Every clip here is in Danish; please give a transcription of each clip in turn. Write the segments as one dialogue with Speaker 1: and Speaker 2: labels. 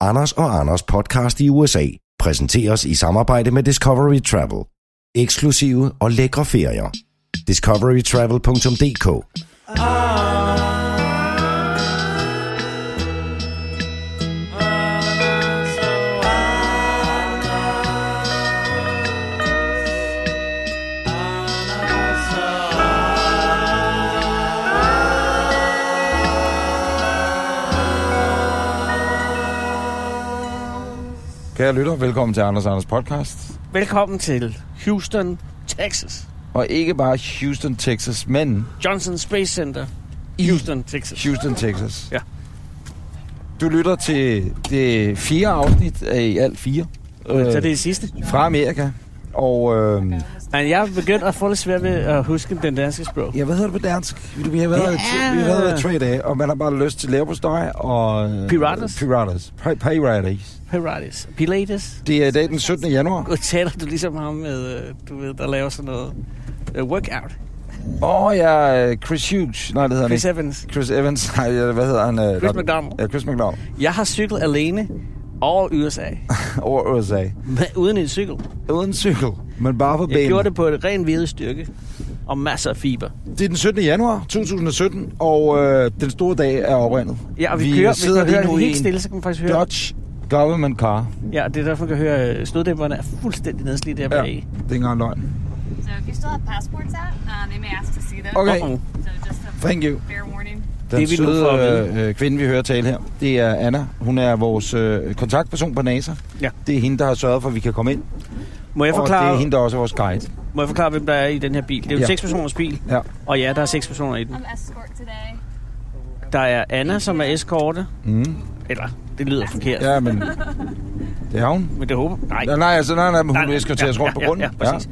Speaker 1: Anders og Anders podcast i USA præsenteres i samarbejde med Discovery Travel. Eksklusive og lækre ferier. discoverytravel.dk
Speaker 2: Kære lytter, velkommen til Anders Anders podcast.
Speaker 3: Velkommen til Houston, Texas.
Speaker 2: Og ikke bare Houston, Texas, men
Speaker 3: Johnson Space Center, Houston, Texas.
Speaker 2: Houston, Texas.
Speaker 3: Ja.
Speaker 2: Du lytter til det fjerde afsnit af i alt fire øh,
Speaker 3: Så det er det sidste.
Speaker 2: fra Amerika. Og øh,
Speaker 3: Men jeg er begyndt at få lidt svært ved at huske den danske sprog.
Speaker 2: jeg ved det på dansk. Vi har været,
Speaker 3: Ja.
Speaker 2: vi har været der tre dage, og man har bare lyst til leverpostej og... øh,
Speaker 3: Piratas.
Speaker 2: Piratas. Pi- Piratas.
Speaker 3: Pilates. Pilates.
Speaker 2: Det er i dag den 17. januar.
Speaker 3: Og taler du ligesom ham med, øh, du ved, der laver sådan noget øh, workout.
Speaker 2: Åh, oh, ja, øh, Chris Hughes. Nej, det hedder han
Speaker 3: Chris
Speaker 2: ikke.
Speaker 3: Evans.
Speaker 2: Chris Evans. Nej, hvad hedder han? øh,
Speaker 3: Chris
Speaker 2: der-
Speaker 3: McDonald.
Speaker 2: Ja, Chris McDonald.
Speaker 3: Jeg har cyklet alene over USA,
Speaker 2: Over USA.
Speaker 3: med- uden en cykel.
Speaker 2: Uden cykel, men bare på
Speaker 3: Jeg
Speaker 2: banen.
Speaker 3: gjorde det på et ren hvide styrke og masser af fiber.
Speaker 2: Det er den 17. januar 2017, og øh, den store dag er oprindet.
Speaker 3: Ja, og vi, kører, hvis
Speaker 2: sidder
Speaker 3: man
Speaker 2: lige nu
Speaker 3: hører
Speaker 2: i en
Speaker 3: helt stille, så kan man faktisk høre.
Speaker 2: Dodge Government Car.
Speaker 3: Ja, og det er derfor, man kan høre, øh, støddæmperne er fuldstændig nedslidt der
Speaker 2: Ja,
Speaker 3: bag.
Speaker 2: det er ikke engang løgn.
Speaker 4: So if you still have passports out, uh, they may ask to see them.
Speaker 2: Okay.
Speaker 3: Uh-oh.
Speaker 4: So just a
Speaker 2: Thank you.
Speaker 4: fair warning.
Speaker 2: Den
Speaker 3: Det er vi nu for at
Speaker 2: søde
Speaker 3: vide.
Speaker 2: øh, øh, kvinde, vi hører tale her, det er Anna. Hun er vores øh, kontaktperson på NASA.
Speaker 3: Ja.
Speaker 2: Det er hende, der har sørget for, at vi kan komme ind.
Speaker 3: Må jeg
Speaker 2: Og det er
Speaker 3: forklare,
Speaker 2: hende, der også er vores guide.
Speaker 3: Må jeg forklare, hvem der er i den her bil? Det er jo
Speaker 2: Ja.
Speaker 3: ja. seks personers bil,
Speaker 2: Ja.
Speaker 3: og ja, der er seks personer i den.
Speaker 4: I'm escort today.
Speaker 3: Der er Anna, som er eskorte.
Speaker 2: Mm.
Speaker 3: Eller, det lyder forkert, ja.
Speaker 2: ja, men det er hun.
Speaker 3: men det håber Nej.
Speaker 2: Ja, nej, altså, nej, nej, men
Speaker 3: Nej,
Speaker 2: hun
Speaker 3: nej.
Speaker 2: skal jo tage os rundt på grunden.
Speaker 3: Ja, ja, præcis.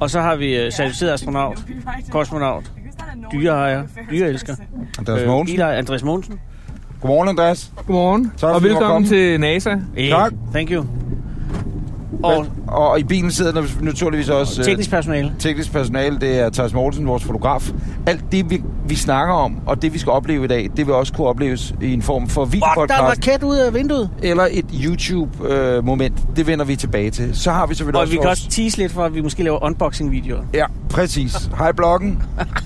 Speaker 3: Og så har vi uh, certificeret astronaut,
Speaker 4: You'll be right in.
Speaker 3: kosmonaut,
Speaker 4: Who's that annoying
Speaker 3: dyreejer,
Speaker 4: affairs
Speaker 3: dyreelsker, Øh,
Speaker 4: person?
Speaker 2: Andreas Mogensen.
Speaker 3: bilejer Andreas Mogensen.
Speaker 2: Godmorgen, Andreas.
Speaker 5: Godmorgen,
Speaker 2: Tak,
Speaker 5: tak,
Speaker 2: fordi
Speaker 5: og
Speaker 2: du var kommet.
Speaker 5: velkommen til NASA.
Speaker 3: Hey,
Speaker 2: Tak.
Speaker 3: Eh, Thank you. Og
Speaker 2: Og, og i bilen sidder der naturligvis også... øh,
Speaker 3: teknisk personale.
Speaker 2: teknisk personale, det er Thijs Mortensen, vores fotograf. Alt det, vi, vi snakker om, og det, vi skal opleve i dag, det vil også kunne opleves i en form for
Speaker 3: Åh, oh, der er
Speaker 2: videopodcast.
Speaker 3: raket ud af vinduet.
Speaker 2: Eller et YouTube-moment. det vender vi tilbage til. Så har vi selvfølgelig
Speaker 3: Og
Speaker 2: også
Speaker 3: vi kan
Speaker 2: vores...
Speaker 3: også tease lidt for, at vi måske laver unboxing-videoer.
Speaker 2: Ja, præcis. Hej bloggen.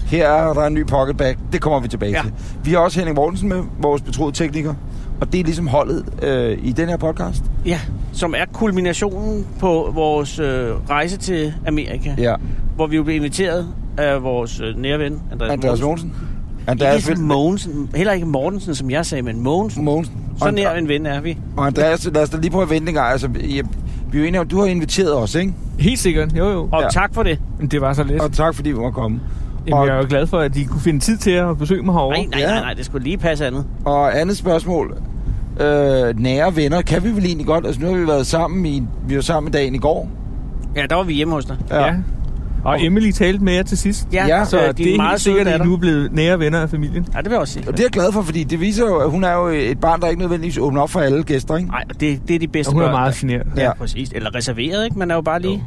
Speaker 2: Her er der en ny pocketbag. Det kommer vi tilbage ja.
Speaker 3: Ja.
Speaker 2: til. Vi har også Henning Mortensen med, vores betroede tekniker. Og det er ligesom holdet øh, i den her podcast.
Speaker 3: Ja, som er kulminationen på vores øh, rejse til Amerika.
Speaker 2: Ja.
Speaker 3: hvor vi jo blev inviteret af vores øh, nære ven, Andreas,
Speaker 2: Andreas
Speaker 3: Mogensen.
Speaker 2: Mogensen.
Speaker 3: Andreas
Speaker 2: Andreas
Speaker 3: ikke ligesom Mogensen, heller ikke Mortensen, som jeg sagde, men Mogensen.
Speaker 2: Mogensen.
Speaker 3: Så
Speaker 2: Og-
Speaker 3: nær en ven er vi.
Speaker 2: Og Andreas, lad os da lige prøve at vente en gang. Altså, jeg, vi er jo enige om, du har inviteret os, ikke?
Speaker 5: Helt sikkert, jo jo.
Speaker 3: Og
Speaker 2: Ja.
Speaker 3: ja. tak for det.
Speaker 5: Men det var så let.
Speaker 2: Og tak fordi vi måtte komme.
Speaker 5: Jamen,
Speaker 2: og-
Speaker 5: jeg er jo glad for, at de kunne finde tid til at besøge mig herovre.
Speaker 3: Nej, nej,
Speaker 2: Ja.
Speaker 3: nej, nej, det skulle lige passe andet.
Speaker 2: Og andet spørgsmål. Øh, nære venner, kan vi vel egentlig godt? Altså, nu har vi været sammen i, vi var sammen i dagen i går.
Speaker 3: Ja, der var vi hjemme hos dig.
Speaker 5: Ja. ja. Og Emily talte med jer til sidst.
Speaker 3: Ja,
Speaker 2: Ja,
Speaker 5: Så
Speaker 3: øh,
Speaker 5: det er helt
Speaker 3: søde
Speaker 5: sikkert, at I
Speaker 3: datter.
Speaker 5: nu er blevet nære venner af familien.
Speaker 3: Ja, det vil jeg også sige.
Speaker 2: Og det er jeg glad for, fordi det viser jo, at hun er jo et barn, der ikke nødvendigvis åbner op for alle gæster, ikke?
Speaker 3: Nej, og det, det er de bedste
Speaker 5: Og hun er
Speaker 3: børn.
Speaker 5: meget generet.
Speaker 3: Ja,
Speaker 2: Ja.
Speaker 3: ja, præcis. Eller reserveret, ikke? Man er jo bare lige...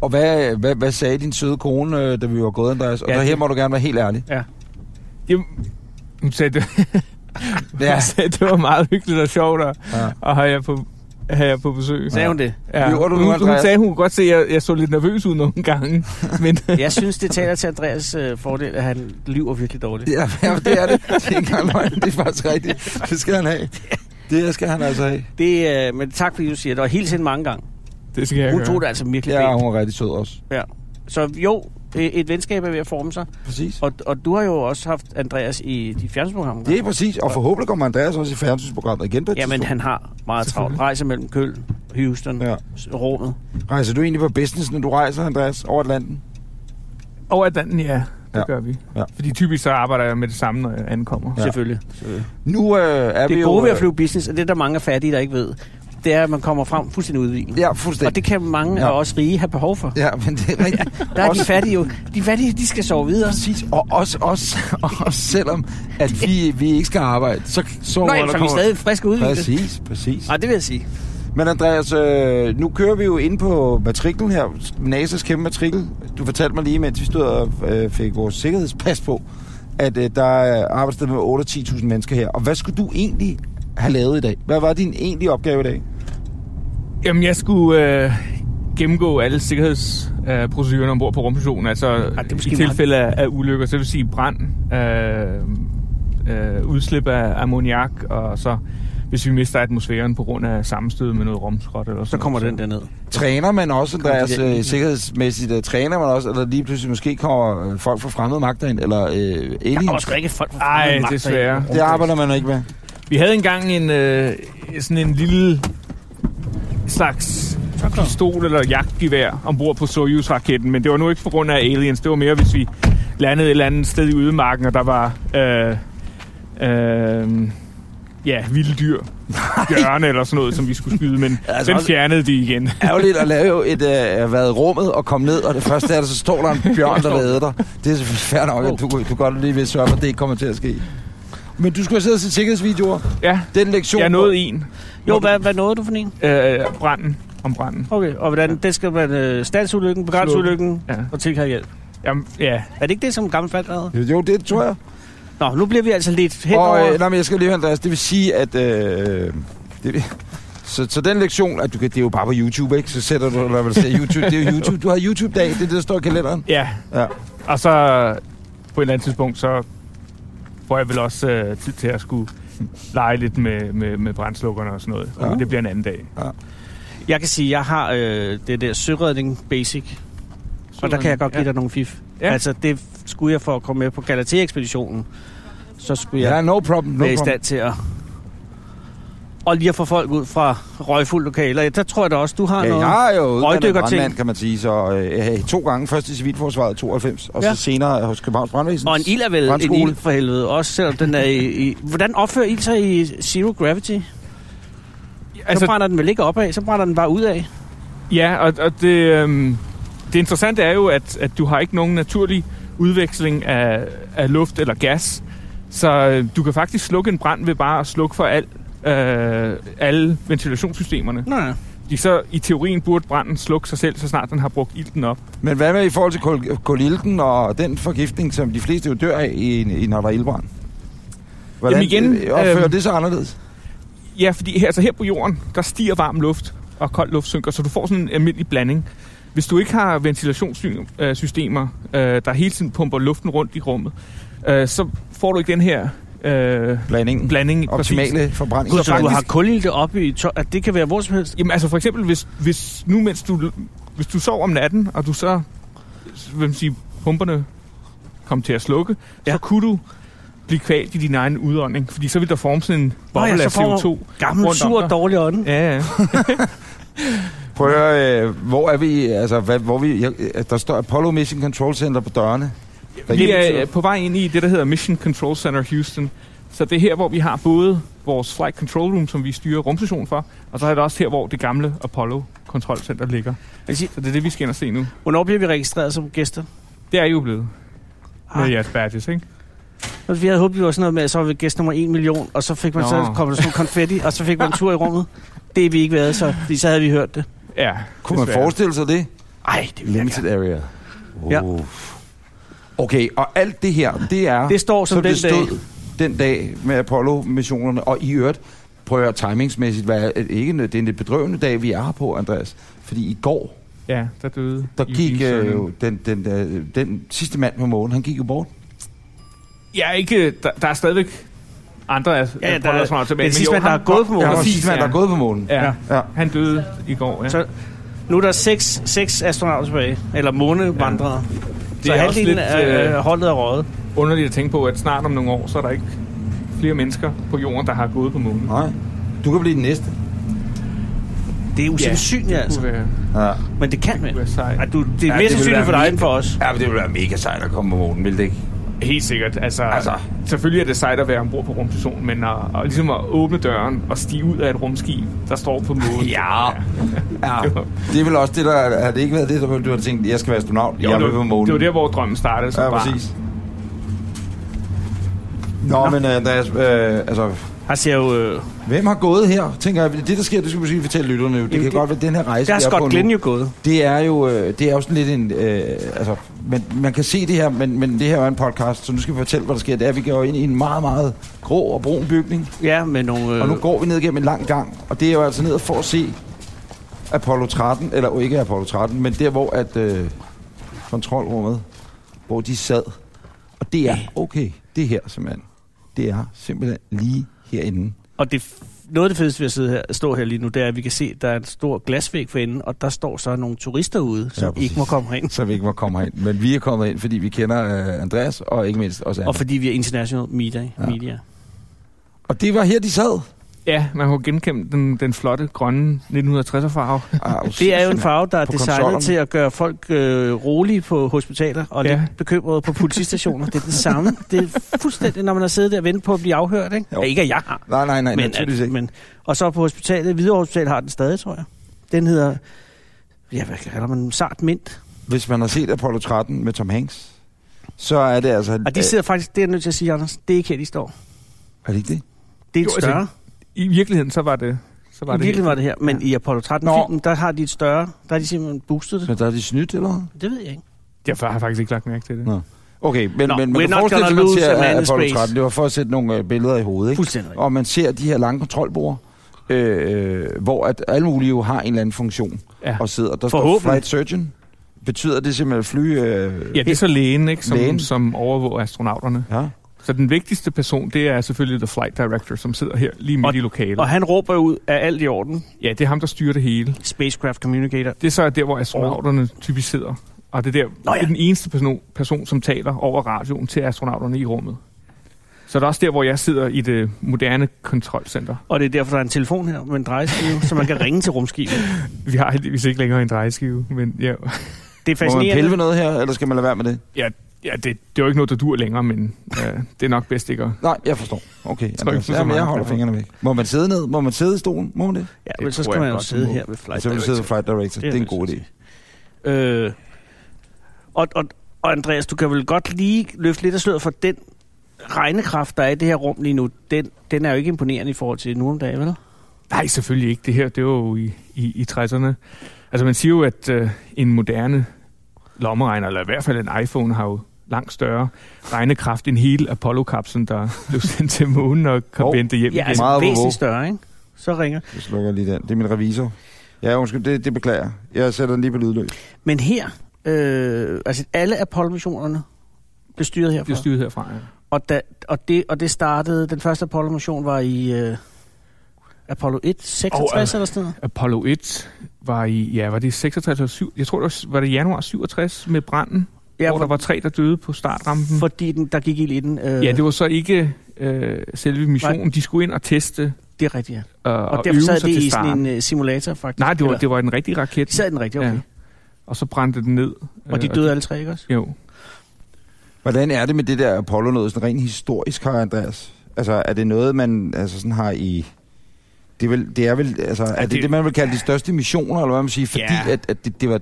Speaker 2: Og hvad, hvad, hvad sagde din søde kone, øh, da vi var gået, Andreas? Og ja,
Speaker 3: Ja,
Speaker 2: der her
Speaker 3: det-
Speaker 2: må du gerne være helt ærlig.
Speaker 3: Ja.
Speaker 5: Jamen, hun sagde, det,
Speaker 2: Ja,
Speaker 5: ja. sagde, det var meget hyggeligt og sjovt at,
Speaker 2: Ja.
Speaker 5: ja. at have jer på have jer på besøg.
Speaker 3: Sagde hun det?
Speaker 5: Ja.
Speaker 2: Lyver du nu,
Speaker 5: Hun, hun
Speaker 2: Andreas?
Speaker 5: sagde, hun kunne godt se, at jeg, jeg så lidt nervøs ud nogle gange. Men
Speaker 3: Jeg synes, det taler til Andreas øh, fordel, at han lyver virkelig dårligt.
Speaker 2: ja, ja det er det. Det er ikke engang løgn. Det er faktisk rigtigt. Det skal han have. Det skal han altså have.
Speaker 3: Det, øh, men tak, fordi du siger det. Og hele tiden mange gange.
Speaker 5: det skal jeg
Speaker 3: Hun
Speaker 5: gøre.
Speaker 3: tog det altså virkelig
Speaker 2: Ja,
Speaker 3: ja,
Speaker 2: hun er rigtig sød også.
Speaker 3: ja. Så jo, øh, et venskab er ved at forme sig.
Speaker 2: Præcis.
Speaker 3: Og, og du har jo også haft Andreas i dit fjernsynsprogram.
Speaker 2: Det er præcis, og forhåbentlig kommer Andreas også i fjernsynsprogrammet igen på et
Speaker 3: Jamen,
Speaker 2: tidspunkt.
Speaker 3: han har meget travlt. Rejser mellem Køln, Houston,
Speaker 2: Ja.
Speaker 3: ja. rummet.
Speaker 2: Rejser du egentlig på business, når du rejser, Andreas, over Atlanten?
Speaker 5: Over Atlanten, ja. Det
Speaker 2: Ja.
Speaker 5: ja. gør vi.
Speaker 2: Ja.
Speaker 5: Ja. Fordi typisk så arbejder jeg med det samme, når jeg ankommer.
Speaker 3: Ja.
Speaker 5: Ja.
Speaker 3: Selvfølgelig.
Speaker 2: Nu øh, er vi
Speaker 3: Det
Speaker 2: jo...
Speaker 3: gode ved
Speaker 2: øh,
Speaker 3: at flyve business, og det er der mange fattige, der ikke ved, det er, at man kommer frem fuldstændig udvidet.
Speaker 2: Ja,
Speaker 3: Og
Speaker 2: fuldstændig.
Speaker 3: det kan mange
Speaker 2: Ja.
Speaker 3: ja. af os rige have behov for.
Speaker 2: Ja, men det er rigtigt.
Speaker 3: Der er
Speaker 2: Også-
Speaker 3: de fattige jo. De fattige, de skal sove videre.
Speaker 2: Præcis, og også, også, også selvom, at vi, vi ikke skal arbejde, så så
Speaker 3: Nå, jamen, så er vi stadig friske og udviklede.
Speaker 2: Præcis, præcis.
Speaker 3: Nej, det vil jeg sige.
Speaker 2: Men Andreas, øh, nu kører vi jo ind på matriklen her, NASA's kæmpe matrikel. Du fortalte mig lige, mens vi stod og øh, fik vores sikkerhedspas på, at øh, der er arbejdssted med 8-10.000 mennesker her. Og hvad skulle du egentlig have have lavet i dag? Hvad var din egentlige opgave i dag?
Speaker 5: Jamen, jeg skulle øh, gennemgå alle sikkerhedsprocedurerne øh, ombord på rumstationen, altså Ej,
Speaker 3: det er
Speaker 5: i
Speaker 3: måske
Speaker 5: tilfælde af, af ulykker, så det vil sige brand, øh, øh, udslip af ammoniak, og så hvis vi mister atmosfæren på grund af sammenstød med noget romskrot eller
Speaker 3: Så
Speaker 5: sådan
Speaker 3: kommer
Speaker 5: noget,
Speaker 3: den der ned.
Speaker 2: Træner man også,
Speaker 3: Kom til
Speaker 2: Andreas,
Speaker 3: den.
Speaker 2: øh, sikkerhedsmæssigt, øh, træner man også, at der lige pludselig måske kommer øh, folk fra fremmede magter ind, eller øh,
Speaker 3: Der
Speaker 2: aliens?
Speaker 3: var sgu ikke folk fra
Speaker 5: Ej,
Speaker 3: fremmede magter i
Speaker 5: desværre.
Speaker 3: rummet.
Speaker 2: Det arbejder man ikke med.
Speaker 5: Vi havde engang en, øh, sådan en lille slags pistol eller jagtgevær ombord på Soyuz-raketten, men det var nu ikke på grund af aliens. Det var mere, hvis vi landede et eller andet sted i ødemarken, og der var øh, øh, ja, vilde dyr. Bjørne eller sådan noget, som vi skulle skyde, men
Speaker 2: Altså
Speaker 5: altså den
Speaker 2: også-
Speaker 5: fjernede de igen.
Speaker 2: Ærgerligt at lave et, øh, at været i rummet og komme ned, og det første er, at så står der en bjørn, der redder dig. Det er selvfølgelig fair nok, at du, du godt lige vil sørge for, at det ikke kommer til at ske. Men du skulle have siddet og set sikkerhedsvideoer.
Speaker 5: Ja,
Speaker 2: Den lektion...
Speaker 5: jeg nåede en.
Speaker 3: Jo, hvad, hvad nåede du for en?
Speaker 5: Øh, branden. Om branden.
Speaker 3: Okay, og hvordan, det skal man øh, standsulykken, begrænseulykken
Speaker 5: Ja.
Speaker 3: og tilkalde hjælp.
Speaker 5: Jamen, ja.
Speaker 3: Er det ikke det, som gammel faldt havde?
Speaker 2: Jo, det tror jeg.
Speaker 3: Nå, nu bliver vi altså lidt henover.
Speaker 2: Og,
Speaker 3: Og,
Speaker 2: øh, nej, men jeg skal lige høre, Andreas, det vil sige, at... Øh, det, så, så den lektion, at du kan, det er jo bare på YouTube, ikke? Så sætter du, eller hvad du siger, YouTube, det er jo YouTube. Du har YouTube-dag, det er det, der står i kalenderen.
Speaker 5: Ja.
Speaker 2: Ja.
Speaker 5: Og så på et eller andet tidspunkt, så får jeg vel også øh, tid til at skulle lege lidt med, med, med brændslukkerne og sådan noget.
Speaker 2: Ja.
Speaker 5: Ja. Det bliver en anden dag.
Speaker 3: Jeg kan sige, jeg har øh, det der søredning basic, og der kan jeg godt give
Speaker 5: ja.
Speaker 3: dig nogle fif.
Speaker 5: Ja.
Speaker 3: Altså, det skulle jeg for at komme med på Galatea-ekspeditionen. Så skulle jeg
Speaker 2: Ja, no problem, no
Speaker 3: være i
Speaker 2: problem.
Speaker 3: stand til at... Og lige at få folk ud fra røgfulde lokaler. Ja, Der tror jeg da også, du har
Speaker 2: Ja,
Speaker 3: noget.
Speaker 2: jeg har jo uddannet
Speaker 3: Røgdykkerting.
Speaker 2: brandmand, kan man sige, så øh, to gange. Først i Civilforsvaret i 92, og
Speaker 3: Ja.
Speaker 2: så senere hos Københavns Brandvæsen.
Speaker 3: Og en ild er vel en
Speaker 2: Brandskole.
Speaker 3: ild for helvede, også selvom den er i... i hvordan opfører ild sig i zero gravity? Altså, så
Speaker 5: Altså,
Speaker 3: brænder den vel ikke opad, så brænder den bare ud af.
Speaker 5: ja, og, og det, øhm, det interessante er jo, at, at du har ikke nogen naturlig udveksling af, af luft eller gas. Så øh, du kan faktisk slukke en brand ved bare at slukke for al, øh, alle ventilationssystemerne.
Speaker 3: Nå, ja.
Speaker 5: De så i teorien burde branden slukke sig selv, så snart den har brugt ilten op.
Speaker 2: Men hvad med i forhold til kul- kulilten og den forgiftning, som de fleste jo dør af, i, i, når der er ildbrand? Hvordan
Speaker 5: Jamen igen,
Speaker 2: øh, opfører
Speaker 5: øhm,
Speaker 2: det så anderledes?
Speaker 5: Ja, fordi her, altså her på jorden, der stiger varm luft, og kold luft synker, så du får sådan en almindelig blanding. Hvis du ikke har ventilationssystemer, øh, der hele tiden pumper luften rundt i rummet, øh, så får du ikke den her øh,
Speaker 2: Blandingen.
Speaker 5: blanding. Præcis.
Speaker 2: Optimale forbrænding.
Speaker 3: Gud, så du
Speaker 5: faktisk-
Speaker 3: har kulilte op i... To- at det kan være hvor som helst.
Speaker 5: Jamen altså for eksempel, hvis, hvis nu mens du, hvis du sover om natten, og du så, hvad man sige, pumperne kom til at slukke, ja.
Speaker 3: Ja.
Speaker 5: så kunne du blive kvalt i din egen udånding, fordi så vil der forme sådan en boble
Speaker 3: ja,
Speaker 5: ja, af
Speaker 3: så får-
Speaker 5: CO2.
Speaker 3: Gammel,
Speaker 5: Rundt om
Speaker 3: sur,
Speaker 5: dig.
Speaker 3: dårlig ånde.
Speaker 5: Ja, ja.
Speaker 2: Prøv at høre, øh, hvor er vi? Altså, hvad, hvor vi jeg, øh, der står Apollo Mission Control Center på dørene. Hvad
Speaker 5: Vi
Speaker 2: det
Speaker 5: er
Speaker 2: betyder.
Speaker 5: øh, på vej ind i det, der hedder Mission Control Center Houston. Så det er her, hvor vi har både vores Flight Control Room, som vi styrer rumstationen for, og så er det også her, hvor det gamle Apollo Control Center ligger.
Speaker 3: vil sige-
Speaker 5: Så det er det, vi skal ind og se nu.
Speaker 3: Hvornår bliver vi registreret som gæster?
Speaker 5: Det er I jo blevet med
Speaker 3: Ah.
Speaker 5: jeres badges, ikke?
Speaker 3: Og Vi havde håbet, vi var sådan noget med, at så var vi gæst nummer 1 million, og så fik man
Speaker 5: Nå.
Speaker 3: så kom der sådan noget konfetti, og så fik man en tur i rummet. Det er vi ikke været, så, fordi så havde vi hørt det.
Speaker 5: Ja.
Speaker 2: Kunne man
Speaker 5: desværre.
Speaker 2: forestille sig det?
Speaker 3: Ej, det vil jeg
Speaker 2: Limited area.
Speaker 3: Ja.
Speaker 2: Uh. Okay, og alt det her, det er...
Speaker 3: Det står som
Speaker 2: så det
Speaker 3: den dag.
Speaker 2: stod den dag med Apollo-missionerne, og i øvrigt, prøv at høre, timingsmæssigt, hvad, er- ikke, en- det er en lidt bedrøvende dag, vi er her på, Andreas. Fordi i går,
Speaker 5: Ja, der døde.
Speaker 2: der
Speaker 5: Eugene
Speaker 2: gik øh,
Speaker 5: Cernan.
Speaker 2: jo den, den, øh, den sidste mand på månen, han gik jo bort.
Speaker 5: Ja, ikke... øh, Der, der er stadigvæk andre af
Speaker 3: Ja, ja, der
Speaker 5: Apollo
Speaker 3: er-
Speaker 5: astronauter tilbage.
Speaker 3: den
Speaker 5: men
Speaker 3: sidste
Speaker 5: jo,
Speaker 3: mand, der
Speaker 5: ham-
Speaker 3: er gået på månen.
Speaker 2: Han var den
Speaker 5: Præcis,
Speaker 2: sidste mand,
Speaker 5: ja.
Speaker 2: der er gået på månen.
Speaker 5: Ja,
Speaker 2: Ja.
Speaker 5: han døde i går, ja.
Speaker 3: Så nu er der seks, seks astronauter tilbage, eller månevandrere. Ja. Så
Speaker 5: Det er også
Speaker 3: halvdelen
Speaker 5: lidt,
Speaker 3: af øh,
Speaker 5: øh,
Speaker 3: holdet er røget.
Speaker 5: Underligt at tænke på, at snart om nogle år, så er der ikke flere mennesker på jorden, der har gået på månen.
Speaker 2: Nej, du kan blive den næste.
Speaker 3: Det er usandsynligt, ja, altså.
Speaker 5: Det kunne være,
Speaker 2: Ja.
Speaker 3: Men det kan
Speaker 5: kunne være
Speaker 3: være.
Speaker 5: sejt.
Speaker 3: Ej, du, det
Speaker 2: Ja,
Speaker 3: er ja,
Speaker 2: det
Speaker 3: mere
Speaker 2: vil være
Speaker 3: sandsynligt for dig
Speaker 2: mega-
Speaker 3: end for os.
Speaker 2: Ja, men det ville være mega sejt at komme på månen, ville det ikke?
Speaker 5: Helt sikkert. Altså,
Speaker 2: Altså.
Speaker 5: altså. Selvfølgelig er det sejt at være ombord på rumstationen, men at, at ligesom at åbne døren og stige ud af et rumskib, der står på månen.
Speaker 2: Ja. Ja, det er vel også det, der... Har det ikke været det, der du har tænkt, jeg skal være astronaut,
Speaker 5: Jo,
Speaker 2: jeg
Speaker 5: det,
Speaker 2: vil på månen?
Speaker 5: det var der, hvor drømmen startede. som
Speaker 2: Ja,
Speaker 5: barn.
Speaker 2: præcis. Nå, men øh, Andreas, øh, altså,
Speaker 3: Han ser jo... Øh,
Speaker 2: hvem har gået her? Tænker jeg, det der sker, det skal vi måske fortælle lytterne. jo. Det
Speaker 3: Jamen,
Speaker 2: kan
Speaker 3: det-
Speaker 2: godt være, den her rejse,
Speaker 3: der er
Speaker 2: vi er på
Speaker 3: Scott
Speaker 2: nu,
Speaker 3: Glenn jo gået.
Speaker 2: det er jo øh, det er jo sådan lidt en... Øh, altså, Men man kan se det her, men, men det her er en podcast, så nu skal vi fortælle, hvad der sker. Det er, at vi går ind i en meget, meget grå og brun bygning,
Speaker 3: Ja, med nogle... Øh,
Speaker 2: og nu går vi ned gennem en lang gang, og det er jo altså ned for at se Apollo 13, eller jo ikke Apollo 13, men der, hvor at øh, kontrolrummet, hvor de sad. Og det er okay, det her simpelthen. Det er simpelthen lige herinde.
Speaker 3: Og det, f- noget af det fedeste ved at sidde her, stå her lige nu, det er, at vi kan se, at der er en stor glasvæg for enden, og der står så nogle turister ude, som ja,
Speaker 2: præcis.
Speaker 3: ikke må komme ind.
Speaker 2: så vi ikke må komme herind. Men vi er kommet ind, fordi vi kender øh, Andreas, og ikke mindst også Anna.
Speaker 3: Og fordi vi er international media.
Speaker 2: Ja.
Speaker 3: Ja. media.
Speaker 2: Og det var her, de sad. Ah,
Speaker 5: Ja, man kunne genkende den, den flotte grønne 1960'er-farve.
Speaker 2: Ah,
Speaker 3: Det er jo en farve, der er
Speaker 2: På
Speaker 3: designet
Speaker 2: konsollen.
Speaker 3: til at gøre folk øh, rolige på hospitaler og
Speaker 5: Ja.
Speaker 3: ja. lidt bekymrede på politistationer. det er det samme. Det er fuldstændig, når man har siddet der og ventet på at blive afhørt. Ikke,
Speaker 2: Jo.
Speaker 3: ja, ikke at jeg har.
Speaker 2: Nej, nej, nej, men,
Speaker 3: men,
Speaker 2: naturligvis
Speaker 3: at,
Speaker 2: ikke.
Speaker 3: men, og så på hospitalet, Hvidovre Hospital har den stadig, tror jeg. Den hedder, ja, hvad kalder man den? Sart Mint.
Speaker 2: Hvis man har set Apollo 13 med Tom Hanks, så er det altså...
Speaker 3: Og de sidder faktisk, det er jeg nødt til at sige, Anders, det er ikke her, de står.
Speaker 2: Er det ikke det?
Speaker 3: Det er
Speaker 5: Jo,
Speaker 3: et
Speaker 5: altså,
Speaker 3: større.
Speaker 5: I virkeligheden, så var det... Så var
Speaker 3: Var det
Speaker 5: det
Speaker 3: virkelig
Speaker 5: helt-
Speaker 3: var det her, men
Speaker 5: Ja.
Speaker 3: ja. i Apollo 13
Speaker 2: Nå.
Speaker 3: filmen, der har de et større, der har de simpelthen boostet det.
Speaker 2: Så der er de snydt, eller hvad?
Speaker 3: Det ved jeg ikke.
Speaker 5: Jeg har faktisk ikke lagt mærke til det.
Speaker 2: Nå. Okay, men,
Speaker 3: Nå,
Speaker 2: men man
Speaker 3: we're
Speaker 2: kan
Speaker 3: not
Speaker 2: forestille
Speaker 3: gonna
Speaker 2: sig, man
Speaker 3: lose
Speaker 2: ser
Speaker 3: a man in
Speaker 2: Apollo
Speaker 3: space.
Speaker 2: 13. Det var for at sætte nogle øh, billeder i hovedet, ikke?
Speaker 3: Fuldstændig. rigtigt.
Speaker 2: Og man ser de her lange kontrolbord, øh, øh, hvor at alle mulige jo har en eller anden funktion
Speaker 5: Ja.
Speaker 2: og sidder. Der står
Speaker 3: Forhåbentlig.
Speaker 2: flight surgeon. Betyder det simpelthen at fly... Øh,
Speaker 5: Ja, det er så lægen, ikke, som,
Speaker 2: Lægen.
Speaker 5: som overvåger astronauterne.
Speaker 2: ja.
Speaker 5: Så den vigtigste person, det er selvfølgelig The Flight Director, som sidder her lige midt
Speaker 3: Og-
Speaker 5: i lokalet.
Speaker 3: Og han råber ud af alt i orden,
Speaker 5: Ja, det er ham, der styrer det hele.
Speaker 3: Spacecraft Communicator.
Speaker 5: Det er så der, hvor astronauterne typisk sidder. Og det er, der,
Speaker 3: Nå ja.
Speaker 5: det er den eneste person, person, som taler over radioen til astronauterne i rummet. Så det er også der, hvor jeg sidder i det moderne kontrolcenter.
Speaker 3: Og det er derfor, der er en telefon her med en drejeskive, så man kan ringe til rumskibet.
Speaker 5: Vi har heldigvis ikke længere en drejeskive, men
Speaker 3: Det
Speaker 5: ja,
Speaker 3: er
Speaker 2: Må man
Speaker 3: fascinerende.
Speaker 2: pille ved noget her, eller skal man lade være med det?
Speaker 5: ja, ja det, det er jo ikke noget, der dur længere, men ja, det er nok bedst ikke at...
Speaker 2: Nej, jeg forstår. Okay,
Speaker 5: tror ikke,
Speaker 2: Andreas.
Speaker 5: det er så
Speaker 2: Jamen, jeg
Speaker 5: mange.
Speaker 2: holder fingrene væk. Må man sidde ned? Må man sidde i stolen? Må man det?
Speaker 3: Ja,
Speaker 5: Det
Speaker 3: men så
Speaker 5: tror
Speaker 3: skal
Speaker 5: jeg
Speaker 3: man jo
Speaker 5: godt,
Speaker 3: sidde
Speaker 5: man må.
Speaker 3: her ved Flight
Speaker 2: Så vil du sidde i
Speaker 3: Director.
Speaker 2: flight director. Det er en god idé.
Speaker 3: Øh, og, og, og Andreas, du kan vel godt lige løfte lidt af sløret for den regnekraft, der er i det her rum lige nu. Den, den er jo ikke imponerende i forhold til nu om dagen, vel?
Speaker 5: Nej, selvfølgelig ikke. Det her, det var jo i, i, i 60'erne. Altså man siger jo, at øh, en moderne lommeregner, eller i hvert fald en iPhone, har jo langt større regnekraft end hele Apollo-kapslen, der blev sendt til månen og kom
Speaker 2: Hov.
Speaker 5: oh, hjem
Speaker 3: Ja,
Speaker 5: igen.
Speaker 3: altså
Speaker 2: Meget
Speaker 3: væsentligt
Speaker 2: vovå.
Speaker 3: større, ikke? Så ringer.
Speaker 2: Jeg slukker lige den. Det er min revisor. Ja, undskyld, det, det beklager jeg. Jeg sætter den lige på lydløs.
Speaker 3: Men her, øh, altså alle Apollo-missionerne blev styret herfra.
Speaker 5: Det er styret herfra, ja.
Speaker 3: Og, da, og, det, og det startede, den første Apollo-mission var i øh, Apollo 1, 66
Speaker 5: Og,
Speaker 3: oh, eller sådan noget.
Speaker 5: Apollo 1 var i, ja, var det i 66 eller 7, jeg tror det var, var det januar 67 med branden, ja,
Speaker 3: Ja,
Speaker 5: hvor der
Speaker 3: for,
Speaker 5: var tre, der døde på startrampen. For,
Speaker 3: fordi den, der gik ild i den. Øh,
Speaker 5: ja, det var så ikke øh, selve missionen, de skulle ind og teste øh,
Speaker 3: det er rigtigt, ja.
Speaker 5: og,
Speaker 3: Og, og derfor
Speaker 5: øve
Speaker 3: sad
Speaker 5: sig
Speaker 3: det
Speaker 5: til
Speaker 3: i sådan
Speaker 5: starten.
Speaker 3: en øh, simulator, faktisk.
Speaker 5: Nej, det var,
Speaker 3: Eller-
Speaker 5: det var den rigtige raket.
Speaker 3: De sad i den rigtige, okay.
Speaker 5: Ja. Og så brændte den ned.
Speaker 3: Og de
Speaker 5: Øh,
Speaker 3: døde alle tre, ikke også?
Speaker 5: Jo.
Speaker 2: Hvordan er det med det der Apollo noget, sådan rent historisk har Andreas? Altså, er det noget, man altså, sådan har i... Det er, vel, det er vel, altså, er det
Speaker 5: det-
Speaker 2: det, man vil kalde de største missioner, eller hvad man siger? Fordi
Speaker 5: Ja.
Speaker 2: at, at det, det, var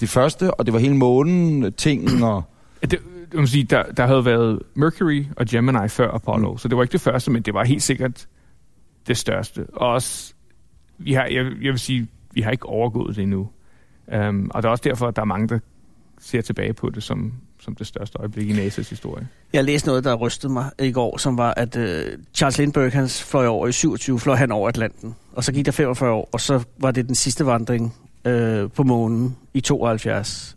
Speaker 2: det første, og det var hele månen, tingen, og...
Speaker 5: Det, det vil sige, der, der havde været Mercury og Gemini før Apollo, så det var ikke det første, men det var helt sikkert det største. Og også, vi har, jeg, jeg vil sige, vi har ikke overgået det endnu. Um, og det er også derfor, at der er mange, der ser tilbage på det som, som det største øjeblik i NASA's historie.
Speaker 3: Jeg læste noget, der rystede mig i går, som var, at øh, Charles Lindbergh, han fløj over i 27, fløj han over Atlanten. Og så gik der 45 år, og så var det den sidste vandring øh, på månen i 72.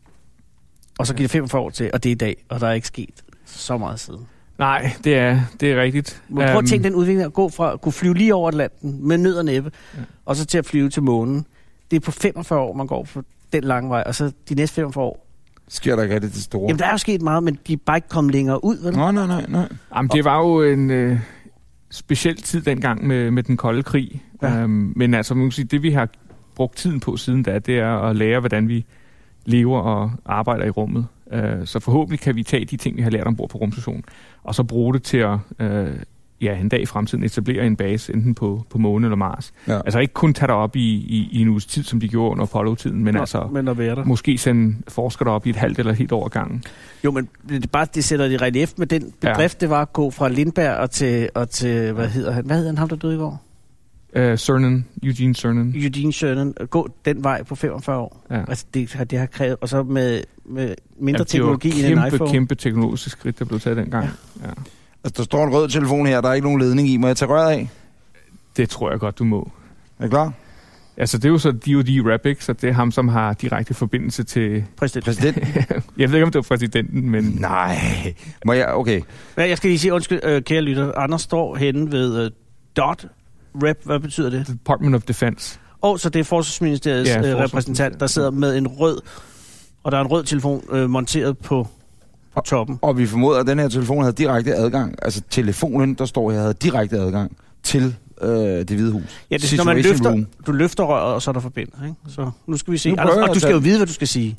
Speaker 3: Og så gik der 45 år til, og det er i dag, og der er ikke sket så meget siden.
Speaker 5: Nej, det er, det er rigtigt.
Speaker 3: Men prøv
Speaker 5: Øhm,
Speaker 3: at tænke den udvikling, at gå fra at kunne flyve lige over Atlanten med nød og næppe,
Speaker 5: Ja.
Speaker 3: og så til at flyve til månen. Det er på 45 år, man går på den lange vej, og så de næste 45 år.
Speaker 2: Sker der ikke rigtig det store?
Speaker 3: Jamen, der er jo sket meget, men de er bare ikke kommet længere ud, vel?
Speaker 2: Nej, nej, nej, nej.
Speaker 5: Jamen, det var jo en øh, speciel tid dengang med, med den kolde krig. Ja.
Speaker 3: Ja.
Speaker 5: Øhm, men altså, man kan sige, det vi har brugt tiden på siden da, det er at lære, hvordan vi lever og arbejder i rummet. Øh, så forhåbentlig kan vi tage de ting, vi har lært ombord på rumstationen, og så bruge det til at øh, ja, en dag i fremtiden etablere en base, enten på, på månen eller Mars.
Speaker 2: Ja.
Speaker 5: Altså ikke kun tage derop i, i, i en uges tid, som de gjorde under Apollo-tiden, men Nå. altså
Speaker 3: men at være der.
Speaker 5: måske sende forskere derop i et halvt eller et helt år ad gangen.
Speaker 3: Jo, men det, er bare, det sætter det relief med den bedrift, ja. det var at gå fra Lindberg og til, og til hvad hedder han? Hvad hedder han, ham der døde i går?
Speaker 5: Uh, Cernan, Eugene Cernan.
Speaker 3: Eugene Cernan at gå den vej på 45 år.
Speaker 5: Ja.
Speaker 3: Altså, det, har- det har krævet, og så med, med mindre ja,
Speaker 5: det var
Speaker 3: teknologi end
Speaker 5: kæmpe,
Speaker 3: en iPhone.
Speaker 5: kæmpe teknologisk skridt, der blev taget dengang. Ja.
Speaker 2: Altså, der står en rød telefon her, der er ikke nogen ledning i. Må jeg tage røret af?
Speaker 5: Det tror jeg godt, du må.
Speaker 2: Er I klar?
Speaker 5: Altså, det er jo så DOD Rap, ikke? Så det er ham, som har direkte forbindelse til...
Speaker 3: Præsident.
Speaker 2: Præsident?
Speaker 5: Jeg ved ikke, om det var præsidenten, men...
Speaker 2: Nej. Må jeg? Okay.
Speaker 3: Ja, jeg skal lige sige undskyld, øh, kære lytter. Anders står henne ved øh, DOT rep. Hvad betyder det?
Speaker 5: Department of Defense.
Speaker 3: Og så det er Forsvarsministeriets
Speaker 5: Ja,
Speaker 3: ja, øh,
Speaker 5: Forsvarsministeriet.
Speaker 3: repræsentant, der sidder med en rød, og der er en rød telefon øh, monteret på, på toppen.
Speaker 2: Og vi formoder, at den her telefon havde direkte adgang. Altså, telefonen, der står her, havde direkte adgang til øh, det hvide hus.
Speaker 3: Ja, det er, når man
Speaker 2: Situation
Speaker 3: løfter,
Speaker 2: room.
Speaker 3: du løfter røret, og så er der forbindelse. Ikke? Så nu skal vi se.
Speaker 2: Nu
Speaker 3: Anders,
Speaker 2: prøver jeg
Speaker 3: og du
Speaker 2: at
Speaker 3: skal jo
Speaker 2: tage-
Speaker 3: vide, hvad du skal sige.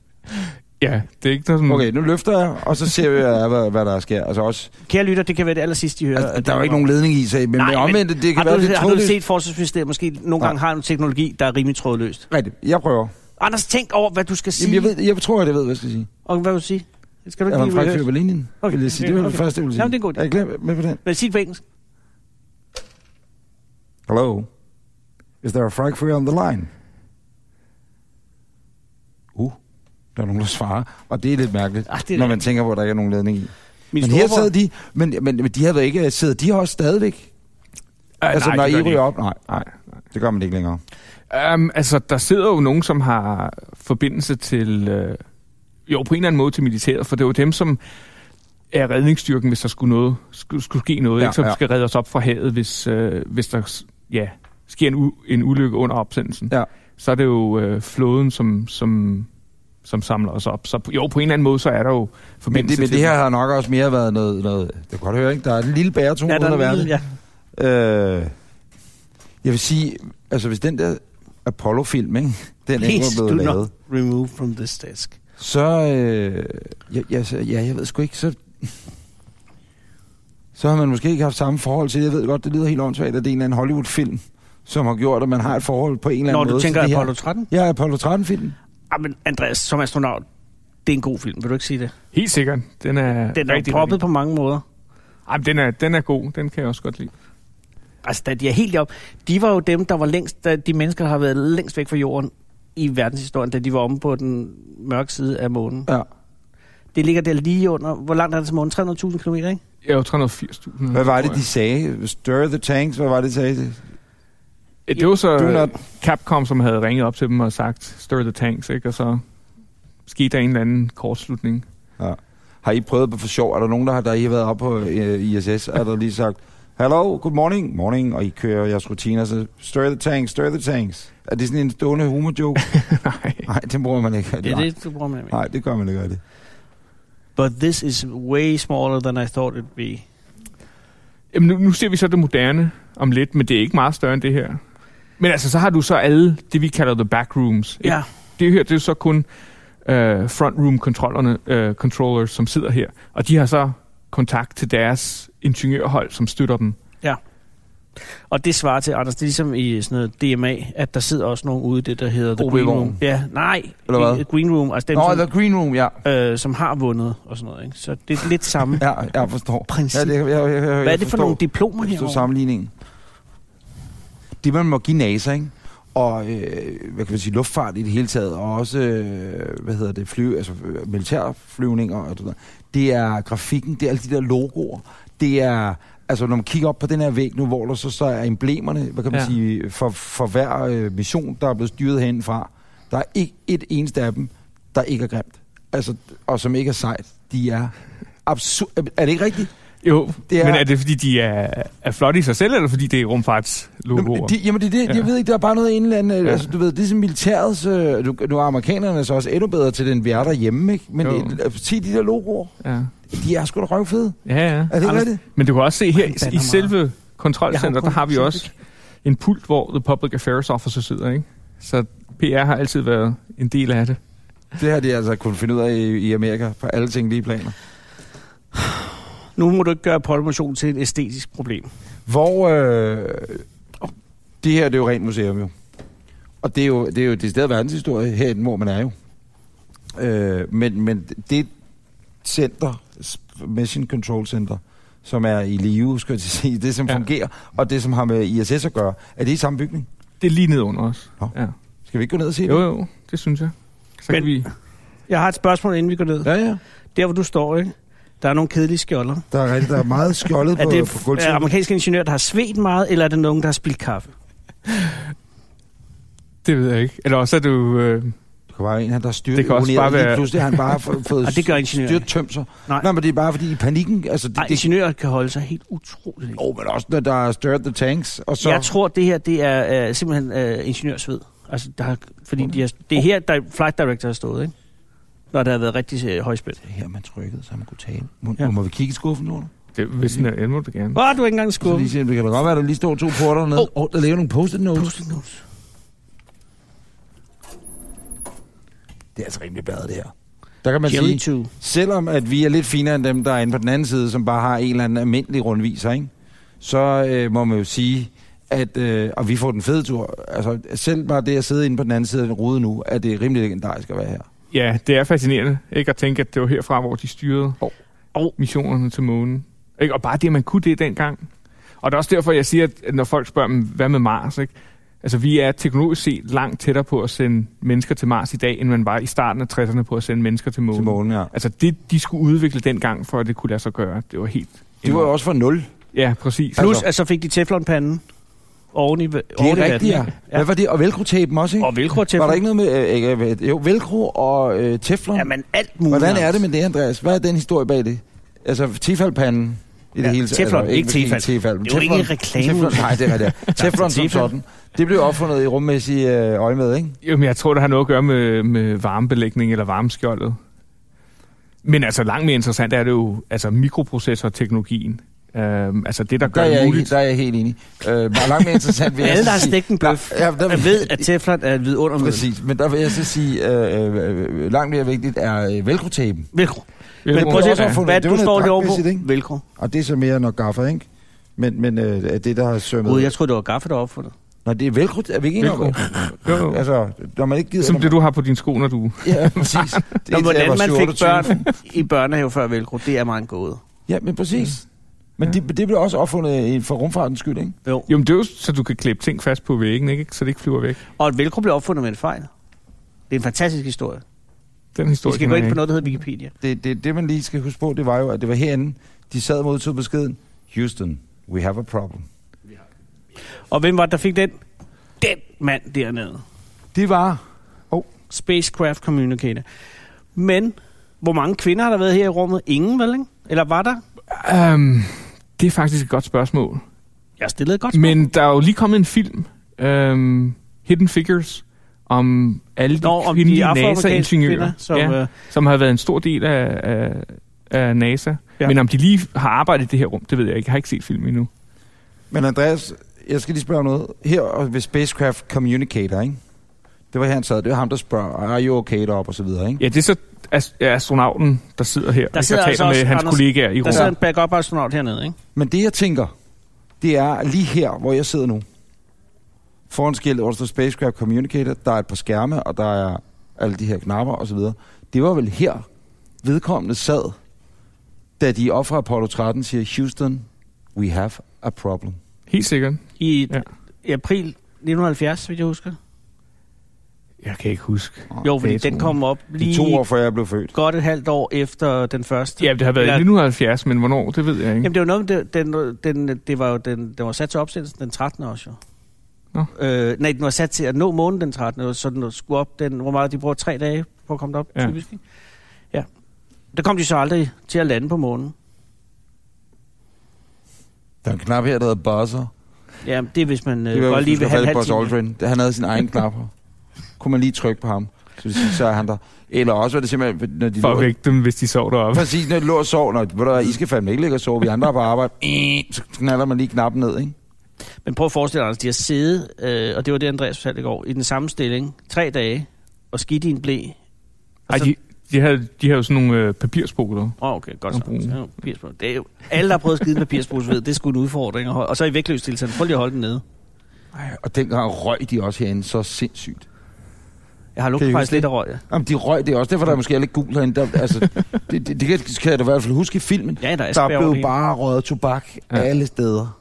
Speaker 5: Ja, det er ikke noget, som...
Speaker 2: Okay, nu løfter jeg, og så ser vi, øh, hvad, hvad der sker. Altså også,
Speaker 3: Kære lytter, det kan være det aller sidste, I hører.
Speaker 2: altså,
Speaker 3: at
Speaker 2: der er
Speaker 3: det
Speaker 2: jo ikke nogen ledning i, så, men,
Speaker 3: Nej,
Speaker 2: men omvendt, det
Speaker 3: har
Speaker 2: kan være
Speaker 3: du,
Speaker 2: lidt
Speaker 3: har du
Speaker 2: trådløst.
Speaker 3: set Forsvarsministeriet måske nogle
Speaker 2: Nej.
Speaker 3: gange har en teknologi, der er rimelig trådløst?
Speaker 2: Rigtigt, jeg prøver.
Speaker 3: Anders, tænk over, hvad du skal sige.
Speaker 2: Jamen, jeg, ved, jeg tror, at jeg ved, hvad jeg skal sige.
Speaker 3: Og hvad vil du sige? Det skal du
Speaker 2: Er
Speaker 3: ikke
Speaker 2: man
Speaker 3: lige
Speaker 2: fræk
Speaker 3: høre.
Speaker 2: på linjen?
Speaker 3: Okay.
Speaker 2: Okay. Vil jeg sige. Det var
Speaker 3: Okay.
Speaker 2: det første, jeg ville sige.
Speaker 3: Jamen, det er en god idé.
Speaker 2: Er I klar med på den?
Speaker 3: Men sig det på engelsk.
Speaker 2: Hello. Is there a frag free on the line? Uh, der er nogen, der svarer. Og det er lidt mærkeligt,
Speaker 3: Ah,
Speaker 2: ah,
Speaker 3: det er
Speaker 2: når man
Speaker 3: rigtigt.
Speaker 2: tænker på, at der ikke er nogen ledning i.
Speaker 3: Min
Speaker 2: men her
Speaker 3: storebror-
Speaker 2: sad de, men, men, men de havde vel ikke siddet, de har også stadigvæk.
Speaker 5: Ah,
Speaker 2: altså,
Speaker 5: nej,
Speaker 2: når
Speaker 5: det gør
Speaker 2: I
Speaker 5: de
Speaker 2: ryger op, nej, nej, det gør man ikke længere.
Speaker 5: Um, altså, der sidder jo nogen, som har forbindelse til... Øh, jo, på en eller anden måde til militæret, for det er jo dem, som er redningsstyrken, hvis der skulle, noget, skulle, skulle ske noget,
Speaker 2: Ja,
Speaker 5: ja, ikke? som
Speaker 2: ja.
Speaker 5: ja. skal redde os op fra havet, hvis, øh, hvis der s- ja, sker en, u- en ulykke under opsendelsen.
Speaker 2: Ja.
Speaker 5: Så er det jo øh, flåden, som, som, som samler os op. Så jo, på en eller anden måde, så er der jo
Speaker 2: Men
Speaker 5: forbindelse
Speaker 2: det, men
Speaker 5: til
Speaker 2: det her
Speaker 5: dem.
Speaker 2: har nok også mere været noget, noget det kan godt høre, ikke? Der er en lille bæreton
Speaker 3: Ja,
Speaker 2: uden
Speaker 3: der
Speaker 2: at være
Speaker 3: er
Speaker 2: det.
Speaker 3: en, ja.
Speaker 2: Øh, jeg vil sige, altså hvis den der Apollo-film, ikke, den ikke
Speaker 3: Please
Speaker 2: var
Speaker 3: do
Speaker 2: blevet lavet,
Speaker 3: not remove from this desk.
Speaker 2: så, øh, ja, ja, så, ja, jeg ved sgu ikke, så, så har man måske ikke haft samme forhold til, det. jeg ved godt, det lyder helt åndssvagt, at det er en eller anden Hollywood-film, som har gjort, at man har et forhold på en eller anden
Speaker 3: Når
Speaker 2: måde.
Speaker 3: du
Speaker 2: til
Speaker 3: tænker
Speaker 2: det her.
Speaker 3: Apollo 13?
Speaker 2: Ja, Apollo 13-filmen.
Speaker 3: Ah, men Andreas, som astronaut, det er en god film, vil du ikke sige det?
Speaker 5: Helt sikkert. Den er,
Speaker 3: Den er jo
Speaker 5: rigtig,
Speaker 3: proppet
Speaker 5: rigtig-
Speaker 3: på mange måder.
Speaker 5: Ej, men den, er, den er god. Den kan jeg også godt lide.
Speaker 3: Altså, da de er helt op. De var jo dem, der var længst, da de mennesker, der har været længst væk fra jorden i verdenshistorien, da de var omme på den mørke side af månen.
Speaker 2: Ja.
Speaker 3: Det ligger der lige under, hvor langt er det til månen? 300.000 km, ikke?
Speaker 5: Jeg er jo 380.000.
Speaker 2: Mm. Hvad var det,
Speaker 5: tror
Speaker 2: de sagde? Stir the tanks, hvad var det, de sagde?
Speaker 5: jeg. Det var så
Speaker 2: Do not-
Speaker 5: øh, Capcom, som havde ringet op til dem og sagt, stir the tanks, ikke? Og så skete der en eller anden kortslutning.
Speaker 2: Har I prøvet på for sjov? Er der nogen, der har, der I har været oppe på øh, ISS? Er der lige sagt, hello, good morning, morning, og I kører jeres rutiner, så stir the tanks, stir the tanks. Er det sådan en stående humorjoke?
Speaker 5: Nej.
Speaker 2: Nej, det bruger man ikke.
Speaker 3: Det er det, du bruger med mig.
Speaker 2: Nej, det gør man ikke rigtigt.
Speaker 3: But this is way smaller than I thought it'd be.
Speaker 5: Jamen, nu, nu ser vi så det moderne om lidt, men det er ikke meget større end det her. Men altså, så har du så alle det, vi kalder the backrooms. ikke?
Speaker 3: Ja,
Speaker 5: Det her, det er jo så kun øh, frontroom-controllerne, øh, controllers, som sidder her. Og de har så kontakt til deres ingeniørhold, som støtter dem.
Speaker 3: og det svarer til, Anders, det er ligesom i sådan noget DMA, at der sidder også nogen ude i det, der hedder The
Speaker 2: OB
Speaker 3: Green
Speaker 2: Vogn.
Speaker 3: Room. Ja, nej,
Speaker 2: Eller hvad?
Speaker 3: i- Green Room, altså dem,
Speaker 2: Nå,
Speaker 3: som,
Speaker 2: The Green Room, ja.
Speaker 3: øh, som har vundet og sådan noget. Ikke? Så det er lidt samme.
Speaker 2: Ja, jeg forstår.
Speaker 3: Princip.
Speaker 2: Ja, det, jeg, jeg, jeg, jeg,
Speaker 3: Hvad er det for nogle diplomer
Speaker 2: Jeg forstår
Speaker 3: herovre?
Speaker 2: sammenligningen. Det, man må give NASA, ikke? Og, øh, hvad kan man sige, luftfart i det hele taget, og også, øh, hvad hedder det, fly, altså øh, militærflyvninger og sådan noget. Det er grafikken, det er alle de der logoer, det er... Altså, når man kigger op på den her væg nu, hvor der så, så er emblemerne, hvad kan man ja.
Speaker 5: Ja.
Speaker 2: sige, for, for hver øh, mission, der er blevet styret henfra, der er ikke et eneste af dem, der ikke er grimt. Altså, og som ikke er sejt. De er absurd... Er det ikke rigtigt?
Speaker 5: Jo,
Speaker 2: Det
Speaker 5: det
Speaker 2: er-
Speaker 5: er... men er det fordi, de er, er flotte i sig selv, eller fordi det er rumfartslogoer?
Speaker 2: Jamen, de, jamen det, er det,
Speaker 5: Ja.
Speaker 2: jeg ved ikke, der er bare noget indland, ja.
Speaker 5: Ja.
Speaker 2: altså du ved, det er sådan militærets, øh, nu, nu er amerikanerne så også endnu bedre til det, end vi er derhjemme, ikke? Men
Speaker 5: Jo.
Speaker 2: øh, se de der logoer,
Speaker 5: Ja.
Speaker 2: de er sgu da røvfede.
Speaker 5: ja, ja.
Speaker 2: Er det ikke
Speaker 3: Anders,
Speaker 2: rigtigt?
Speaker 5: Men du kan også se her i,
Speaker 3: bander
Speaker 5: i
Speaker 3: meget.
Speaker 5: selve
Speaker 3: Jeg har
Speaker 5: kontrolcenteret,
Speaker 3: kun
Speaker 5: der har vi
Speaker 3: set
Speaker 5: også en pult, hvor The Public Affairs Officer sidder, ikke? Så PR har altid været en del af det.
Speaker 2: Det har de altså kun finde ud af i, i Amerika, for alle ting lige planer.
Speaker 3: Nu må du ikke gøre pollenmotion til et æstetisk problem.
Speaker 2: Hvor, øh, det her det er jo rent museum jo. Og det er jo, det er jo det sted verdenshistorie herinde, hvor man er jo. Øh, men, men det center, Mission Control Center, som er i live, skal jeg til at sige, det som
Speaker 5: Ja.
Speaker 2: ja. fungerer, og det som har med ISS at gøre, er det i samme bygning?
Speaker 5: Det er lige ned under os.
Speaker 2: Nå.
Speaker 5: Ja.
Speaker 2: Skal vi ikke gå ned og se
Speaker 5: Jo,
Speaker 2: det?
Speaker 5: jo, det synes jeg. Så
Speaker 3: Men-
Speaker 5: kan vi...
Speaker 3: Jeg har et spørgsmål, inden vi går ned.
Speaker 2: Ja, ja.
Speaker 3: Der, hvor du står, ikke? Der er nogle kedelige skjolder.
Speaker 2: Der er, rigtig, der er meget skjoldet
Speaker 3: Er
Speaker 2: på,
Speaker 3: det
Speaker 2: på
Speaker 3: f-
Speaker 2: gulvet.
Speaker 3: er amerikanske ingeniører, der har svedt meget, eller er det nogen, der har spildt kaffe?
Speaker 5: Det ved jeg ikke. Eller også er du... Øh,
Speaker 2: Det kan være en, han der styrer
Speaker 5: Det kan også bare være-
Speaker 2: Pludselig har han bare fået, fået
Speaker 3: Og det gør ingeniører
Speaker 2: styrt tømt sig.
Speaker 3: Nej.
Speaker 2: Nej. Nej, men det er bare fordi i panikken, altså det,
Speaker 3: Nej,
Speaker 2: det
Speaker 3: ingeniører kan holde sig helt utroligt. længe.
Speaker 2: jo, men også når der er stirred the tanks, og så...
Speaker 3: Jeg tror, det her det er uh, simpelthen uh, ingeniørsved. Altså, der har, fordi de har, det er her, der flight director har stået, ikke? Når der har været rigtig uh, højspændt.
Speaker 2: Det er her, man trykkede, så man kunne tale. Må,
Speaker 3: Ja.
Speaker 2: ja. må vi kigge i skuffen, Lorne?
Speaker 5: det, hvis den er den må du gerne.
Speaker 3: Åh, du er ikke engang
Speaker 2: Så lige
Speaker 3: skuffet.
Speaker 2: se, det kan da godt være, der lige står to porter ned. Åh, oh. oh, der ligger nogle post-it notes.
Speaker 3: Post-it notes.
Speaker 2: Det er altså rimelig bad, det her. Der kan man
Speaker 3: Jelly
Speaker 2: sige, Altså-
Speaker 3: too.
Speaker 2: selvom at vi er lidt finere end dem, der er inde på den anden side, som bare har en eller anden almindelig rundviser, ikke? så øh, må man jo sige, at, øh, og vi får den fede tur, altså selv bare det at sidde inde på den anden side af den rude nu, at det er rimelig legendarisk at være her.
Speaker 5: Ja, det er fascinerende. Ikke at tænke, at det var herfra, hvor de styrede
Speaker 2: Hov.
Speaker 5: oh. missionerne til månen. Ikke? Og bare det, at man kunne det dengang. Og det er også derfor, jeg siger, at når folk spørger, "Men hvad med Mars? Ikke? Altså, vi er teknologisk set langt tættere på at sende mennesker til Mars i dag, end man var i starten af 60'erne på at sende mennesker til månen.
Speaker 2: Til månen, ja.
Speaker 5: Altså, det de skulle udvikle dengang, for at det kunne lade sig gøre, det var helt...
Speaker 2: Det var jo også fra nul.
Speaker 5: Ja, præcis.
Speaker 3: Plus,
Speaker 2: Altså-
Speaker 3: altså, så fik de teflonpanden oven i, oven
Speaker 2: Det
Speaker 3: i
Speaker 2: er
Speaker 3: vatten,
Speaker 2: rigtigt, ja.
Speaker 3: ikke?
Speaker 2: Hvad var det? Og velcro-tapen også, ikke?
Speaker 3: Og velcro
Speaker 2: Var der ikke noget med... Øh, ikke, øh, jo, velcro og øh, teflon.
Speaker 3: Jamen, alt muligt.
Speaker 2: Hvordan er
Speaker 3: Anders.
Speaker 2: det med det, Andreas? Hvad er den historie bag det? Altså, tefalpanden i det
Speaker 3: Ja,
Speaker 2: hele taget.
Speaker 3: teflon,
Speaker 2: altså,
Speaker 3: ikke tefal.
Speaker 2: tefal. men
Speaker 3: Det er jo ikke
Speaker 2: teflon-
Speaker 3: reklame.
Speaker 2: Teflon, nej, det er det. Teflon som
Speaker 3: Tefal.
Speaker 2: sådan. Det blev opfundet i rummæssig øh, øje med, ikke?
Speaker 5: Jamen, jeg tror, det har noget at gøre med, med varmebelægning eller varmeskjoldet. Men altså, langt mere interessant er det jo altså, mikroprocessorteknologien. Øhm, altså det, der
Speaker 2: Der
Speaker 5: gør
Speaker 2: er,
Speaker 5: det
Speaker 2: jeg ikke,
Speaker 5: muligt.
Speaker 2: der er jeg helt enig. Øh, bare langt mere interessant vil jeg
Speaker 3: Alle,
Speaker 2: så
Speaker 3: der har
Speaker 2: sige-
Speaker 3: stegt en bøf,
Speaker 2: Der- ja, der-
Speaker 3: Jeg ved, at teflon er et vidundermiddel.
Speaker 2: Præcis, men der vil jeg så sige, øh, øh, øh, langt mere vigtigt er øh, velcro-tapen.
Speaker 3: Velcro.
Speaker 5: Velcro.
Speaker 3: Men prøv at
Speaker 2: også
Speaker 3: se,
Speaker 2: have fundet.
Speaker 3: hvad
Speaker 2: Det
Speaker 3: du
Speaker 2: var noget
Speaker 3: står lige over
Speaker 2: praktisk, ikke?
Speaker 3: på. Velcro.
Speaker 2: Og det er så mere når gaffer, ikke? Men, men øh, er det, der har sømmet...
Speaker 3: Gud, jeg troede, det var gaffe, der var opfundet.
Speaker 2: Nå, det er velcro, er vi ikke enige om
Speaker 5: Velcro.
Speaker 2: det?
Speaker 5: Jo, jo.
Speaker 2: Altså, når man ikke gider...
Speaker 5: Som det, du har på dine sko, når du...
Speaker 2: Ja, præcis. Det er,
Speaker 3: Nå,
Speaker 2: jeg var
Speaker 3: hvordan man
Speaker 2: 27.
Speaker 3: fik børn i børnehave før velcro, det er mig en gåde.
Speaker 2: Ja, men præcis. Men
Speaker 5: Ja.
Speaker 2: det, det blev også opfundet i- for rumfartens skyld, ikke?
Speaker 3: Jo.
Speaker 5: Jo, men det er jo, så du kan klæbe ting fast på væggen, ikke? så det ikke flyver væk.
Speaker 3: Og at velcro blev opfundet med en fejl. Det er en fantastisk historie.
Speaker 5: Den
Speaker 3: Vi
Speaker 5: historie
Speaker 3: skal
Speaker 5: kender
Speaker 3: gå ind
Speaker 5: jeg
Speaker 3: på
Speaker 5: ikke.
Speaker 3: noget, der hedder Wikipedia.
Speaker 2: Det, det, det, man lige skal huske på, det var jo, at det var herinde, de sad og modtog beskeden, Houston, we have a problem.
Speaker 3: Og hvem var det, der fik den? Den mand dernede.
Speaker 2: Det var...
Speaker 3: Spacecraft Communicator. Men, hvor mange kvinder har der været her i rummet? Ingen, vel? Ikke? Eller var der?
Speaker 5: Øhm, det er faktisk et godt spørgsmål.
Speaker 3: Jeg stillede et godt spørgsmål.
Speaker 5: Men der er jo lige kommet en film, øhm, Hidden Figures, om alle de
Speaker 3: Nå, om de
Speaker 5: kvindelige
Speaker 3: afroamerikanske
Speaker 5: NASA-ingeniører,
Speaker 3: kvinder, som... Ja. Øh,
Speaker 5: som har været en stor del af, af, af NASA.
Speaker 3: Ja.
Speaker 5: Ja. Men om de lige har arbejdet i det her rum, det ved jeg ikke. Jeg har ikke set film endnu.
Speaker 2: Men Andreas, jeg skal lige spørge om noget. Her og ved Spacecraft Communicator, ikke? Det var her, han sad. Det var ham, der spørger, are you okay deroppe, og så videre, ikke?
Speaker 5: Ja, det er så as- ja, astronauten, der sidder her der
Speaker 3: sidder
Speaker 5: sidder og
Speaker 3: altså
Speaker 5: taler
Speaker 3: også
Speaker 5: med hans
Speaker 3: Anders-
Speaker 5: kollegaer i
Speaker 3: der sidder en
Speaker 5: rummet.
Speaker 3: backup astronaut hernede, ikke?
Speaker 2: Men det, jeg tænker, det er lige her, hvor jeg sidder nu. Foran skiltet, hvor der står Spacecraft Communicator, der er et par skærme, og der er alle de her knapper osv. Det var vel her, vedkommende sad, da de op fra Apollo 13 siger, Houston, we have a problem.
Speaker 5: Helt sikkert.
Speaker 3: I,
Speaker 5: Ja.
Speaker 3: i april 1970, hvis jeg husker.
Speaker 5: Jeg kan ikke huske.
Speaker 3: Jo, fordi
Speaker 5: datoen.
Speaker 3: den kom op
Speaker 2: De to
Speaker 3: lige
Speaker 2: år før jeg blev født.
Speaker 3: godt et halvt år efter den første.
Speaker 5: Ja, det har været i
Speaker 3: Eller-
Speaker 5: 1970, men hvornår, det ved jeg ikke.
Speaker 3: Jamen, det var noget med det, den, den, det var jo den, den var sat til opsendelsen den 13. også jo.
Speaker 5: Nå.
Speaker 3: Øh, nej, den var sat til at nå månen den 13. Så den skulle op den, hvor meget de bruger tre dage på at komme derop, ja.
Speaker 5: Ja.
Speaker 3: typisk. ikke? Ja. Der kom de så aldrig til at lande på månen.
Speaker 2: Der er en knap her, der hedder Buzzer.
Speaker 3: Ja, det er hvis man
Speaker 2: Det
Speaker 3: øh,
Speaker 2: var
Speaker 3: godt lige vil have en halv
Speaker 2: Buzz
Speaker 3: time.
Speaker 2: Aldrin. Han havde sin egen knap her. Kunne man lige trykke på ham, så, det, så er han der. Eller også var det simpelthen, når de
Speaker 5: Fuck ikke dem, hvis de sov deroppe.
Speaker 3: Altså-
Speaker 2: Præcis, når de lå og sov. Når, ved du hvad, I skal fandme ikke ligge og sove. Vi andre er på arbejde.
Speaker 3: Øh.
Speaker 2: Så knaller man lige knappen ned, ikke?
Speaker 3: Men prøv at forestille dig, at de har siddet, øh, og det var det, Andreas fortalte i går, i den samme stilling, tre dage, og skidt i en blæ. Og
Speaker 5: Ej,
Speaker 3: så-
Speaker 5: de, de, havde, de havde jo sådan nogle øh, papirspoler.
Speaker 3: Åh, oh, okay, godt
Speaker 5: Og
Speaker 3: så.
Speaker 5: bruge.
Speaker 3: Ja, papirspose. Det er jo, alle, der har prøvet at skide med papirspose, ved, det er sgu en udfordring. at holde- Og så i vægtløs tilstand. Prøv lige at holde den nede.
Speaker 2: Ej, og dengang røg de også herinde så sindssygt.
Speaker 3: Jeg har lugtet
Speaker 2: Kan I
Speaker 3: faktisk
Speaker 2: huske
Speaker 3: lidt af
Speaker 2: det?
Speaker 3: røg. ja.
Speaker 2: Jamen, de røg, det er også derfor, der er måske er lidt gul herinde. Der, altså, det, det, det, kan, kan jeg da i hvert fald huske i filmen.
Speaker 3: Ja, der
Speaker 2: Der
Speaker 3: er spær over
Speaker 2: blev
Speaker 3: det hele.
Speaker 2: bare røget tobak
Speaker 5: Ja.
Speaker 2: ja. alle steder.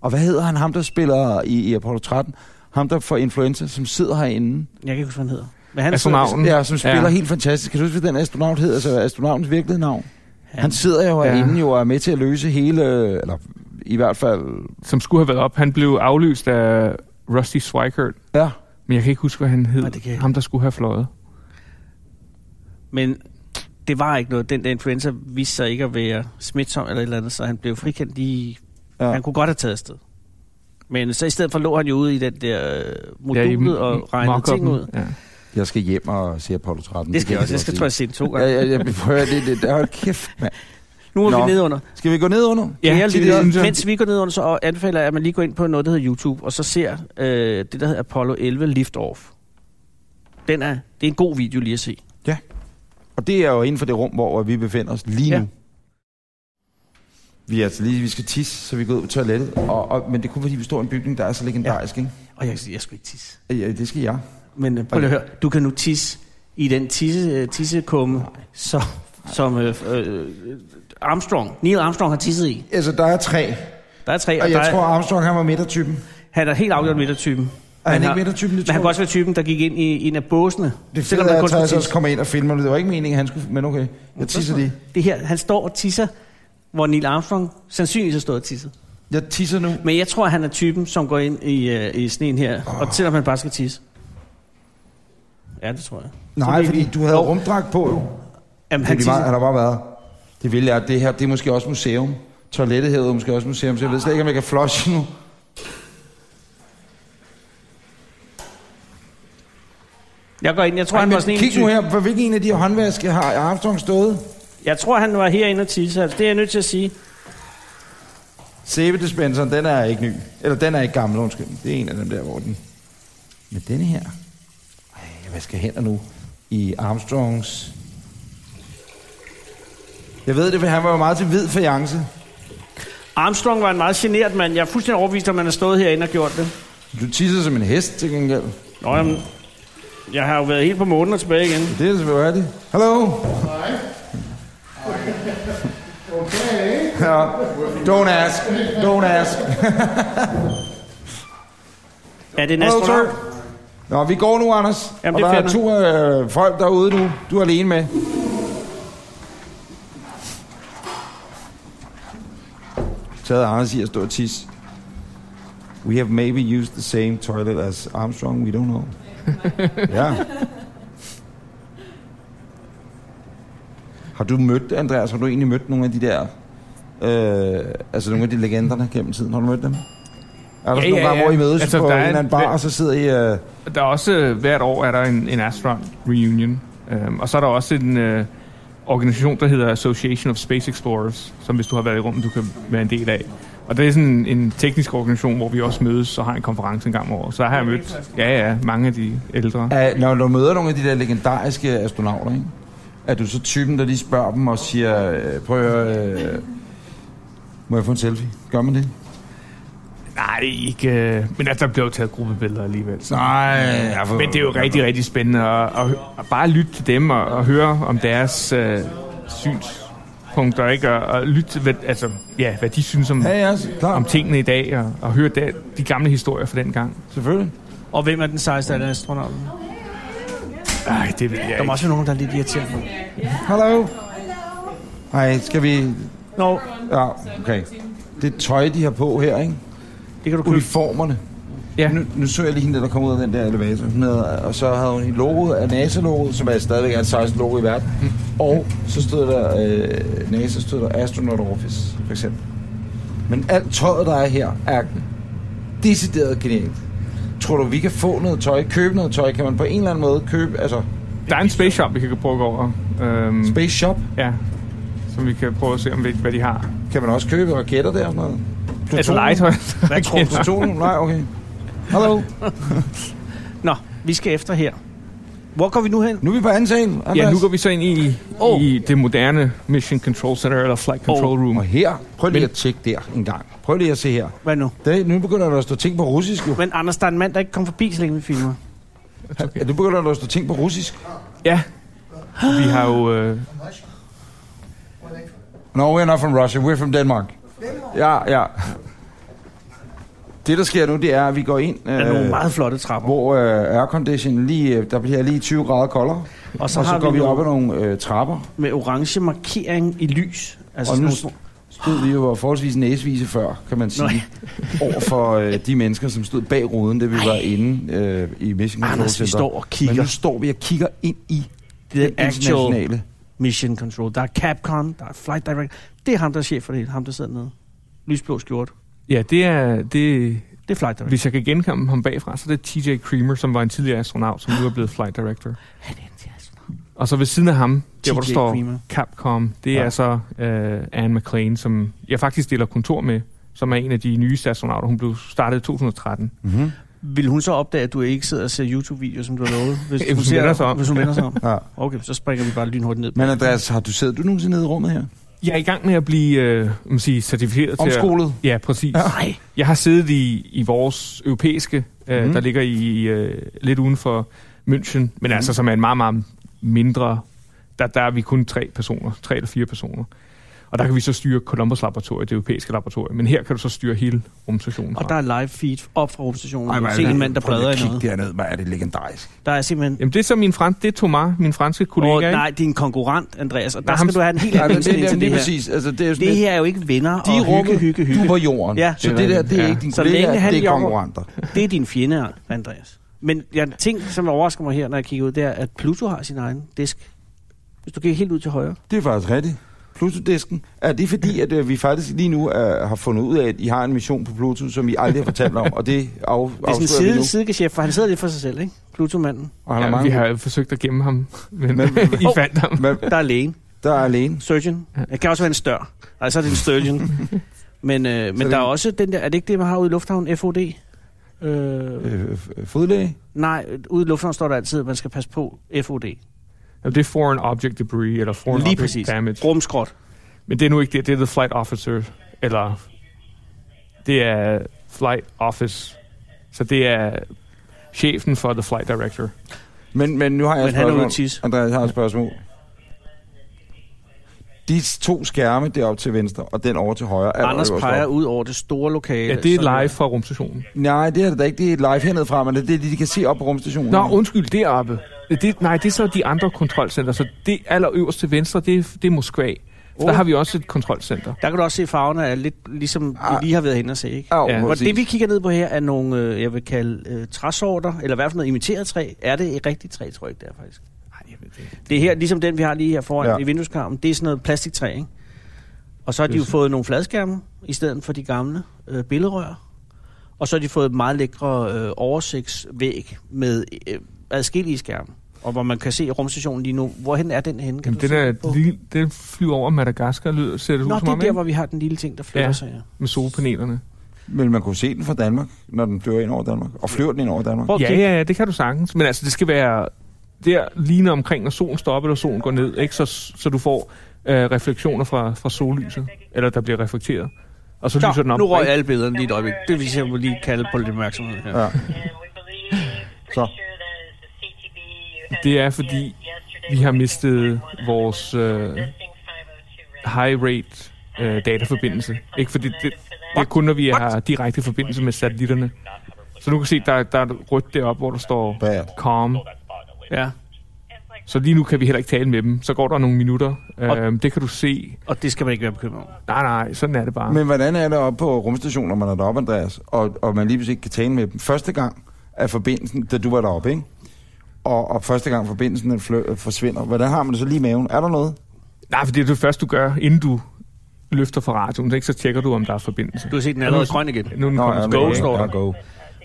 Speaker 2: Og hvad hedder han, ham der spiller i, i Apollo 13? Ham der får influenza, som sidder herinde.
Speaker 3: Jeg kan ikke huske, hvad han hedder. Men han
Speaker 5: Astronauten. Navnen?
Speaker 2: Ja, som spiller
Speaker 5: Ja.
Speaker 2: ja. helt fantastisk. Kan du huske, hvad den astronaut hedder? Altså astronautens virkelige navn.
Speaker 3: Ja.
Speaker 2: Ja. Han sidder jo
Speaker 5: Ja.
Speaker 2: herinde jo, og er med til at løse hele... Eller i hvert fald...
Speaker 5: som skulle have været op. Han blev aflyst af Rusty Swikert,
Speaker 2: Ja.
Speaker 5: men jeg kan ikke huske, hvad han hed.
Speaker 3: Nej, det kan jeg ikke.
Speaker 5: Ham, der skulle have fløjet.
Speaker 3: Men det var ikke noget. Den der influenza viste sig ikke at være smitsom eller et eller andet, så han blev frikendt lige... Ja.
Speaker 2: Ja.
Speaker 3: Han kunne godt have taget afsted. Men så i stedet for lå han jo ude i den der øh,
Speaker 5: i
Speaker 3: modulet ja,
Speaker 5: m-
Speaker 3: og regnede
Speaker 5: mock-up'en.
Speaker 3: ting ud.
Speaker 5: Ja.
Speaker 2: Jeg skal hjem og se Apollo 13.
Speaker 3: Det skal jeg
Speaker 2: kan
Speaker 3: også. Jeg skal
Speaker 2: godt
Speaker 3: tror jeg
Speaker 2: sige.
Speaker 3: se den to
Speaker 2: Ja,
Speaker 3: gange.
Speaker 2: ja, ja, prøv at høre, det, det, det, hold kæft, mand.
Speaker 3: Nu er
Speaker 2: Nå.
Speaker 3: vi nede under.
Speaker 2: Skal vi gå ned under?
Speaker 5: Ja,
Speaker 3: Ja, jeg
Speaker 5: det
Speaker 3: lige,
Speaker 5: synes jeg.
Speaker 3: mens vi går ned under, så anbefaler jeg, at man lige går ind på noget, der hedder YouTube, og så ser øh, det, der hedder Apollo 11 Lift Off. Den er, det er en god video lige at se.
Speaker 2: Og det er jo inden for det rum, hvor vi befinder os lige
Speaker 3: Ja.
Speaker 2: nu. Vi er altså lige, vi skal tisse, så vi går ud på toilettet. Og, og, men det er kun fordi, vi står i en bygning, der er så legendarisk, ja.
Speaker 3: Og jeg, jeg skulle ikke tisse.
Speaker 2: ikke? Ja, det skal jeg.
Speaker 3: Men øh, prøv lige at høre, du kan nu tisse i den tisse, øh, tissekumme, så, som øh, øh, Armstrong, Neil Armstrong har tisset i.
Speaker 2: Altså, der er tre.
Speaker 3: Der er tre, og,
Speaker 2: Og
Speaker 3: der
Speaker 2: jeg
Speaker 3: er,
Speaker 2: tror, Armstrong han var midtertypen.
Speaker 3: han er helt afgjort midtertypen.
Speaker 2: Er han
Speaker 3: Men
Speaker 2: ikke midtertypen? Det
Speaker 3: Men
Speaker 2: tror
Speaker 3: han kan
Speaker 2: jeg.
Speaker 3: også være typen, der gik ind i en af båsene.
Speaker 2: Det
Speaker 3: Så kan
Speaker 2: fede er,
Speaker 3: man
Speaker 2: at
Speaker 3: kun få
Speaker 2: Thijs
Speaker 3: tisse.
Speaker 2: også kommer ind og filmer det. Det var ikke meningen, han skulle... Men okay, jeg tisser lige.
Speaker 3: Det her, han står og tisser, hvor Neil Armstrong sandsynligvis har stået og tisset.
Speaker 2: Jeg tisser nu.
Speaker 3: Men jeg tror, han er typen, som går ind i, øh, i sneen her, oh. og selvom han bare skal tisse. Ja, det tror jeg.
Speaker 2: Nej, fordi du havde rumdragt på, jo. Han,
Speaker 3: Jamen, han
Speaker 2: det bare,
Speaker 3: tisser.
Speaker 2: han har bare været. Det vil jeg. Det her, det er måske også museum. Toilettet hedder måske også museum, så jeg ved slet ikke, om jeg kan flushe nu.
Speaker 3: Jeg går ind, jeg tror,
Speaker 2: Ej,
Speaker 3: han
Speaker 2: men
Speaker 3: var sådan en
Speaker 2: kig nu
Speaker 3: type-
Speaker 2: her, for hvilken en af de håndvaske har Armstrong stået?
Speaker 3: Jeg tror, han var herinde og tisse. Altså, det er jeg nødt til at sige.
Speaker 2: Sæbedispenseren, den er ikke ny. Eller den er ikke gammel, undskyld. Det er en af dem der, hvor den... Men denne her... Ej, jeg vasker hænder nu i Armstrongs... Jeg ved det, for han var jo meget til hvid fajance.
Speaker 3: Armstrong var en meget generet mand. Jeg er fuldstændig overbevist, om, at man har stået herinde og gjort det.
Speaker 2: Du tisser som en hest til gengæld.
Speaker 3: Nå, jamen, jeg har jo været helt på månen og tilbage igen.
Speaker 2: Det er selvfølgelig rigtigt. Hallo? Hej. Okay. Ja. Don't ask. Don't ask.
Speaker 3: Er det en
Speaker 2: Hello,
Speaker 3: astronaut?
Speaker 2: sir. Nå, vi går nu, Anders.
Speaker 3: Jamen,
Speaker 2: Jamen,
Speaker 3: det
Speaker 2: og
Speaker 3: er
Speaker 2: der er
Speaker 3: fair
Speaker 2: to øh, folk derude nu. Du er alene med. Så havde Anders i at stå og tisse. We have maybe used the same toilet as Armstrong. We don't know. ja. Har du mødt, Andreas, har du egentlig mødt nogle af de der... Øh, altså nogle af de legenderne gennem tiden. Har du mødt dem? Er der ja, sådan nogle ja, gange, ja. hvor I mødes altså, på der en
Speaker 5: er
Speaker 2: eller anden bar,
Speaker 5: en-
Speaker 2: og så sidder I... Øh,
Speaker 5: Der er også øh, hvert år er der en, en astronaut reunion, øhm, og så er der også en øh, organisation, der hedder Association of Space Explorers, som hvis du har været i rummet, du kan være en del af. Og det er sådan en teknisk organisation, hvor vi også mødes og har en konference en gang om året. Så har jeg mødt ja, ja, mange af de ældre.
Speaker 2: Er, når du møder nogle af de der legendariske astronauter, ikke? er du så typen, der lige spørger dem og siger, øh, prøv at høre, øh, må jeg få en selfie? Gør man det?
Speaker 5: Nej, ikke. øh, Men altså, der blev jo taget gruppebilleder alligevel. Så.
Speaker 2: Nej.
Speaker 5: Men det er jo rigtig, rigtig spændende at, at, at bare lytte til dem og, og høre om deres øh, synspunkter, ikke? Og, og lytte til, hvad, altså, ja, hvad de synes om,
Speaker 2: Ja, ja,
Speaker 5: om
Speaker 2: klart.
Speaker 5: tingene i dag, og, og høre der, de gamle historier fra dengang.
Speaker 2: Selvfølgelig.
Speaker 3: Og hvem er den sejeste af den astronauten?
Speaker 5: Ej, det ved jeg
Speaker 3: Der må
Speaker 5: ikke.
Speaker 3: også være nogen, der er lidt irriterende.
Speaker 2: Hallo. Hej, skal vi...
Speaker 3: Nå,
Speaker 2: Ja, okay. Det tøj, de har på her, ikke?
Speaker 3: det kan du købe.
Speaker 2: Uniformerne.
Speaker 5: Ja.
Speaker 2: Nu, nu så jeg lige hende, der kom ud af den der elevator. Hun havde, og så havde hun et logo af NASA-logoet, som er stadigvæk er det sejeste logo i verden.
Speaker 5: Mm.
Speaker 2: Og så stod der øh, NASA, stod der Astronaut Office, for eksempel. Men alt tøjet, der er her, er decideret genialt. Tror du, vi kan få noget tøj? Købe noget tøj? Kan man på en eller anden måde købe... Altså,
Speaker 5: Der er en space shop, vi kan prøve at gå over. Øhm,
Speaker 2: Space Shop?
Speaker 5: ja, som vi kan prøve at se, om vi, hvad de har.
Speaker 2: Kan man også købe raketter der og sådan noget? Pluton?
Speaker 5: Altså legetøj.
Speaker 3: Hvad tror du?
Speaker 2: Pluton? Nej, okay. Hallo.
Speaker 3: Nå, vi skal efter her. Hvor går vi nu hen?
Speaker 2: Nu er vi på anden sal.
Speaker 5: Ja, nu
Speaker 2: Andreas.
Speaker 5: går vi så ind i,
Speaker 3: Åh.
Speaker 5: i det moderne Mission Control Center, eller Flight Control Room.
Speaker 2: Og her, prøv lige
Speaker 5: Men-
Speaker 2: at tjekke der en gang. Prøv lige at se her.
Speaker 3: Hvad nu?
Speaker 2: Det, nu begynder der at stå ting på russisk, jo.
Speaker 3: Men Anders, der er en mand, der ikke kom forbi, så længe vi filmer.
Speaker 2: Ja, nu begynder der at stå ting på russisk.
Speaker 5: Ja. Vi har jo... Øh,
Speaker 2: No, we're not from Russia, we're from Denmark. Ja, ja. Det, der sker nu, det er, at vi går ind,
Speaker 3: Der er nogle
Speaker 2: øh,
Speaker 3: meget flotte trapper.
Speaker 2: hvor øh, airconditionen lige, øh, der bliver lige 20 grader koldere.
Speaker 3: Og så,
Speaker 2: Og så
Speaker 3: har
Speaker 2: går
Speaker 3: vi,
Speaker 2: vi op ad
Speaker 3: nogle
Speaker 2: nogle øh, trapper,
Speaker 3: med orange markering i lys. Altså
Speaker 2: Og
Speaker 3: sådan
Speaker 2: nu
Speaker 3: nogle
Speaker 2: s-
Speaker 3: små-
Speaker 2: stod vi jo var forholdsvis næsvise før, kan man sige, over for øh, de mennesker, som stod bag ruden, da vi var inde øh, i Mission Control
Speaker 3: Anders, vi
Speaker 2: Center.
Speaker 3: står og
Speaker 2: Men nu
Speaker 3: kigger.
Speaker 2: står vi og kigger ind i
Speaker 3: Det er actual
Speaker 2: internationale.
Speaker 3: mission control. Der er Capcom, der er Flight Director. Det er ham, der er chef for det hele. Ham, der sidder nede. Lysblå skjort.
Speaker 5: ja, det er... Det,
Speaker 3: Det er Flight Director.
Speaker 5: hvis jeg kan genkamme ham bagfra, så er det TJ Creamer, som var en tidligere astronaut, som nu er blevet flight director.
Speaker 3: Han er en til altså.
Speaker 5: Og så ved siden af ham, der hvor der
Speaker 3: TJ
Speaker 5: står
Speaker 3: Creamer.
Speaker 5: Capcom, det
Speaker 2: Ja.
Speaker 5: er så øh, Anne McLean, som jeg faktisk deler kontor med, som er en af de nyeste astronauter. Hun blev startet i 2013.
Speaker 2: Mm-hmm.
Speaker 3: Vil hun så opdage, at du ikke sidder og ser YouTube-videoer, som du har lovet? Hvis,
Speaker 5: Hvis hun vender sig om.
Speaker 3: Hvis hun vender sig om.
Speaker 2: Ja.
Speaker 3: Okay, så springer vi bare lynhurtigt ned.
Speaker 2: Men Andreas, har du siddet du nogensinde nede i rummet her?
Speaker 5: Jeg er i gang med at blive øh, hvad man sige, certificeret til at...
Speaker 2: Omskolet?
Speaker 5: Ja, præcis. Ja.
Speaker 3: Nej,
Speaker 5: Jeg har siddet i, i vores europæiske, øh,
Speaker 2: Mhm.
Speaker 5: mm. der ligger i øh, lidt uden for München, men mm. altså som er en meget, meget mindre... Der, der er vi kun tre personer, tre eller fire personer. Og der kan vi så styre Columbus Laboratoriet, det europæiske laboratorium. Men her kan du så styre hele rumstationen. fra.
Speaker 3: og der er live feed op fra rumstationen.
Speaker 2: Ej,
Speaker 3: Ej,
Speaker 2: hvor
Speaker 3: man,
Speaker 2: er
Speaker 3: se
Speaker 2: det-
Speaker 3: en mand, der
Speaker 2: altså, prøv lige
Speaker 3: bladrer
Speaker 2: at
Speaker 3: i
Speaker 2: kigge
Speaker 3: noget.
Speaker 2: derned, hvor er det legendarisk.
Speaker 3: Der er simpelthen...
Speaker 5: Jamen det er så min fransk, det er Thomas, min franske kollega,
Speaker 3: Åh,
Speaker 5: ikke?
Speaker 3: nej, det er en konkurrent, Andreas, og der
Speaker 5: Nej,
Speaker 3: skal
Speaker 5: ham-
Speaker 3: du have en helt
Speaker 2: Ja,
Speaker 3: anden
Speaker 2: men det,
Speaker 3: indstilling
Speaker 2: det, det
Speaker 3: til det
Speaker 2: er
Speaker 3: her.
Speaker 2: præcis. Altså, det er jo sådan
Speaker 3: Det
Speaker 2: lidt-
Speaker 3: her er jo ikke venner
Speaker 2: de
Speaker 3: og hygge,
Speaker 2: rummet,
Speaker 3: hygge, hygge.
Speaker 2: du på jorden.
Speaker 3: Ja.
Speaker 2: så det der, det er
Speaker 5: Ja.
Speaker 2: ikke din
Speaker 3: Så
Speaker 2: kollega,
Speaker 3: længe han
Speaker 2: det er
Speaker 3: jobber-
Speaker 2: konkurrenter.
Speaker 3: Det er din fjende, Andreas. Men ja, en ting, som overrasker mig her, når jeg kigger ud, det er, at Pluto har sin egen disk. Hvis du kigger helt ud til højre.
Speaker 2: Det er faktisk rigtigt. Pluto-disken. Er det fordi, at øh, vi faktisk lige nu øh, har fundet ud af, at I har en mission på Pluto, som I aldrig har fortalt om, og det af,
Speaker 3: Det er sådan en
Speaker 2: afslører vi nu?
Speaker 3: side, sidegeschef, for han sidder lidt for sig selv, ikke? Pluto-manden,
Speaker 2: Og han
Speaker 5: Ja,
Speaker 2: har
Speaker 5: vi
Speaker 2: mange,
Speaker 5: har forsøgt at gemme ham,
Speaker 2: Men-
Speaker 5: men, men I fandt ham.
Speaker 2: men
Speaker 3: der er lægen.
Speaker 2: der er alene.
Speaker 3: Surgeon. Det kan også være en stør. Altså, så er det en sturgeon. men øh, men
Speaker 2: det-
Speaker 3: der er også den der... Er det ikke det, man har ude i lufthavnen? FOD? Øh,
Speaker 2: Øh, f- fodlæge?
Speaker 3: nej, ude i lufthavnen står der altid, at man skal passe på FOD.
Speaker 5: Jamen, det er foreign object debris, eller foreign
Speaker 3: Lige
Speaker 5: object
Speaker 3: præcis.
Speaker 5: damage.
Speaker 3: Rumskrot.
Speaker 5: Men det er nu ikke det, det er the flight officer, eller det er flight office. Så det er chefen for the flight director.
Speaker 2: Men, men nu har jeg
Speaker 3: Men
Speaker 2: et
Speaker 3: han er ude
Speaker 2: spørgsmål.
Speaker 3: at tisse.
Speaker 2: Andreas har et spørgsmål. De to skærme deroppe til venstre, og den over til højre. er
Speaker 3: Anders
Speaker 2: allerøverst
Speaker 3: peger
Speaker 2: op.
Speaker 3: ud over det store lokale.
Speaker 5: Ja, det
Speaker 3: som
Speaker 5: er live fra rumstationen.
Speaker 2: Nej, det er det da ikke. Det er live hernede fra, men det er det, de kan se op på rumstationen.
Speaker 5: Nå, undskyld, deroppe. Det, nej, det er så de andre kontrolcenter. Så det allerøverst til venstre, det er, det er Moskva. Oh. Der har vi også et kontrolcenter.
Speaker 3: Der kan du også se, at farverne er lidt ligesom vi
Speaker 2: Ah.
Speaker 3: lige har været hen og se, ikke?
Speaker 2: Oh,
Speaker 5: Ja.
Speaker 2: ja,
Speaker 3: Og
Speaker 2: præcis.
Speaker 3: det vi kigger ned på her er nogle, øh, jeg vil kalde øh, træsorter, eller i hvert fald noget imiteret træ. Er det et rigtigt træ, tror jeg ikke det er faktisk. Det er her, ligesom den vi har lige her foran
Speaker 2: Ja.
Speaker 3: ja. i vindueskarmen, det er sådan noget plastiktræ, ikke? Og så har de jo fået nogle fladskærme, i stedet for de gamle øh, billedrør. Og så har de fået meget lækre øh, oversigtsvæg med øh, adskillige skærme. Og hvor man kan se rumstationen lige nu. Hvorhen er den henne? Kan
Speaker 5: Jamen,
Speaker 3: du
Speaker 5: den,
Speaker 3: se
Speaker 5: er,
Speaker 3: på?
Speaker 5: lille- den flyver over Madagaskar, lyder, ser det ud
Speaker 3: Nå,
Speaker 5: som
Speaker 3: det er
Speaker 5: om,
Speaker 3: der,
Speaker 5: ikke?
Speaker 3: hvor vi har den lille ting, der flytter
Speaker 5: Ja.
Speaker 3: sig. Ja.
Speaker 5: med solpanelerne.
Speaker 2: Men man kunne se den fra Danmark, når den flyver ind over Danmark. Og flyver den ind over Danmark.
Speaker 3: Prøv at
Speaker 5: Ja,
Speaker 3: kigge.
Speaker 5: ja, ja, det kan du sagtens. Men altså, det skal være der lige omkring, når solen stopper, eller solen går ned, ikke? Så, så du får øh, refleksioner fra, fra sollyset, eller der bliver reflekteret. Og så
Speaker 3: Nå,
Speaker 5: lyser den op.
Speaker 3: nu røg alle billederne lige et øjeblik. Det vil jeg må lige kalde på lidt opmærksomhed her.
Speaker 2: Ja.
Speaker 6: And we believe,
Speaker 2: So.
Speaker 6: pretty sure that is the CTB.
Speaker 5: Det er, fordi vi har mistet vores øh, high rate øh, dataforbindelse. Ikke? Fordi det, det er kun, når vi har direkte forbindelse med satellitterne. Så nu kan du se, der, der er et rødt deroppe, hvor der står
Speaker 2: Bad.
Speaker 5: calm.
Speaker 3: Ja.
Speaker 5: Så lige nu kan vi heller ikke tale med dem. Så går der nogle minutter. Øh, det kan du se.
Speaker 3: Og det skal man ikke være bekymret om.
Speaker 5: Nej, nej, sådan er det bare.
Speaker 2: Men hvordan er det oppe på rumstationen, når man er deroppe, Andreas, og, og man lige pludselig ikke kan tale med dem? Første gang er forbindelsen, da du var deroppe, ikke? Og, og første gang forbindelsen den flø, forsvinder. Hvordan har man det så lige i maven? Er der noget?
Speaker 5: Nej, for det er det første, du gør, inden du løfter fra radioen. Ikke? Så tjekker du, om der er forbindelse.
Speaker 3: Du har set den allerede grøn igen.
Speaker 5: Nu er den kommet
Speaker 2: ja,
Speaker 5: tilbage,
Speaker 3: go,
Speaker 5: ikke?
Speaker 3: står
Speaker 2: ja,
Speaker 3: der.
Speaker 2: go.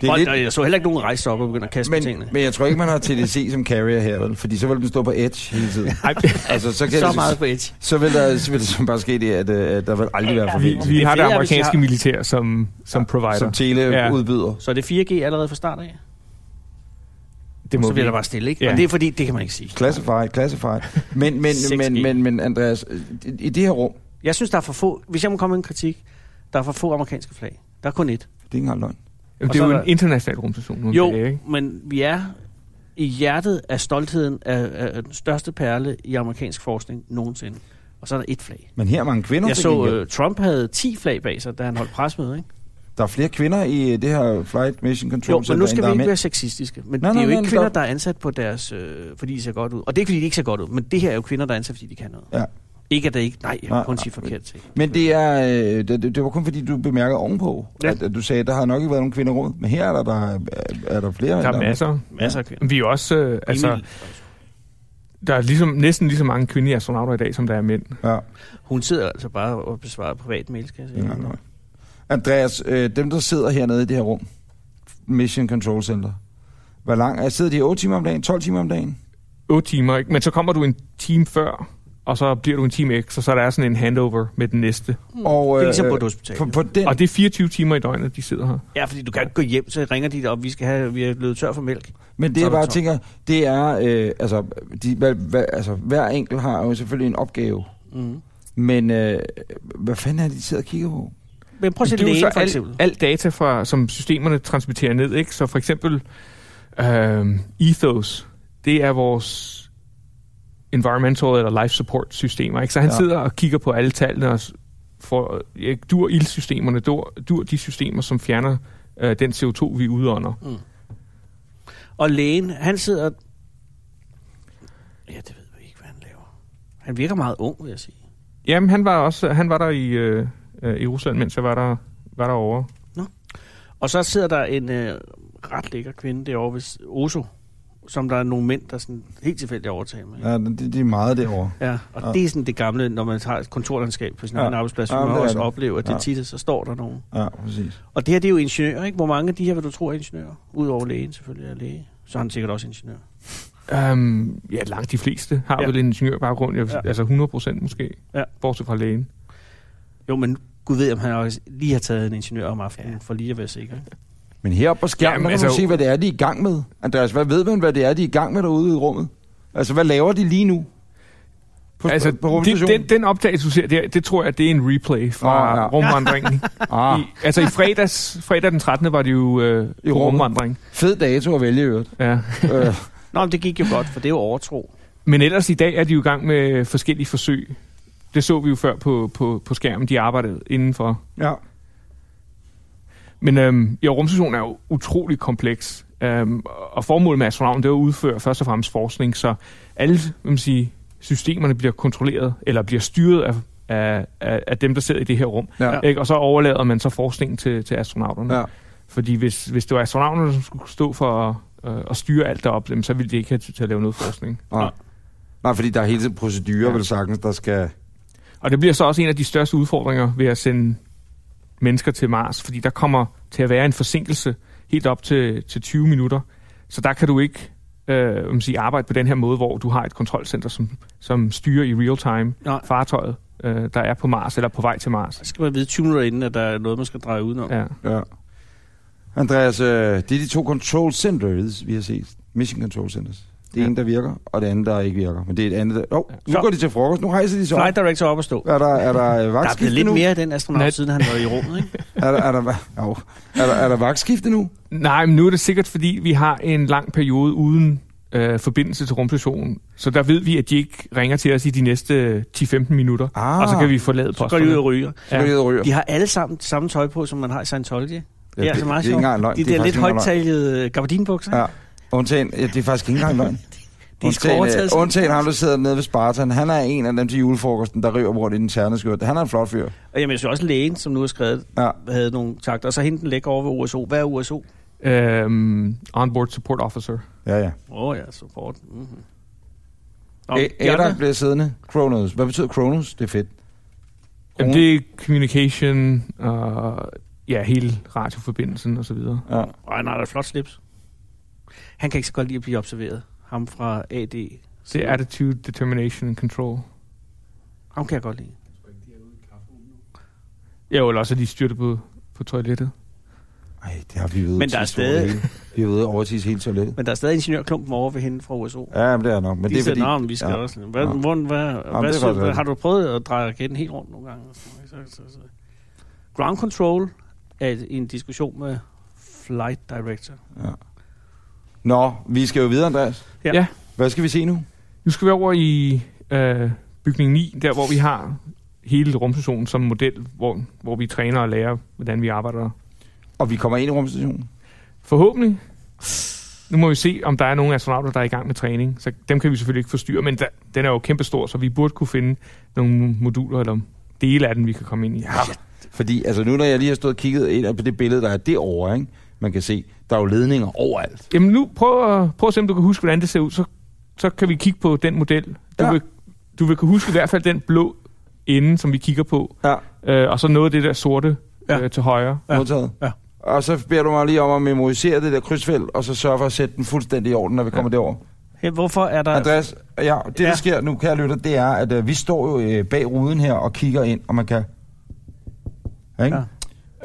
Speaker 2: Det er
Speaker 3: Folk, der,
Speaker 2: lidt,
Speaker 3: jeg så heller ikke nogen rejse sig op og begynde at kaste men, tingene.
Speaker 2: men, men jeg tror ikke, man har TDC som carrier her, vel? Fordi så vil den stå på edge hele tiden.
Speaker 5: Ej,
Speaker 2: Altså, så, kan
Speaker 3: så
Speaker 2: det,
Speaker 3: meget på edge.
Speaker 2: så vil der, så vil der så bare ske det, at, øh, at der vil aldrig være
Speaker 5: vi,
Speaker 2: forbindelse.
Speaker 5: vi har det
Speaker 3: federe, hvis
Speaker 5: amerikanske
Speaker 3: jeg-
Speaker 5: militær som, som provider.
Speaker 2: Som teleudbyder.
Speaker 3: Så er det 4G allerede fra start af?
Speaker 5: det
Speaker 3: Så
Speaker 5: må
Speaker 3: bliver
Speaker 5: vi.
Speaker 3: der bare stille, ikke?
Speaker 5: Ja.
Speaker 3: Men det er fordi, det kan man ikke sige.
Speaker 2: Classified, classified. Men, men,
Speaker 3: 6G.
Speaker 2: men, men, men Andreas, øh, i- i det her rum, det
Speaker 3: Jeg synes, der er for få... Hvis jeg må komme med en kritik, der er for få amerikanske flag. Der er kun ét.
Speaker 2: er ikke engang løgn.
Speaker 5: Jamen,
Speaker 3: Og
Speaker 5: det er
Speaker 3: så
Speaker 5: jo
Speaker 3: er
Speaker 5: en international rumstation nu. om
Speaker 3: Jo,
Speaker 5: dagen, ikke?
Speaker 3: men vi er i hjertet af stoltheden af, af den største perle i amerikansk forskning nogensinde. Og så er der et flag.
Speaker 2: Men her er mange kvinder.
Speaker 3: Jeg
Speaker 2: til
Speaker 3: så,
Speaker 2: gengæld.
Speaker 3: øh, Trump havde 10 flag bag sig, da han holdt presmøde, ikke?
Speaker 2: Der er flere kvinder i øh, det her Flight Mission Control
Speaker 3: Jo, men nu
Speaker 2: Center, end
Speaker 3: skal
Speaker 2: der
Speaker 3: vi
Speaker 2: er
Speaker 3: ikke
Speaker 2: mænd.
Speaker 3: være sexistiske.
Speaker 2: Nej,
Speaker 3: Men nej, det
Speaker 2: nej,
Speaker 3: er jo
Speaker 2: nej,
Speaker 3: ikke
Speaker 2: men
Speaker 3: kvinder,
Speaker 2: der-
Speaker 3: der er ansat på deres... Øh, fordi de ser godt ud. Og det er ikke, fordi de ikke ser godt ud. Men det her er jo kvinder, der er ansat, fordi de kan noget.
Speaker 2: Ja.
Speaker 3: Ikke, at det ikke... Nej, jeg
Speaker 2: Nej,
Speaker 3: kan kun sige
Speaker 2: nej,
Speaker 3: forkert til.
Speaker 2: Men det er øh, det, det, det var kun fordi, du bemærkede ovenpå,
Speaker 3: Ja.
Speaker 2: ja. at, at du sagde, at der har nok ikke været nogen kvinder rundt. Men her er der, der, er, er der flere.
Speaker 5: Der er masser.
Speaker 3: Masser af kvinder.
Speaker 5: Vi er også, øh, altså,
Speaker 3: Emil,
Speaker 5: der er ligesom, næsten lige så mange kvindelige astronauter i dag, som der er mænd.
Speaker 2: Ja,
Speaker 3: hun sidder altså bare og besvarer privat mail, skal jeg sige.
Speaker 2: ja, nej. Andreas, øh, dem der sidder hernede i det her rum, Mission Control Center, hvor lang er, sidder de 8 timer om dagen, 12 timer om dagen?
Speaker 5: 8 timer, ikke? men så kommer du en time før, og så bliver du en time ekstra, så er der sådan en handover med den næste.
Speaker 2: Og,
Speaker 3: Det er ligesom
Speaker 2: øh,
Speaker 3: på et hospital.
Speaker 2: På, på den,
Speaker 5: Og det er 24 timer i døgnet, de sidder her.
Speaker 3: Ja, fordi du kan ikke gå hjem, så ringer de dig op, vi, skal have, vi er blevet tør for mælk.
Speaker 2: Men det,
Speaker 3: Så er
Speaker 2: jeg
Speaker 3: der
Speaker 2: bare
Speaker 3: tom.
Speaker 2: tænker, det er, øh, altså, de, hva, hva, altså, hver enkelt har jo selvfølgelig en opgave.
Speaker 3: Mm.
Speaker 2: Men øh, hvad fanden er det, de sidder og kigger på?
Speaker 3: Men prøv at se
Speaker 5: Det er jo
Speaker 3: lægen,
Speaker 5: så
Speaker 3: for
Speaker 5: alt
Speaker 3: eksempel.
Speaker 5: al data, fra, som systemerne transmitterer ned. Ikke? Så for eksempel øh, Ethos, det er vores environmental eller life support systemer. Ikke? Så han
Speaker 2: Ja.
Speaker 5: ja. sidder og kigger på alle tallene og s- får, ikke, dur ildsystemerne, dur, dur de systemer, som fjerner øh, den CO2, vi udånder.
Speaker 3: Og lægen, han sidder... Ja, det ved vi ikke, hvad han laver. Han virker meget ung, vil jeg sige.
Speaker 5: Jamen, han var, også, han var der i, øh, øh, i Rusland, mens jeg var, der, var derovre.
Speaker 3: Og så sidder der en øh, ret lækker kvinde derovre ved Oso, som der er nogle mænd, der sådan helt tilfældigt overtager med. Ja.
Speaker 2: Ja, det, det er meget derovre.
Speaker 3: Ja, og
Speaker 2: Ja.
Speaker 3: ja. det er sådan det gamle, når man har et kontorlandskab på sin
Speaker 2: Ja.
Speaker 3: ja. egen arbejdsplads,
Speaker 2: Ja,
Speaker 3: hvor man
Speaker 2: det er
Speaker 3: også
Speaker 2: det.
Speaker 3: oplever, at det
Speaker 2: Ja.
Speaker 3: ja. tit, så står der nogen.
Speaker 2: Ja, præcis.
Speaker 3: Og det her, det er jo ingeniører, ikke? Hvor mange af de her, vil du tro, er ingeniører? Udover lægen selvfølgelig er læge, så er han sikkert også ingeniør.
Speaker 5: Um, ja, langt de fleste har
Speaker 3: Ja.
Speaker 5: ja. vel en ingeniørbaggrund, jeg,
Speaker 3: Ja.
Speaker 5: ja. altså 100 procent måske,
Speaker 3: Ja.
Speaker 5: ja. bortset fra lægen.
Speaker 3: Jo, men Gud ved, om han også lige har taget en ingeniør om aftenen, ja. for lige at være sikker. ikke?
Speaker 2: Men heroppe på skærmen,
Speaker 5: Jamen,
Speaker 2: Jamen, kan
Speaker 5: altså-
Speaker 2: man se, hvad det er, de er i gang med. Andreas, hvad ved man, hvad det er, de er i gang med derude i rummet? Altså, hvad laver de lige nu? På,
Speaker 5: altså,
Speaker 2: på
Speaker 5: det,
Speaker 2: rumstationen?
Speaker 5: den, den optagelse, du ser der, det tror jeg, det er en replay fra
Speaker 2: Ah,
Speaker 5: oh,
Speaker 2: ja.
Speaker 5: ja. rumvandringen.
Speaker 2: Ah,
Speaker 5: I, altså i fredags, fredag den 13. var det jo øh, på
Speaker 2: rummet.
Speaker 5: rumvandring.
Speaker 2: fed dato at vælge, i øvrigt.
Speaker 5: Ja.
Speaker 2: øh,
Speaker 3: Nå, men det gik jo godt, for det er jo overtro.
Speaker 5: Men ellers i dag er de jo i gang med forskellige forsøg. Det så vi jo før på, på, på skærmen, de arbejdede indenfor.
Speaker 2: ja.
Speaker 5: Men øhm, ja, rumstationen er jo utrolig kompleks. Øhm, og formålet med astronauten, det er at udføre først og fremmest forskning, så alle hvad man sige, systemerne bliver kontrolleret, eller bliver styret af, af, af, af dem, der sidder i det her rum.
Speaker 2: Ja.
Speaker 5: Ikke? Og så overlader man så forskningen til, til astronauterne.
Speaker 2: ja.
Speaker 5: Fordi hvis, hvis det var astronauterne, som skulle stå for at, øh, at styre alt deroppe, jamen, så ville de ikke have tid til at lave noget forskning.
Speaker 2: Nej. Ah. Nej, fordi der er hele tiden procedurer, ja. vel sagtens, der skal...
Speaker 5: Og det bliver så også en af de største udfordringer ved at sende mennesker til Mars, fordi der kommer til at være en forsinkelse helt op til, til 20 minutter. Så der kan du ikke øh, hvad man siger, arbejde på den her måde, hvor du har et kontrolcenter, som, som styrer i real time
Speaker 3: Nej.
Speaker 5: fartøjet, øh, der er på Mars eller på vej til Mars.
Speaker 3: Så skal man vide 20 minutter inden, at der er noget, man skal dreje udenom. Ja.
Speaker 5: Ja.
Speaker 2: Ja. Andreas, øh, det er de to control centers, vi har set. Mission control centers. Det er ja.
Speaker 5: Ja.
Speaker 2: en, der virker, og det andet, der ikke virker. Men det er et andet, der... Oh, nu
Speaker 3: Så-
Speaker 2: går de til frokost, nu rejser de så. op.
Speaker 3: Flight Director op og stå.
Speaker 2: Er der, er der øh,
Speaker 3: Der er blevet
Speaker 2: vagtskifte
Speaker 3: lidt
Speaker 2: nu?
Speaker 3: mere af den astronaut,
Speaker 5: Nej.
Speaker 3: siden han var i rummet, ikke?
Speaker 2: Er der, er der, va- au. er der, er der vagtskifte nu?
Speaker 5: Nej, men nu er det sikkert, fordi vi har en lang periode uden øh, forbindelse til rumstationen. Så der ved vi, at de ikke ringer til os i de næste 10-15 minutter,
Speaker 2: Ah.
Speaker 5: og så kan vi forlade
Speaker 3: Så går de ud og
Speaker 5: posterne.
Speaker 3: ryger.
Speaker 2: Ja.
Speaker 5: Ja.
Speaker 2: Det, ryger.
Speaker 3: De har alle sammen det samme tøj på, som man har i Scientology. Det er
Speaker 2: det-
Speaker 3: altså meget
Speaker 2: det er ikke
Speaker 3: sjovt.
Speaker 2: engang løgn.
Speaker 3: De
Speaker 2: Det er
Speaker 3: der lidt
Speaker 2: faktisk ikke engang løgn.
Speaker 3: højtalede øh, gabardinbukser. Ja.
Speaker 2: Ja. Undtagen, ja, det er faktisk ikke engang løgn.
Speaker 3: er sgu overtaget sådan.
Speaker 2: undtagen ham, der sidder nede ved Spartan. Han er en af dem til julefrokosten, der river rundt i den terne skørt. Han er en flot fyr.
Speaker 3: Og jamen, jeg synes også lægen, som nu har skrevet,
Speaker 2: Ja.
Speaker 3: havde nogle takter. Og så hende den lækker over ved USO. Hvad er USO?
Speaker 5: Øhm, onboard support officer.
Speaker 2: Ja, ja.
Speaker 3: Åh oh, ja, support. Mm-hmm. Nå,
Speaker 2: Okay,
Speaker 3: de andre-
Speaker 2: E- Adam bliver siddende. Kronos. Hvad betyder Kronos? Det er fedt.
Speaker 5: Jamen,
Speaker 3: Oh.
Speaker 5: det er communication og ja, hele radioforbindelsen osv.
Speaker 2: Ja.
Speaker 3: Ej, nej, der er et flot slips. Han kan ikke så godt lide at blive observeret. Ham fra AD.
Speaker 5: Det er attitude, determination and control.
Speaker 3: Ham kan jeg godt lide.
Speaker 5: Ja, eller også at de styrte på, på toilettet.
Speaker 2: Ej, det har vi ved.
Speaker 3: Men der er stadig-
Speaker 2: Vi har ved at overtise hele toilettet.
Speaker 3: Men der er stadig ingeniørklumpen over ved hende fra USO.
Speaker 2: Ja, men det er nok. Men
Speaker 3: Men
Speaker 2: det
Speaker 3: de
Speaker 2: er
Speaker 3: siger,
Speaker 2: fordi...
Speaker 3: fordi... men vi skal ja. også. Hvad,
Speaker 2: Ja.
Speaker 3: ja. hvordan, hvad, hvad,
Speaker 2: det er faktisk
Speaker 3: hvad, har
Speaker 2: rigtigt.
Speaker 3: du prøvet at dreje raketten helt rundt nogle gange? Så, så, så. Ground control er et- en diskussion med flight director.
Speaker 2: Nå, vi skal jo videre, Andreas.
Speaker 3: Ja.
Speaker 5: Ja.
Speaker 2: Hvad skal vi se nu?
Speaker 5: Nu skal vi over i øh, bygning 9, der hvor vi har hele rumstationen som model, hvor, hvor vi træner og lærer, hvordan vi arbejder.
Speaker 2: Og vi kommer ind i rumstationen.
Speaker 5: Forhåbentlig. Nu må vi se, om der er nogle astronauter, der er i gang med træning. Så dem kan vi selvfølgelig ikke forstyrre, men der, den er jo kæmpestor, så vi burde kunne finde nogle moduler eller dele af den, vi kan komme ind i. Ja.
Speaker 2: Fordi altså, nu når jeg lige har stået og kigget ind på det billede, der er derovre, ikke? man kan se, der er jo ledninger overalt.
Speaker 5: Jamen nu, prøv at, prøv at se, om du kan huske, hvordan det ser ud. Så, så kan vi kigge på den model. Du,
Speaker 2: Ja.
Speaker 5: ja. vil, du vil kunne huske i hvert fald den blå ende, som vi kigger på.
Speaker 2: Ja,
Speaker 5: Øh, og så noget af det der sorte
Speaker 3: Ja.
Speaker 5: ja. øh, til højre.
Speaker 3: Ja.
Speaker 2: modtaget.
Speaker 3: Ja.
Speaker 2: Og så beder du mig lige om at memorisere det der krydsfelt, og så sørge for at sætte den fuldstændig i orden, når vi kommer ja. derover.
Speaker 3: Hey, hvorfor er der...
Speaker 2: Andreas, ja, det der
Speaker 3: Ja.
Speaker 2: sker nu, kære lytter, det er, at øh, vi står jo øh, bag ruden her og kigger ind, og man kan... Ikke? Ja.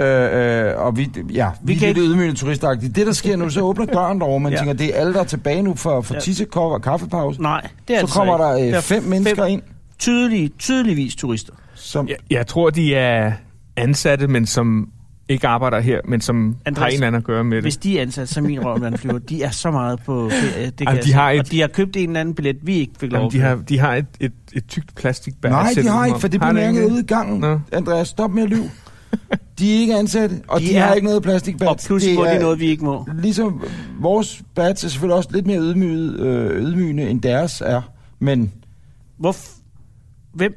Speaker 2: Øh, øh, og vi, ja, vi, vi
Speaker 3: kan
Speaker 2: kan lidt
Speaker 3: ikke-
Speaker 2: ydmygende turistagtige. Det, der sker nu, så åbner døren derovre, man ja.
Speaker 3: Ja.
Speaker 2: tænker, det er alle, der er tilbage nu for, for
Speaker 3: Ja.
Speaker 2: tissekop og kaffepause.
Speaker 3: Nej, det er det
Speaker 2: så kommer
Speaker 3: ikke.
Speaker 2: der, øh,
Speaker 3: Det er
Speaker 2: fem mennesker ind,
Speaker 3: Tydelige, tydeligvis turister.
Speaker 2: som... Ja.
Speaker 5: Jeg, jeg tror, de er ansatte, men som ikke arbejder her, men som Andres, har
Speaker 3: Andreas,
Speaker 5: en eller anden at gøre med det.
Speaker 3: Hvis de er ansat som min rømlandflyver, de er så meget på ferie. Det kan
Speaker 5: Jamen,
Speaker 3: jeg
Speaker 5: de
Speaker 3: sige.
Speaker 5: har et-
Speaker 3: Og de har købt en eller anden billet, vi ikke fik lov
Speaker 5: Jamen, de,
Speaker 3: til.
Speaker 5: har, de har et, et, et tykt plastikbær.
Speaker 2: Nej, de
Speaker 5: sætter
Speaker 2: har
Speaker 5: dem
Speaker 2: ikke,
Speaker 5: om.
Speaker 2: for det
Speaker 5: Har
Speaker 2: blev mærket
Speaker 5: ikke?
Speaker 2: ude i gangen.
Speaker 5: Nå.
Speaker 2: Andreas, stop med at lyve. De er ikke ansatte, og de,
Speaker 3: De
Speaker 2: de har
Speaker 3: er-
Speaker 2: ikke noget plastikbad.
Speaker 3: Og pludselig må de noget, vi ikke må.
Speaker 2: ligesom vores bats er selvfølgelig også lidt mere ydmyget, øh, ydmygende, end deres er. Men
Speaker 3: Hvor... Hvem?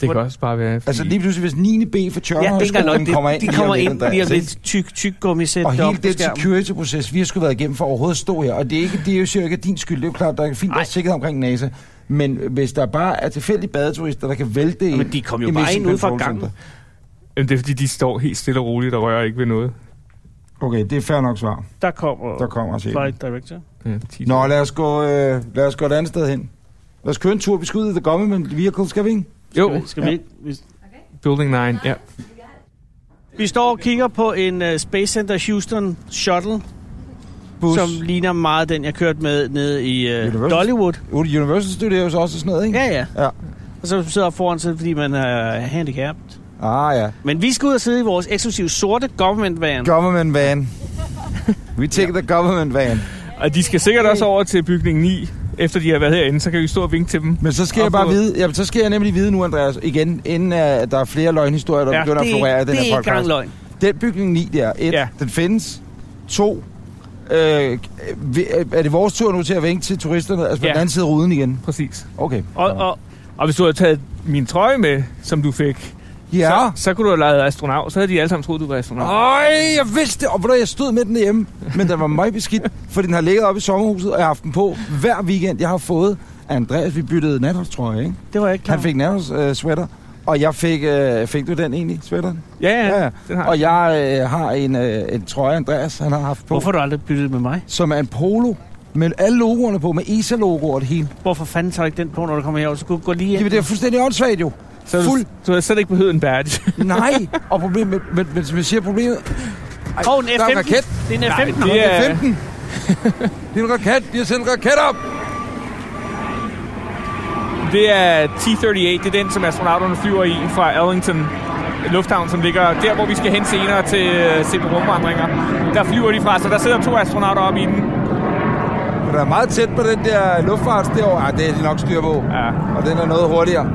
Speaker 5: Det kan også bare være... Fordi...
Speaker 2: altså lige pludselig, hvis 9. B for
Speaker 3: Ja, det er nok.
Speaker 2: Tjørnhøjskolen
Speaker 3: Det,
Speaker 2: kommer ind,
Speaker 3: de kommer ind
Speaker 2: Andreas,
Speaker 3: lige om
Speaker 2: ikke?
Speaker 3: lidt tyk, tyk gummisæt
Speaker 2: og
Speaker 3: deroppe
Speaker 2: hele
Speaker 3: på
Speaker 2: den
Speaker 3: skærmen.
Speaker 2: security-proces, vi har skulle været igennem for overhovedet at stå her, og det er, ikke, det er jo cirka ikke din skyld, det er jo klart, der er fint, der er
Speaker 3: Nej.
Speaker 2: sikkerhed omkring NASA, men hvis der bare er tilfældige badeturister, der kan vælte
Speaker 3: Jamen, de kom jo bare ind ude fra gangen.
Speaker 5: Jamen, det er, fordi de står helt stille og roligt og rører ikke ved noget.
Speaker 2: Okay, det er fair nok svar.
Speaker 3: Der kommer,
Speaker 2: Der kommer altså
Speaker 3: flight director.
Speaker 5: Ja, de-
Speaker 2: Nå, lad os, gå, øh, lad os gå et andet sted hen. Lad os køre en tur, vi skal ud i The Government Vehicle, skal vi ikke?
Speaker 5: jo,
Speaker 3: Skal vi ikke? Vi,
Speaker 5: Building 9, ja.
Speaker 3: vi står og kigger på en uh, Space Center Houston shuttle,
Speaker 2: Bus.
Speaker 3: som ligner meget den, jeg kørte med nede i uh,
Speaker 2: Universal.
Speaker 3: Dollywood.
Speaker 2: Universal Studios også og sådan noget, ikke?
Speaker 3: Ja, ja.
Speaker 2: Ja.
Speaker 3: Og så sidder jeg foran sig, fordi man er handicapped.
Speaker 2: Ah ja.
Speaker 3: Men vi skal ud og sidde i vores eksklusive sorte government van.
Speaker 2: Government van. We take the government van.
Speaker 5: Og de skal sikkert også over til bygning 9, efter de har været herinde, så kan vi stå og vinke til dem.
Speaker 2: Men så skal
Speaker 5: Op
Speaker 2: jeg bare
Speaker 5: mod-
Speaker 2: vide, jamen, så skal jeg nemlig vide nu, Andreas, igen, inden uh, der er flere løgnhistorier, der ja, begynder at
Speaker 3: det,
Speaker 2: florere i
Speaker 3: er-
Speaker 2: den
Speaker 3: det er
Speaker 2: her
Speaker 3: ikke engang
Speaker 2: podcast.
Speaker 3: løgn.
Speaker 2: Den bygning 9 der, et, ja.
Speaker 5: Ja.
Speaker 2: den findes. To, øh, vi- er det vores tur nu til at vinke til turisterne? Altså på ja.
Speaker 5: Ja.
Speaker 2: den anden side af ruden igen.
Speaker 5: Præcis.
Speaker 2: Okay.
Speaker 3: Og, og,
Speaker 5: Og hvis du havde taget min trøje med, som du fik,
Speaker 2: Ja.
Speaker 5: så, så kunne du have leget astronaut. Så havde de alle sammen troet, du var astronaut.
Speaker 2: Øj, jeg vidste det. Og ved du, jeg stod med den hjemme, men den var meget beskidt, for den har ligget oppe i sommerhuset, og jeg har haft den på hver weekend, jeg har fået. af Andreas, vi byttede natholdstrøje, ikke?
Speaker 3: det var jeg ikke klar.
Speaker 2: Han fik nærmest øh, sweater, og jeg fik... Øh, fik du den egentlig, sweateren?
Speaker 5: Ja, ja, ja. Den har
Speaker 2: Og jeg øh, har en, øh, en trøje, Andreas han har haft på,
Speaker 3: Hvorfor har du aldrig byttet med mig?
Speaker 2: som er en polo med alle logoerne på, med ESA-logo og det hele.
Speaker 3: Hvorfor fanden tager du ikke den på, når du kommer herover? Så kunne du gå lige
Speaker 2: Ja.
Speaker 3: ind.
Speaker 2: Det er fuldstændig åndssvagt jo.
Speaker 5: Så havde
Speaker 2: fuld-
Speaker 5: du, du havde slet ikke behøvet en badge.
Speaker 2: Nej, og problemet, men, men, men som jeg siger, problemet... Ej,
Speaker 3: Hov, en
Speaker 2: der er en
Speaker 3: F-15.
Speaker 2: raket.
Speaker 3: Det er en F-15.
Speaker 5: det er-
Speaker 2: Ja. 15. det er en raket. De har sendt en raket op.
Speaker 5: Det er T-38, det er den, som astronauterne flyver i fra Arlington Lufthavn, som ligger der, hvor vi skal hen senere til at se på rumvandringer. Der flyver de fra, så der sidder to astronauter oppe i den.
Speaker 2: Men Der er meget tæt på den der luftfart derovre. Ej, det er de nok styr på.
Speaker 5: Ja.
Speaker 2: Og den er noget hurtigere.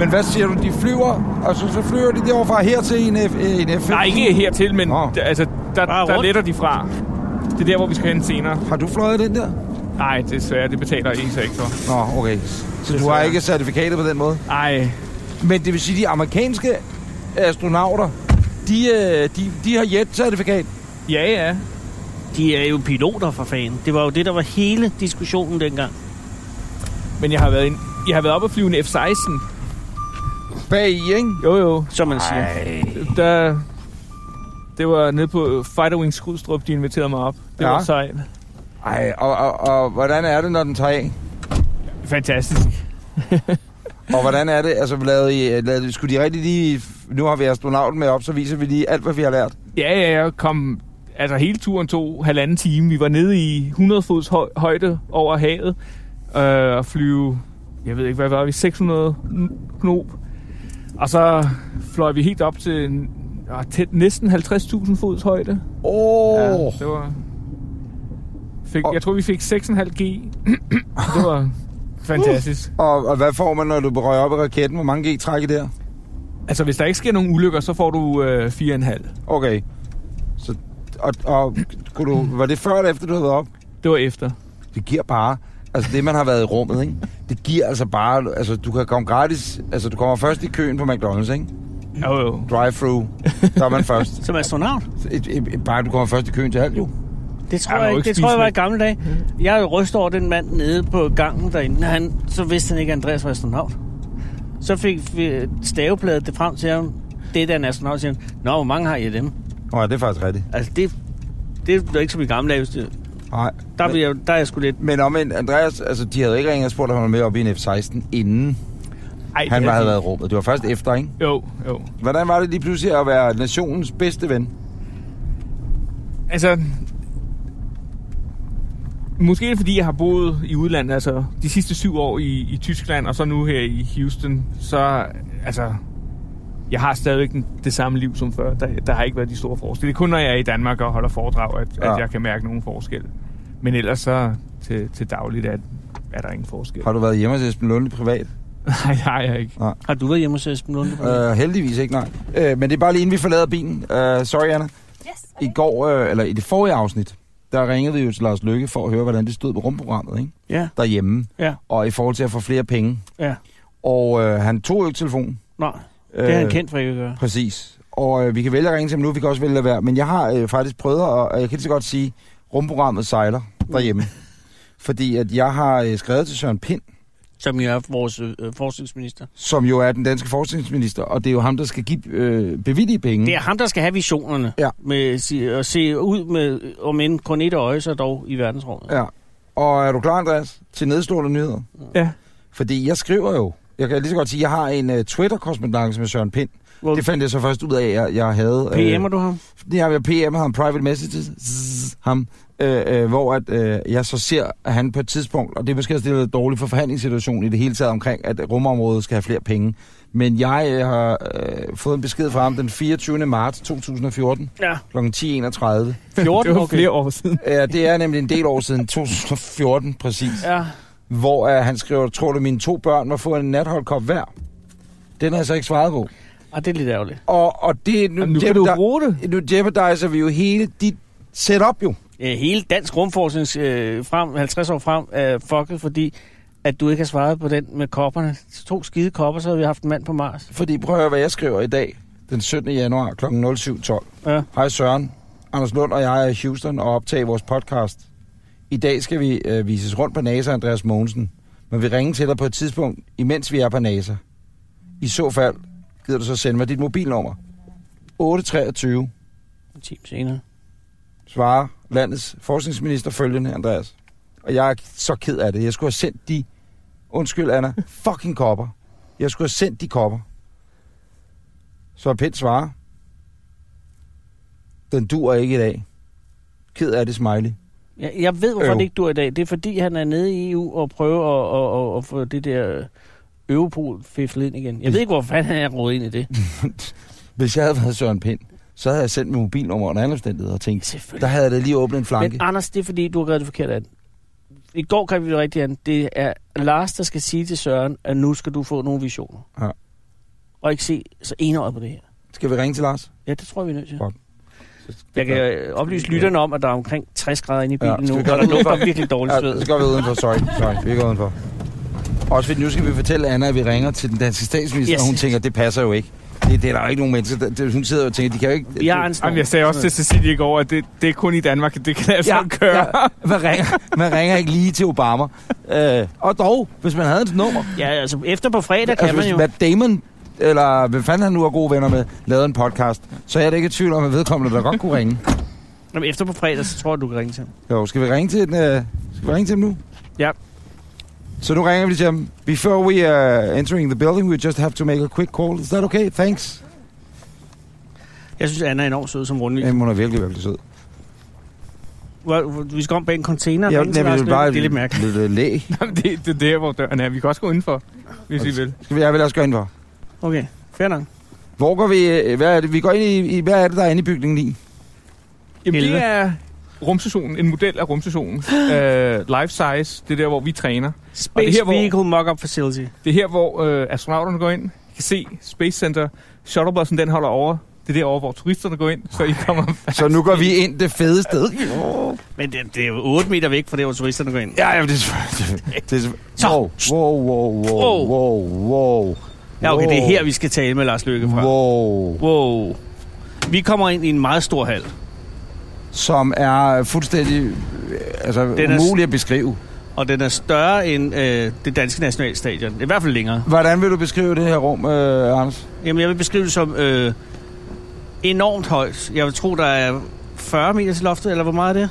Speaker 2: Men hvad siger du? De flyver, og så, så flyver de derovre fra her til en, F, en F.
Speaker 5: Nej, ikke hertil, men
Speaker 2: Nå.
Speaker 5: d- altså, der,
Speaker 3: Bare
Speaker 5: der
Speaker 3: rundt.
Speaker 5: letter de fra. Det er der, hvor vi skal hen senere.
Speaker 2: Har du fløjet den der?
Speaker 5: Nej, desværre, det betaler en sektor.
Speaker 2: Nå, okay. Så du har ikke certifikatet på den måde?
Speaker 5: Nej,
Speaker 2: Men det vil sige, at de amerikanske astronauter, de, øh, de, de har jet-certifikat.
Speaker 5: ja, ja.
Speaker 3: De er jo piloter for fanden. Det var jo det, der var hele diskussionen dengang.
Speaker 5: Men jeg har været, ind, jeg har været oppe og flyve en F-16.
Speaker 2: Bag i, ikke?
Speaker 5: Jo, jo.
Speaker 3: Som man siger.
Speaker 5: Der, det var nede på Fighter Wings Skrudstrup, de inviterede mig op. Det
Speaker 2: Ja.
Speaker 5: ja. var sejt.
Speaker 2: Ej, og, og, og hvordan er det, når den tager af?
Speaker 5: Fantastisk.
Speaker 2: Og hvordan er det? Altså, lavede I, lavede, skulle de rigtig lige... Nu har vi astronauten med op, så viser vi lige alt, hvad vi har lært.
Speaker 5: Ja, ja, jeg kom... Altså hele turen tog halvanden time. Vi var nede i 100 fods høj, højde over havet øh, og flyve, jeg ved ikke, hvad var vi, 600 kn- knop. Og så fløj vi helt op til en- ah, tæt, næsten 50.000 fods højde.
Speaker 2: Åh!
Speaker 5: Ja,
Speaker 2: Oh.
Speaker 5: det var fik,
Speaker 2: Og-
Speaker 5: jeg tror, vi fik 6,5G. det var fantastisk.
Speaker 2: Og, og hvad får man, når du rører op i raketten? Hvor mange G træk i der?
Speaker 5: Altså, hvis der ikke sker nogen ulykker, så får du øh, 4,5.
Speaker 2: Okay. Så, og, og kunne du, var det før eller efter, du havde været op?
Speaker 5: Det var efter.
Speaker 2: Det giver bare... Altså det, man har været i rummet, ikke? Det giver altså bare... Altså du kan komme gratis... Altså du kommer først i køen på McDonald's, ikke?
Speaker 5: Jo, jo.
Speaker 2: drive through der er man først.
Speaker 3: Som astronaut?
Speaker 2: Et, et, et, bare du kommer først i køen til alt, jo.
Speaker 3: Det tror
Speaker 5: Ej, man må
Speaker 3: jeg ikke.
Speaker 5: ikke
Speaker 3: Det tror jeg
Speaker 5: spise
Speaker 3: var i
Speaker 5: lidt.
Speaker 3: gamle dage. Jeg er jo rystet over den mand nede på gangen derinde. Han, så vidste han ikke, at Andreas var astronaut. Så fik vi stavepladet det frem til ham. Det er da en astronaut, siger han. Nå, hvor mange har I af dem?
Speaker 2: Nå, ja, det er faktisk rigtigt.
Speaker 3: Altså, det, det er ikke som i gamle dage. hvis det-
Speaker 2: Nej.
Speaker 3: Der, vil jeg, der er jeg sgu lidt...
Speaker 2: Men omvendt, Andreas, altså de havde jo ikke ringet og spurgt, om han var med op i en F-16, inden
Speaker 5: Ej,
Speaker 2: han
Speaker 5: det
Speaker 2: var,
Speaker 5: er
Speaker 2: havde
Speaker 5: fint.
Speaker 2: været i rummet. Det var først efter, ikke?
Speaker 5: Jo, jo.
Speaker 2: Hvordan var det lige pludselig at være nationens bedste ven?
Speaker 5: Altså, måske er det fordi, jeg har boet i udlandet, altså de sidste syv år i, i Tyskland, og så nu her i Houston, så altså, jeg har stadigvæk den- det samme liv som før. Der, der har ikke været de store forskelle. Det er kun, når jeg er i Danmark og holder foredrag, at, ja.
Speaker 2: Ja.
Speaker 5: at jeg kan mærke nogen forskel. Men ellers så til, til dagligt er, er der ingen forskel.
Speaker 2: Har du været hjemme hos Esben Lunde privat?
Speaker 5: Nej, det har jeg ikke.
Speaker 3: Har du været hjemme hos Esben Lunde?
Speaker 2: Uh, heldigvis ikke, nej. Uh, men det er bare lige inden vi forlader bilen. Uh, sorry, Anna.
Speaker 4: Yes.
Speaker 2: I går, uh, eller i det forrige afsnit, der ringede vi jo til Lars Lykke for at høre, hvordan det stod på rumprogrammet, ikke?
Speaker 3: Ja,
Speaker 2: Derhjemme.
Speaker 3: ja,
Speaker 2: Og i forhold til at få flere penge.
Speaker 3: ja.
Speaker 2: Og uh, han tog jo ikke telefonen.
Speaker 3: Nej, det
Speaker 2: Øh,
Speaker 3: er han kendt for ikke at gøre.
Speaker 2: Præcis. Og øh, vi kan vælge at ringe til ham nu, vi kan også vælge at lade være. Men jeg har øh, faktisk prøvet, at- og jeg kan lige så godt sige, rumprogrammet sejler derhjemme. Fordi at jeg har øh, skrevet til Søren Pind,
Speaker 3: Som jo er vores øh, forskningsminister.
Speaker 2: som jo er den danske forskningsminister, og det er jo ham, der skal give øh, bevillige penge.
Speaker 3: Det er ham, der skal have visionerne.
Speaker 2: Ja.
Speaker 3: Med, si- at se ud med, om end kun et øje, så dog i verdensrummet.
Speaker 2: Ja. Og er du klar, Andreas, til nedslående nyheder?
Speaker 5: Ja.
Speaker 2: Fordi jeg skriver jo, jeg kan lige så godt sige, jeg har en øh, Twitter-korrespondance med Søren Pind.
Speaker 3: Hvor
Speaker 2: Det fandt jeg så først ud af, at jeg, jeg havde... øh,
Speaker 3: PM'er du ham?
Speaker 2: Ja, jeg PM'er ham, private messages, zzz, ham, øh, øh, hvor at, øh, jeg så ser, at han på et tidspunkt, og det er måske også lidt dårligt for forhandlingssituationen i det hele taget omkring, at rumområdet skal have flere penge. Men jeg øh, har øh, fået en besked fra ham den 24. marts 2014
Speaker 3: Ja.
Speaker 2: kl. 10.31.
Speaker 3: 14
Speaker 5: det var
Speaker 3: okay.
Speaker 5: flere år siden.
Speaker 2: Ja, det er nemlig en del år siden, 2014 præcis, ja.
Speaker 3: Ja.
Speaker 2: hvor øh, han skriver, tror du mine to børn må få en natholdkop hver? Den har jeg så ikke svaret på.
Speaker 3: Og Ah, det er lidt ærgerligt.
Speaker 2: Og, og det er nu,
Speaker 5: Jamen, nu kan du
Speaker 2: jeopard-
Speaker 5: bruge det.
Speaker 2: nu jeopardiser vi jo hele dit setup jo.
Speaker 3: Øh, Hele dansk rumforskning øh, frem, 50 år frem er fucket, fordi at du ikke har svaret på den med kopperne. To skide kopper, så havde vi haft en mand på Mars.
Speaker 2: Fordi prøv at høre, hvad jeg skriver i dag, den 17. januar kl. 07.12.
Speaker 3: Ja.
Speaker 2: Hej Søren, Anders Lund og jeg er i Houston og optager vores podcast. I dag skal vi øh, vises rundt på NASA og Andreas Mogensen, men vi ringer til dig på et tidspunkt, imens vi er på NASA. I så fald gider du så sende mig dit mobilnummer. 823
Speaker 3: En time senere.
Speaker 2: svarer landets forskningsminister følgende, Andreas. Og jeg er så ked af det. Jeg skulle have sendt de... Undskyld, Anna. Fucking kopper. Jeg skulle have sendt de kopper. Så Pind svarer. Den dur ikke i dag. Ked af det, smiley.
Speaker 3: Jeg, jeg ved, hvorfor
Speaker 2: Øv.
Speaker 3: det ikke dur i dag. Det er, fordi han er nede i EU og prøver at, at, at, at få det der Europol fiflet ind igen. Jeg ved ikke, hvor fanden han er rodet ind i det.
Speaker 2: Hvis jeg havde været Søren Pind, så havde jeg sendt mit mobilnummer under alle omstændigheder og tænkt, der
Speaker 3: Selvfølgelig.
Speaker 2: havde jeg da lige åbnet en flanke.
Speaker 3: Men Anders, det er fordi, du har grebet det forkert an. I går kan vi det rigtigt an. Det er Lars, der skal sige til Søren, at nu skal du få nogle visioner.
Speaker 2: Ja.
Speaker 3: Og ikke se så enøjet på det her.
Speaker 2: Skal vi ringe til Lars?
Speaker 3: Ja, det tror jeg, vi er nødt til.
Speaker 2: Godt.
Speaker 3: Jeg kan øh, oplyse lytterne om, at der er omkring 60 grader inde i bilen
Speaker 2: Ja,
Speaker 3: ja,
Speaker 2: skal
Speaker 3: nu,
Speaker 2: vi
Speaker 3: og
Speaker 2: gøre
Speaker 3: der
Speaker 2: det udenfor?
Speaker 3: lugter virkelig dårligt
Speaker 2: Ja, så
Speaker 3: sved.
Speaker 2: går vi udenfor. Sorry, sorry. Vi går udenfor. Også fordi nu skal vi fortælle Anna, at vi ringer til den danske statsminister, yes.
Speaker 3: Yes.
Speaker 2: og hun tænker, det passer jo ikke. Det, det er der jo ikke nogen mennesker. der- Det, hun sidder jo og tænker, de kan jo ikke...
Speaker 3: Vi har en
Speaker 5: Jamen, jeg
Speaker 3: stor.
Speaker 5: sagde også til Cecilie i går, at det, det er kun i Danmark, at det kan altså lade sig
Speaker 2: Ja,
Speaker 5: gøre.
Speaker 2: ja. Man, ringer, man ringer ikke lige til Obama. Øh, og dog, hvis man havde et nummer.
Speaker 3: Ja, altså efter på fredag kan
Speaker 2: altså,
Speaker 3: man
Speaker 2: hvis
Speaker 3: jo.
Speaker 2: Matt Damon, eller hvad fanden han nu er gode venner med, lavede en podcast, så er det ikke i tvivl om, at vedkommende der godt kunne ringe.
Speaker 3: Jamen, efter på fredag, så tror jeg, du kan ringe til ham.
Speaker 2: Jo, skal vi ringe til, den, øh, skal vi ringe til dem nu?
Speaker 3: Ja.
Speaker 2: So nu ringer vi til ham. Before we are entering the building, we just have to make a quick call. Is that okay? Thanks.
Speaker 3: Jeg synes, Anna er enormt sød som rundlig.
Speaker 2: Jamen, hun er virkelig, virkelig sød.
Speaker 3: Hvor- Vi skal om bag en container.
Speaker 2: Jeg
Speaker 3: ringe til Lars
Speaker 2: vil
Speaker 3: Løkke.
Speaker 2: bare
Speaker 3: det er lidt mærkeligt.
Speaker 2: lidt øh, læ.
Speaker 5: Jamen, det, det er der, hvor døren er. Vi kan også gå indenfor, hvis I vil.
Speaker 2: Skal vi, jeg vil også gå ind for.
Speaker 3: Okay, fair nok.
Speaker 2: Hvor går vi? øh, Hvad er det? Vi går ind i, i hvad er det, der er inde i bygningen 9?
Speaker 5: Jamen,
Speaker 3: Helvede.
Speaker 5: det er rumstationen, en model af rumstationen. øh, life size, det er der, hvor vi træner. Og det er
Speaker 3: Space
Speaker 5: her,
Speaker 3: her,
Speaker 5: hvor-
Speaker 3: Vehicle Mock-up Facility.
Speaker 5: Det er her, hvor øh, astronauterne går ind. I kan se Space Center. Shuttlebussen, den holder over. Det er derovre, hvor turisterne går ind, så I kommer...
Speaker 2: Så nu går vi ind det fede sted.
Speaker 3: Men det, det er jo 8 meter væk fra det, hvor turisterne går ind.
Speaker 2: Ja, ja, det er selvfølgelig- det er
Speaker 3: Så.
Speaker 2: selvfølgelig- Wow, wow, wow, wow,
Speaker 3: Wow.
Speaker 2: wow, wow.
Speaker 3: Ja, okay, det er her, vi skal tale med Lars Løkke fra.
Speaker 2: Wow.
Speaker 3: Wow. Vi kommer ind i en meget stor hal.
Speaker 2: Som er fuldstændig øh, altså,
Speaker 3: Den er-
Speaker 2: umulig at beskrive.
Speaker 3: Og den er større end øh, det danske nationalstadion. I hvert fald længere.
Speaker 2: Hvordan vil du beskrive det her rum, øh, Anders?
Speaker 3: Jamen, jeg vil beskrive det som øh, enormt højt. Jeg vil tro, der er 40 meter til loftet, eller hvor meget er det?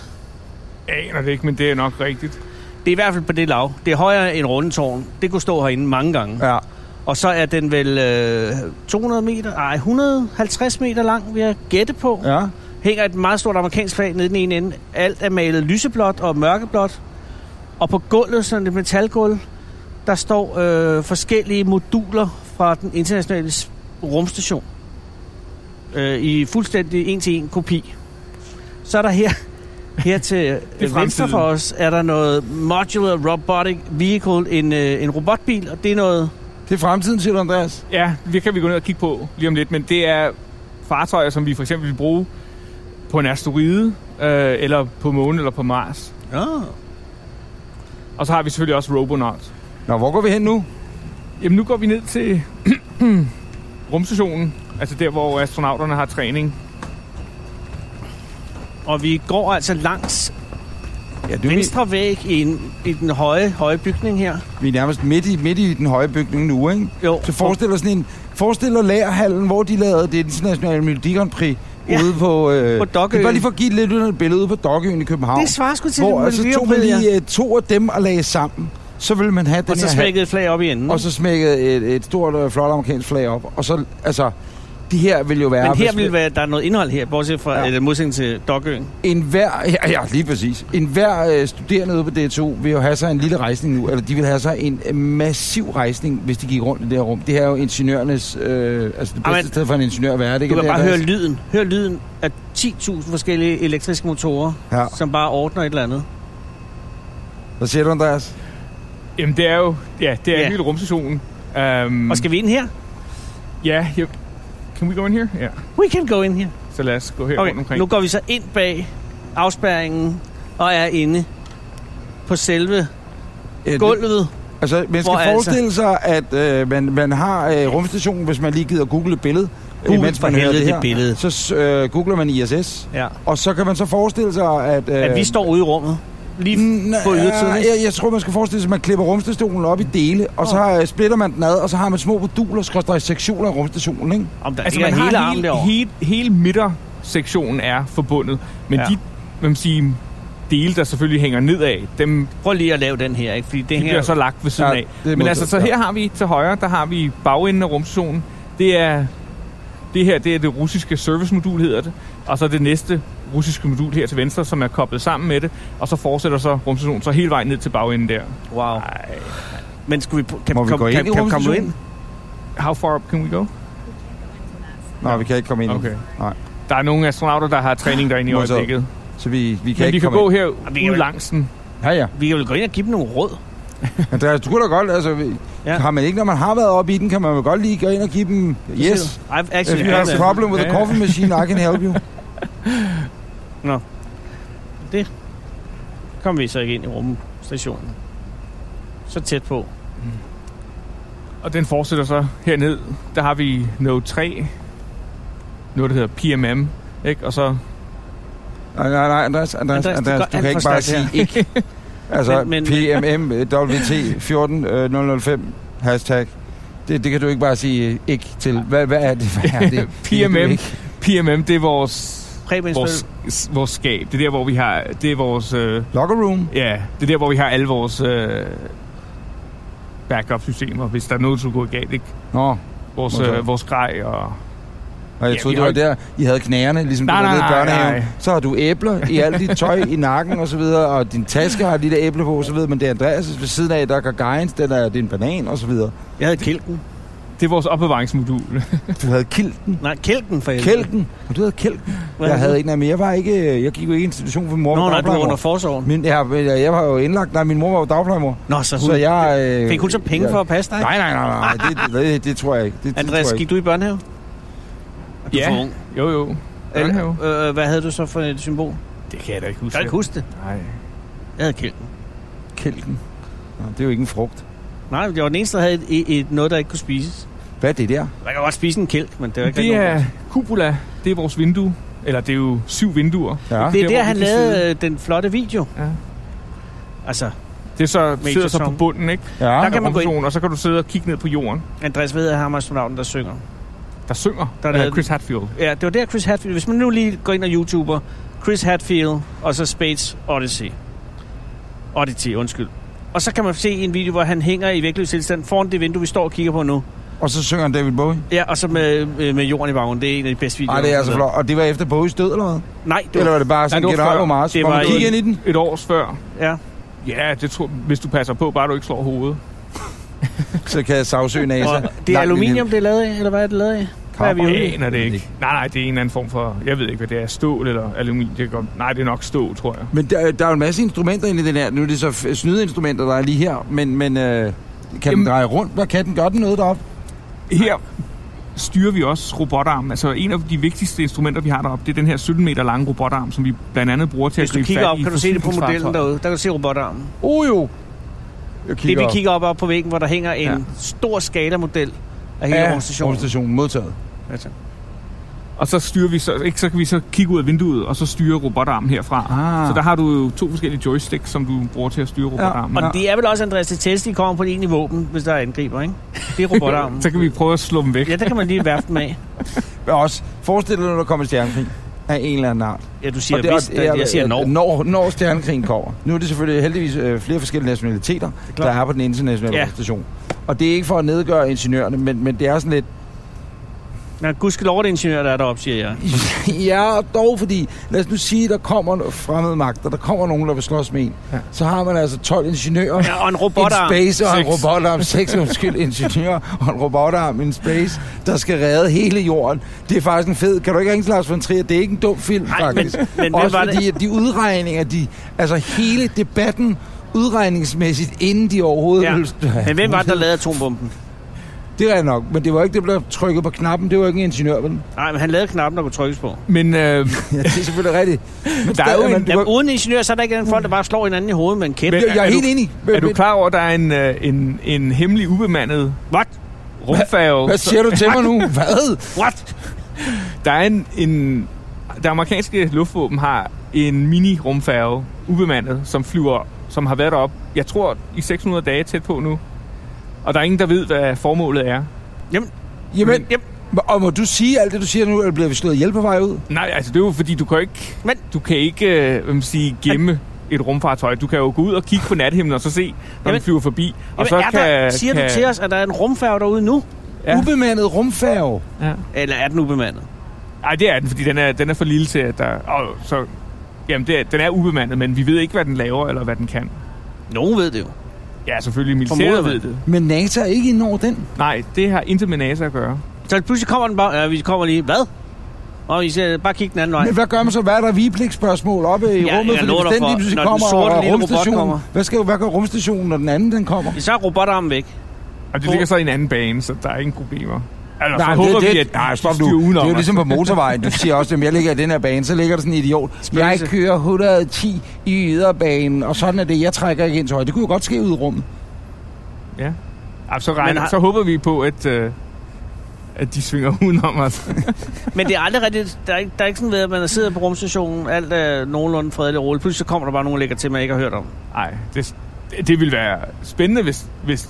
Speaker 5: Jeg aner det ikke, men det er nok rigtigt.
Speaker 3: Det er i hvert fald på det lav. Det er højere end rundetårn. Det kunne stå herinde mange gange.
Speaker 2: Ja.
Speaker 3: Og så er den vel øh, 200 meter, nej, 150 meter lang, vil jeg gætte på. Ja.
Speaker 2: ja.
Speaker 3: Hænger et meget stort amerikansk flag nede i den ene ende. Alt er malet lyseblåt og mørkeblåt. Og på gulvet, sådan et metalgulv, der står øh, forskellige moduler fra den internationale s- rumstation. Øh, I fuldstændig en-til-en kopi. Så er der her, her til øh, venstre
Speaker 5: fremtiden.
Speaker 3: for os, er der noget Modular Robotic Vehicle, en, øh, en robotbil, og det er noget
Speaker 2: Det er fremtiden, siger du, Andreas.
Speaker 5: Ja, det kan vi gå ned og kigge på lige om lidt, men det er fartøjer, som vi for eksempel vil bruge på en asteroide, øh, eller på månen, eller på Mars.
Speaker 3: Ja.
Speaker 5: Og så har vi selvfølgelig også Robonaut.
Speaker 2: Nå, hvor går vi hen nu?
Speaker 5: Jamen, nu går vi ned til rumstationen, altså der, hvor astronauterne har træning.
Speaker 3: Og vi går altså langs
Speaker 2: Ja, det er vi,
Speaker 3: venstre væg i, en, i den høje, høje bygning her.
Speaker 2: vi er nærmest midt i, midt i den høje bygning nu, ikke?
Speaker 3: Jo,
Speaker 2: Så forestil dig sådan en... Forestil dig lagerhallen, hvor de lavede det internationale Melodi Grand Prix. Ja.
Speaker 3: Ja.
Speaker 2: Ude på... Øh,
Speaker 3: På
Speaker 2: Det
Speaker 3: Dokkeøen.
Speaker 2: er bare lige for at give lidt af et billede ude på Dokkeøen i København.
Speaker 3: det svarer sgu til
Speaker 2: hvor
Speaker 3: det
Speaker 2: og så tog man
Speaker 3: miljøprøve, ja.
Speaker 2: lige øh, to af dem og lagde sammen. Så ville man have den
Speaker 3: Og så
Speaker 2: her
Speaker 3: smækkede et flag op i enden.
Speaker 2: Og så smækkede et, et stort, øh, flot amerikansk flag op. Og så, altså, de her vil jo være...
Speaker 3: Men her
Speaker 2: hvis-
Speaker 3: vil være, der er noget indhold her, bortset fra
Speaker 2: Ja.
Speaker 3: ja. eller modsætning til Dokøen.
Speaker 2: En hver, ja, ja, lige præcis. En hver øh, studerende ude på DTU vil jo have sig en lille rejsning nu, eller de vil have sig en øh, massiv rejsning, hvis de gik rundt i det her rum. Det her er jo ingeniørernes, øh, altså det bedste
Speaker 3: Jamen,
Speaker 2: sted for en ingeniør at være. Det
Speaker 3: Du kan
Speaker 2: det,
Speaker 3: bare
Speaker 2: er
Speaker 3: høre
Speaker 2: deres-
Speaker 3: lyden. Hør lyden af 10.000 forskellige elektriske motorer,
Speaker 2: Ja.
Speaker 3: ja. som bare ordner et eller andet.
Speaker 2: Hvad siger du, Andreas?
Speaker 5: Jamen, det er jo ja, det er
Speaker 3: Ja.
Speaker 5: yeah. hele rumstationen. Um,
Speaker 3: Og skal vi ind her?
Speaker 5: Ja, yep. Can we go in here? Ja,
Speaker 3: We can go in here.
Speaker 5: så lad os gå her rundt
Speaker 3: Okay,
Speaker 5: omkring.
Speaker 3: nu går vi så ind bag afspærringen og er inde på selve
Speaker 2: Øh,
Speaker 3: gulvet.
Speaker 2: Altså, man skal
Speaker 3: Hvor altså-
Speaker 2: forestille sig, at øh, man, man har øh, rumstationen, hvis man lige gider google et billede. øh,
Speaker 3: Google for helvede det billede.
Speaker 2: Så øh, googler man ISS,
Speaker 3: Ja.
Speaker 2: og så kan man så forestille sig, at... Øh,
Speaker 3: At vi står ude i rummet. Lige
Speaker 2: N-
Speaker 3: på ydersiden.
Speaker 2: jeg,
Speaker 3: ikke?
Speaker 2: jeg tror, man skal forestille sig, at man klipper rumstationen op i dele, og så øh, splitter man den ad, og så har man små moduler, skråstrej sektioner af rumstationen, ikke?
Speaker 3: Om der
Speaker 5: Altså,
Speaker 3: altså,
Speaker 5: man
Speaker 3: ikke er hele
Speaker 5: har
Speaker 3: armen
Speaker 5: hele,
Speaker 3: derovre.
Speaker 5: hele, hele midtersektionen er forbundet, men
Speaker 3: Ja.
Speaker 5: ja. de hvad man sige, dele, der selvfølgelig hænger nedad, dem
Speaker 3: Prøv lige at lave den her, ikke? Fordi det
Speaker 5: de
Speaker 3: her...
Speaker 5: bliver så lagt ved siden
Speaker 2: Ja,
Speaker 5: ja, af.
Speaker 2: det er
Speaker 5: Men
Speaker 2: modsat,
Speaker 5: altså, så
Speaker 2: ja.
Speaker 5: her har vi til højre, der har vi bagenden af rumstationen. Det er det her, det er det russiske servicemodul, hedder det. Og så det næste russiske modul her til venstre, som er koblet sammen med det. Og så fortsætter så rumstationen så hele vejen ned til bagenden der.
Speaker 3: Wow. Men skulle vi... Kan,
Speaker 2: Må
Speaker 3: kan,
Speaker 2: vi
Speaker 3: kan,
Speaker 2: gå
Speaker 3: kan,
Speaker 2: ind i
Speaker 3: kan, kan,
Speaker 2: rumstationen?
Speaker 3: ind?
Speaker 5: How far up can we go?
Speaker 2: Nej, vi kan ikke komme ind. nu.
Speaker 5: Okay.
Speaker 2: Nej.
Speaker 5: Der er nogle astronauter, der har træning derinde i
Speaker 2: Modsat.
Speaker 5: øjeblikket.
Speaker 2: Så vi, vi kan
Speaker 5: Men
Speaker 2: ikke
Speaker 5: vi kan
Speaker 2: komme
Speaker 5: gå
Speaker 2: ind.
Speaker 5: her
Speaker 3: vi kan
Speaker 5: ud
Speaker 3: vel-
Speaker 5: langs den.
Speaker 2: Ja, ja.
Speaker 3: Vi kan vel gå ind og give dem nogle råd.
Speaker 2: Andreas, du kunne da godt, altså... Vi, ja.
Speaker 3: Ja.
Speaker 2: Har man ikke, når man har været oppe i den, kan man vel godt lige gå ind og give dem... Yes.
Speaker 3: I've
Speaker 2: If
Speaker 3: actually
Speaker 2: you have a
Speaker 3: done
Speaker 2: problem with
Speaker 5: Ja,
Speaker 2: the
Speaker 5: ja.
Speaker 2: coffee machine, I can help you.
Speaker 3: that. Kom vi så ikke ind i rumstationen. Så tæt på.
Speaker 5: Og den fortsætter så herned. Der har vi Node 3. Noget, der hedder PMM. Ikke? Og så
Speaker 2: Nej, nej, nej, Andreas, Andreas, Andreas,
Speaker 3: Andreas, det
Speaker 2: Andreas
Speaker 3: går
Speaker 2: du
Speaker 3: alt
Speaker 2: kan ikke bare sige
Speaker 3: for stærkt
Speaker 2: ikke. altså, men,
Speaker 3: Men- men-
Speaker 2: PMM WT eh, 14005 hashtag. Det, det kan du ikke bare sige øh, ikke til. Hvad, hvad er det? Hvad er det?
Speaker 5: PMM.
Speaker 2: Det er ikke.
Speaker 5: PMM, det er vores,
Speaker 3: Preben
Speaker 5: vores, vores skab. Det er der, hvor vi har... Det er vores... Øh,
Speaker 2: Locker room.
Speaker 5: ja, det er der, hvor vi har alle vores øh, backup-systemer, hvis der er noget, der skulle gå galt. Ikke?
Speaker 2: Nå,
Speaker 5: Vores,
Speaker 2: Okay.
Speaker 5: øh, vores grej og...
Speaker 2: og jeg
Speaker 5: Ja,
Speaker 2: troede,
Speaker 5: vi
Speaker 2: det var der,
Speaker 5: har
Speaker 2: I havde knærene, ligesom
Speaker 5: Nej,
Speaker 2: du var
Speaker 5: nej,
Speaker 2: nede i
Speaker 5: nej,
Speaker 2: børnehaven.
Speaker 5: nej.
Speaker 2: Så har du æbler i alt dit tøj, i nakken og så videre, og din taske har et lille æble på, og så videre, men det er Andreas ved siden af, der er Gagarin's, den er, det er en banan og så videre.
Speaker 3: Jeg havde kælken.
Speaker 5: Det er vores opbevaringsmodul.
Speaker 2: Du havde kilten.
Speaker 3: Nej, kælken for helvede.
Speaker 2: Kælken. Og du havde kælken.
Speaker 3: Hvad
Speaker 2: Jeg
Speaker 3: er det?
Speaker 2: havde en af mere. Jeg var ikke... øh, Jeg gik jo ikke i institution for min mor.
Speaker 3: Nå,
Speaker 2: var
Speaker 3: nej, du var
Speaker 2: dagplejemor.
Speaker 3: under forsorgen.
Speaker 2: Min, ja, men jeg, jeg var jo indlagt. Nej, min mor var jo dagplejemor.
Speaker 3: Nå, så, hun,
Speaker 2: Så jeg... Øh,
Speaker 3: fik hun så penge for at passe dig?
Speaker 2: Nej, nej, nej, nej. Det, det, det, det tror jeg ikke. Det, det
Speaker 3: Andreas,
Speaker 2: tror jeg
Speaker 3: gik du i børnehave? Du er for ung.
Speaker 5: Jo, jo. Børnehave.
Speaker 3: Øh, øh, hvad havde du så for et symbol? Jeg
Speaker 5: Det kan jeg da ikke huske.
Speaker 3: kan ikke huske det.
Speaker 5: Nej.
Speaker 3: Jeg havde kælken.
Speaker 2: ikke. Kælken. Nå, det er jo ikke en frugt.
Speaker 3: Nej, jeg var den eneste, der havde et, et, et, noget, der ikke kunne spises.
Speaker 2: Hvad er det der?
Speaker 3: Man kan godt spise en kælk, men det var ikke
Speaker 5: Det
Speaker 3: rigtig nogen
Speaker 5: er cupola. Det er vores vindue. Eller det er jo syv vinduer.
Speaker 2: Ja.
Speaker 3: Det er der,
Speaker 5: der, hvor
Speaker 3: han
Speaker 5: vi kan
Speaker 3: lavede øh, den flotte video.
Speaker 5: Ja.
Speaker 3: Altså,
Speaker 5: Det er så,
Speaker 3: Mega
Speaker 5: sidder så på
Speaker 3: sæson.
Speaker 5: bunden, ikke?
Speaker 2: Ja.
Speaker 3: Der kan man gå ind.
Speaker 5: rumstationen, Og så kan du sidde og kigge ned på jorden,
Speaker 3: Andreas ved, at ham er astronauten, der synger.
Speaker 5: der synger
Speaker 3: Der er
Speaker 5: der er
Speaker 3: lavet-
Speaker 5: Chris Hadfield.
Speaker 3: Ja, det var der Chris Hadfield. Hvis man nu lige går ind og YouTuber, Chris Hadfield og så Spades Odyssey. Odyssey, undskyld. Og så kan man se en video, hvor han hænger i vægtløs tilstand foran det vindue, vi står og kigger på nu.
Speaker 2: Og så synger han David Bowie.
Speaker 3: Ja, og så med, øh, med, med jorden i baggrunden. Det er en af de bedste videoer.
Speaker 2: Nej, det er altså flot. Og det var efter Bowies død, eller hvad?
Speaker 3: Nej, det
Speaker 2: Eller
Speaker 3: var,
Speaker 2: var det bare sådan
Speaker 5: Nej, det var
Speaker 2: generelt
Speaker 5: før.
Speaker 2: på Mars?
Speaker 3: Det
Speaker 2: Hvor man
Speaker 3: var
Speaker 2: gik
Speaker 3: i-
Speaker 2: ind i den?
Speaker 5: Et års før.
Speaker 3: ja.
Speaker 5: Ja, det tror, hvis du passer på, bare du ikke slår hovedet.
Speaker 2: Så kan jeg sagsøge NASA.
Speaker 3: Og
Speaker 2: Langt
Speaker 3: det
Speaker 2: ind
Speaker 3: er
Speaker 2: i-
Speaker 3: aluminium, det er lavet af, eller hvad er det lavet af? Hvad er vi ude
Speaker 5: Jeg
Speaker 3: i?
Speaker 5: aner det ikke.
Speaker 2: ikke.
Speaker 5: Nej, nej, det er en eller anden form for... Jeg ved ikke, hvad det er. Stål eller aluminium. Det går, nej, det er nok stål, tror jeg.
Speaker 2: Men der, der er jo en masse instrumenter inde i den her. Nu er det så f- snydeinstrumenter, der er lige her. Men, men øh, kan
Speaker 5: Jamen-
Speaker 2: den dreje rundt? Hvad kan den? Gør den noget deroppe?
Speaker 5: Her styrer vi også robotarmen. Altså, en af de vigtigste instrumenter, vi har deroppe, det er den her 17 meter lange robotarm, som vi blandt andet bruger til
Speaker 3: Hvis
Speaker 5: at
Speaker 3: du
Speaker 5: gribe
Speaker 3: kigger
Speaker 5: fat
Speaker 3: op,
Speaker 5: i
Speaker 3: kan du se det på modellen
Speaker 5: forsyningsfartøjer.
Speaker 3: derude. Der kan du se robotarmen.
Speaker 2: Oh jo! Jeg
Speaker 3: Det
Speaker 2: kigger
Speaker 3: vi
Speaker 2: op.
Speaker 3: kigger op, op på væggen, hvor der hænger en
Speaker 5: Ja.
Speaker 3: stor skalamodel af hele ja, rumstationen.
Speaker 2: rumstationen modtaget.
Speaker 3: Altså.
Speaker 5: Og så styrer vi så, ikke, så kan vi så kigge ud af vinduet, og så styre robotarmen herfra.
Speaker 2: Ah.
Speaker 5: Så der har du jo to forskellige joysticks, som du bruger til at styre robotarmen.
Speaker 3: Og det er vel også, Andreas, det tætteste, de kommer på det egentlige våben, hvis der er angriber, ikke? Det er robotarmen.
Speaker 5: Så kan vi prøve at slå dem væk.
Speaker 3: ja, der kan man lige værfte dem af.
Speaker 2: Men også, forestil dig, når der kommer stjernekrig af en eller anden art.
Speaker 3: Ja, du siger
Speaker 2: Og det er-
Speaker 3: vist,
Speaker 2: det er-
Speaker 3: jeg siger no.
Speaker 2: Når, når stjernekrigen kommer. Nu er det selvfølgelig heldigvis øh, flere forskellige nationaliteter, der er på den internationale
Speaker 3: Ja.
Speaker 2: ja. station. Og det er ikke for at nedgøre ingeniørerne, men, men det er sådan lidt...
Speaker 3: Nå, gudskelov, det er ingeniør, der er deroppe, siger jeg.
Speaker 2: ja, dog fordi, lad os nu sige, der kommer no- fremmede magter, der kommer nogen, der vil slås med en. Ja. Så har man altså 12 ingeniører,
Speaker 3: Ja, og en
Speaker 2: en
Speaker 3: robotarm.
Speaker 2: space og en
Speaker 5: Seks.
Speaker 2: robotarm, seks undskyld, ingeniører og en robotarm, en space, der skal redde hele jorden. Det er faktisk en fed, kan du ikke ringe til Lars von Trier? Det er ikke en dum film,
Speaker 3: Nej, men-
Speaker 2: faktisk.
Speaker 3: men hvad
Speaker 2: Også
Speaker 3: var det?
Speaker 2: fordi, at de udregninger, de, altså hele debatten udregningsmæssigt, inden de overhovedet
Speaker 3: Ja.
Speaker 2: ville-
Speaker 3: Men hvem var det, der lavede atombomben?
Speaker 2: Det er nok, men det var ikke det, der blev trykket på knappen. Det var ikke en ingeniør, vel?
Speaker 3: Nej, men han lavede knappen, der kunne trykkes på.
Speaker 5: Men øh,
Speaker 2: Ja, det er selvfølgelig rigtigt. Men
Speaker 5: Der er jo
Speaker 2: stadig,
Speaker 5: en-
Speaker 2: man- det
Speaker 3: Jamen,
Speaker 2: var-
Speaker 3: uden ingeniør, så er der ikke den folk, der bare slår hinanden i hovedet med en kæppe.
Speaker 5: Men-
Speaker 2: Jeg jeg er
Speaker 5: er
Speaker 2: helt
Speaker 5: du-
Speaker 2: enig.
Speaker 5: er
Speaker 2: Men-
Speaker 5: du
Speaker 2: men-
Speaker 5: klar over, at der er en, øh, en, en hemmelig ubemandet
Speaker 3: What?
Speaker 5: rumfærge?
Speaker 2: Hvad siger du til mig nu? Hvad?
Speaker 3: What?
Speaker 5: Der er en, en det amerikanske luftvåben har en mini-rumfærge, ubemandet, som flyver, som har været deroppe, jeg tror, i 600 dage tæt på nu. Og der er ingen, der ved, hvad formålet er.
Speaker 3: Jamen,
Speaker 2: Jamen,
Speaker 3: jamen,
Speaker 2: og må du sige alt det, du siger nu, eller bliver vi slået ihjel på vej ud?
Speaker 5: Nej, altså det er jo fordi, du kan jo ikke,
Speaker 3: Men-
Speaker 5: Men... du kan ikke øh, hvad man sige, gemme et rumfartøj. Du kan jo gå ud og kigge på nathimlen og så se, når
Speaker 3: Jamen-
Speaker 5: den flyver forbi. Og
Speaker 3: jamen
Speaker 5: så
Speaker 3: er der, siger du til os, at der er en rumfærge derude nu?
Speaker 5: Ja.
Speaker 2: Ubemandet rumfærge.
Speaker 5: Ja.
Speaker 3: Eller er den ubemandet?
Speaker 5: Ej, det er den, fordi den er, den er for lille til, at der... Og så, jamen, det er, den er ubemandet, men vi ved ikke, hvad den laver, eller hvad den kan.
Speaker 3: Nogen ved det jo.
Speaker 5: Ja, selvfølgelig
Speaker 3: Formoder
Speaker 5: militæret
Speaker 3: man.
Speaker 5: ved det.
Speaker 2: Men NASA er ikke inde over den.
Speaker 5: Nej, det har intet med NASA at gøre.
Speaker 3: Så pludselig kommer den bare, ja, vi kommer lige, hvad? Og I siger, bare kig den anden vej.
Speaker 2: Men hvad gør man så? Hvad er der vigepligtspørgsmål oppe i
Speaker 3: Ja,
Speaker 2: rummet?
Speaker 3: jeg
Speaker 2: Fordi
Speaker 3: lover
Speaker 2: hvis
Speaker 3: dig
Speaker 2: den
Speaker 3: for,
Speaker 2: lige pludselig
Speaker 3: når den
Speaker 2: kommer,
Speaker 3: sorte
Speaker 2: og
Speaker 3: lille robot
Speaker 2: rumstationen...
Speaker 3: kommer.
Speaker 2: Hvad, skal, hvad gør rumstationen, når den anden den kommer?
Speaker 3: Så er robotarmen væk.
Speaker 5: Og det ligger så i en anden bane, så der er ingen problemer. Altså,
Speaker 2: Nej,
Speaker 5: så håber
Speaker 2: det,
Speaker 5: vi,
Speaker 2: det,
Speaker 5: at
Speaker 2: nej, stop
Speaker 5: de styrer
Speaker 2: nu. Det er jo
Speaker 5: os.
Speaker 2: ligesom på motorvejen. Du siger også, at jeg ligger i den her bane, så ligger der sådan en idiot. Jeg
Speaker 3: Spøgelse.
Speaker 2: kører 110 i yderbanen, og sådan er det. Jeg trækker ikke ind til højre. Det kunne jo godt ske ud i rummet.
Speaker 5: Ja. Ej, så, regner,
Speaker 3: Men har-
Speaker 5: så håber vi på, at, øh, at de svinger udenom os.
Speaker 3: Men det er aldrig rigtigt, der er, ikke, der er ikke sådan ved, at man sidder på rumstationen, alt er nogenlunde fredeligt og roligt. Pludselig så kommer der bare nogen, der lægger til, man ikke har hørt om.
Speaker 5: Nej, det, det ville være spændende, hvis, hvis,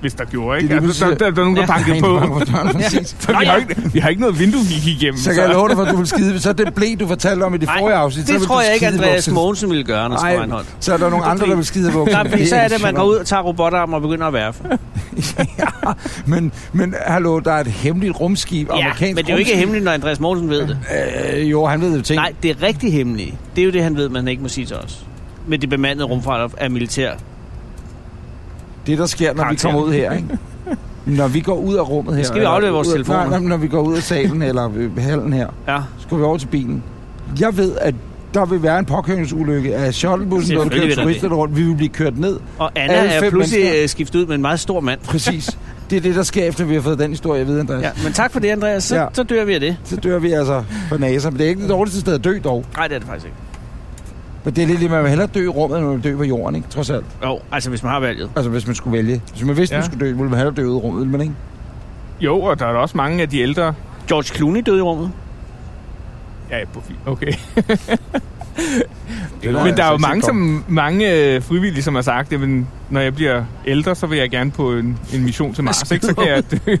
Speaker 5: hvis der gjorde, ikke?
Speaker 2: Det er lige
Speaker 5: altså, der,
Speaker 2: pludselig-
Speaker 5: der, der, er nogen, der
Speaker 3: Ja.
Speaker 5: bankede på.
Speaker 2: Banker på døren, præcis.
Speaker 5: For
Speaker 3: Nå,
Speaker 5: vi,
Speaker 3: ja.
Speaker 5: har ikke, vi har ikke noget vindue, vi kan kigge igennem.
Speaker 2: Så kan jeg love dig for, at du vil skide. Så er det blæ, du fortalte om i det forrige afsnit. så
Speaker 3: det
Speaker 2: vil
Speaker 3: tror
Speaker 2: du
Speaker 3: jeg ikke,
Speaker 2: skide i
Speaker 3: Andreas
Speaker 2: bukserne.
Speaker 3: Mogensen ville gøre, Anders
Speaker 2: Nej,
Speaker 3: Reinholdt.
Speaker 2: så er der nogle andre, der vil skide i bukserne.
Speaker 3: Nej, fordi så er det, at man går ud og tager robotarmen og begynder at værfe.
Speaker 2: Men, men hallo, der er et hemmeligt rumskib.
Speaker 3: Ja,
Speaker 2: amerikansk
Speaker 3: men det er jo ikke
Speaker 2: rumskib.
Speaker 3: hemmeligt, når Andreas Mogensen ved det.
Speaker 2: Øh, jo, han ved jo ting.
Speaker 3: Nej, det er rigtig hemmeligt. Det er jo det, han ved, man ikke må sige til os. Med det bemandede rumfart af militær.
Speaker 2: Det, der sker, når vi
Speaker 3: Karakter.
Speaker 2: kommer ud her, ikke? Når vi går ud af rummet her...
Speaker 3: Skal vi
Speaker 2: eller
Speaker 3: aflevere vores
Speaker 2: ud af-
Speaker 3: telefoner?
Speaker 2: Nej, nej, men når vi går ud af salen eller øh, hallen her,
Speaker 5: Ja.
Speaker 2: så går vi over til bilen. Jeg ved, at der vil være en påkøringsulykke af shuttlebussen, når du
Speaker 3: Selvfølgelig
Speaker 2: kører
Speaker 3: vil der
Speaker 2: turisterne rundt. Vi vil blive kørt ned.
Speaker 3: Og Anna
Speaker 2: Alle
Speaker 3: er
Speaker 2: fem
Speaker 3: pludselig
Speaker 2: mennesker.
Speaker 3: mennesker. skiftet ud med en meget stor mand.
Speaker 2: Præcis. Det er det, der sker, efter vi har fået den historie at vide, Andreas.
Speaker 3: Ja, men tak for det, Andreas. Så, ja.
Speaker 2: Ja.
Speaker 3: så dør vi af det.
Speaker 2: Så dør vi altså på NASA. Men det er ikke det dårligste sted at dø dog.
Speaker 3: Nej, det er det faktisk ikke.
Speaker 2: Men det er lidt, lidt- man vil hellere dø i rummet, end man vil dø på jorden, ikke? Trods alt.
Speaker 3: Jo, altså hvis man har valget.
Speaker 2: Altså, hvis man skulle vælge. Hvis man vidste, ja.
Speaker 5: Ja.
Speaker 2: man skulle dø, ville man hellere dø ude i rummet, ville man ikke?
Speaker 5: Jo, og der er da også mange af de ældre...
Speaker 3: George Clooney døde i rummet.
Speaker 5: Ja, profil. okay.
Speaker 2: Det
Speaker 5: Men der er jo mange, som, mange øh, frivillige, som har sagt, at når jeg bliver ældre, så vil jeg gerne på en, en mission til Mars. Ikke? Så kan jeg, dø.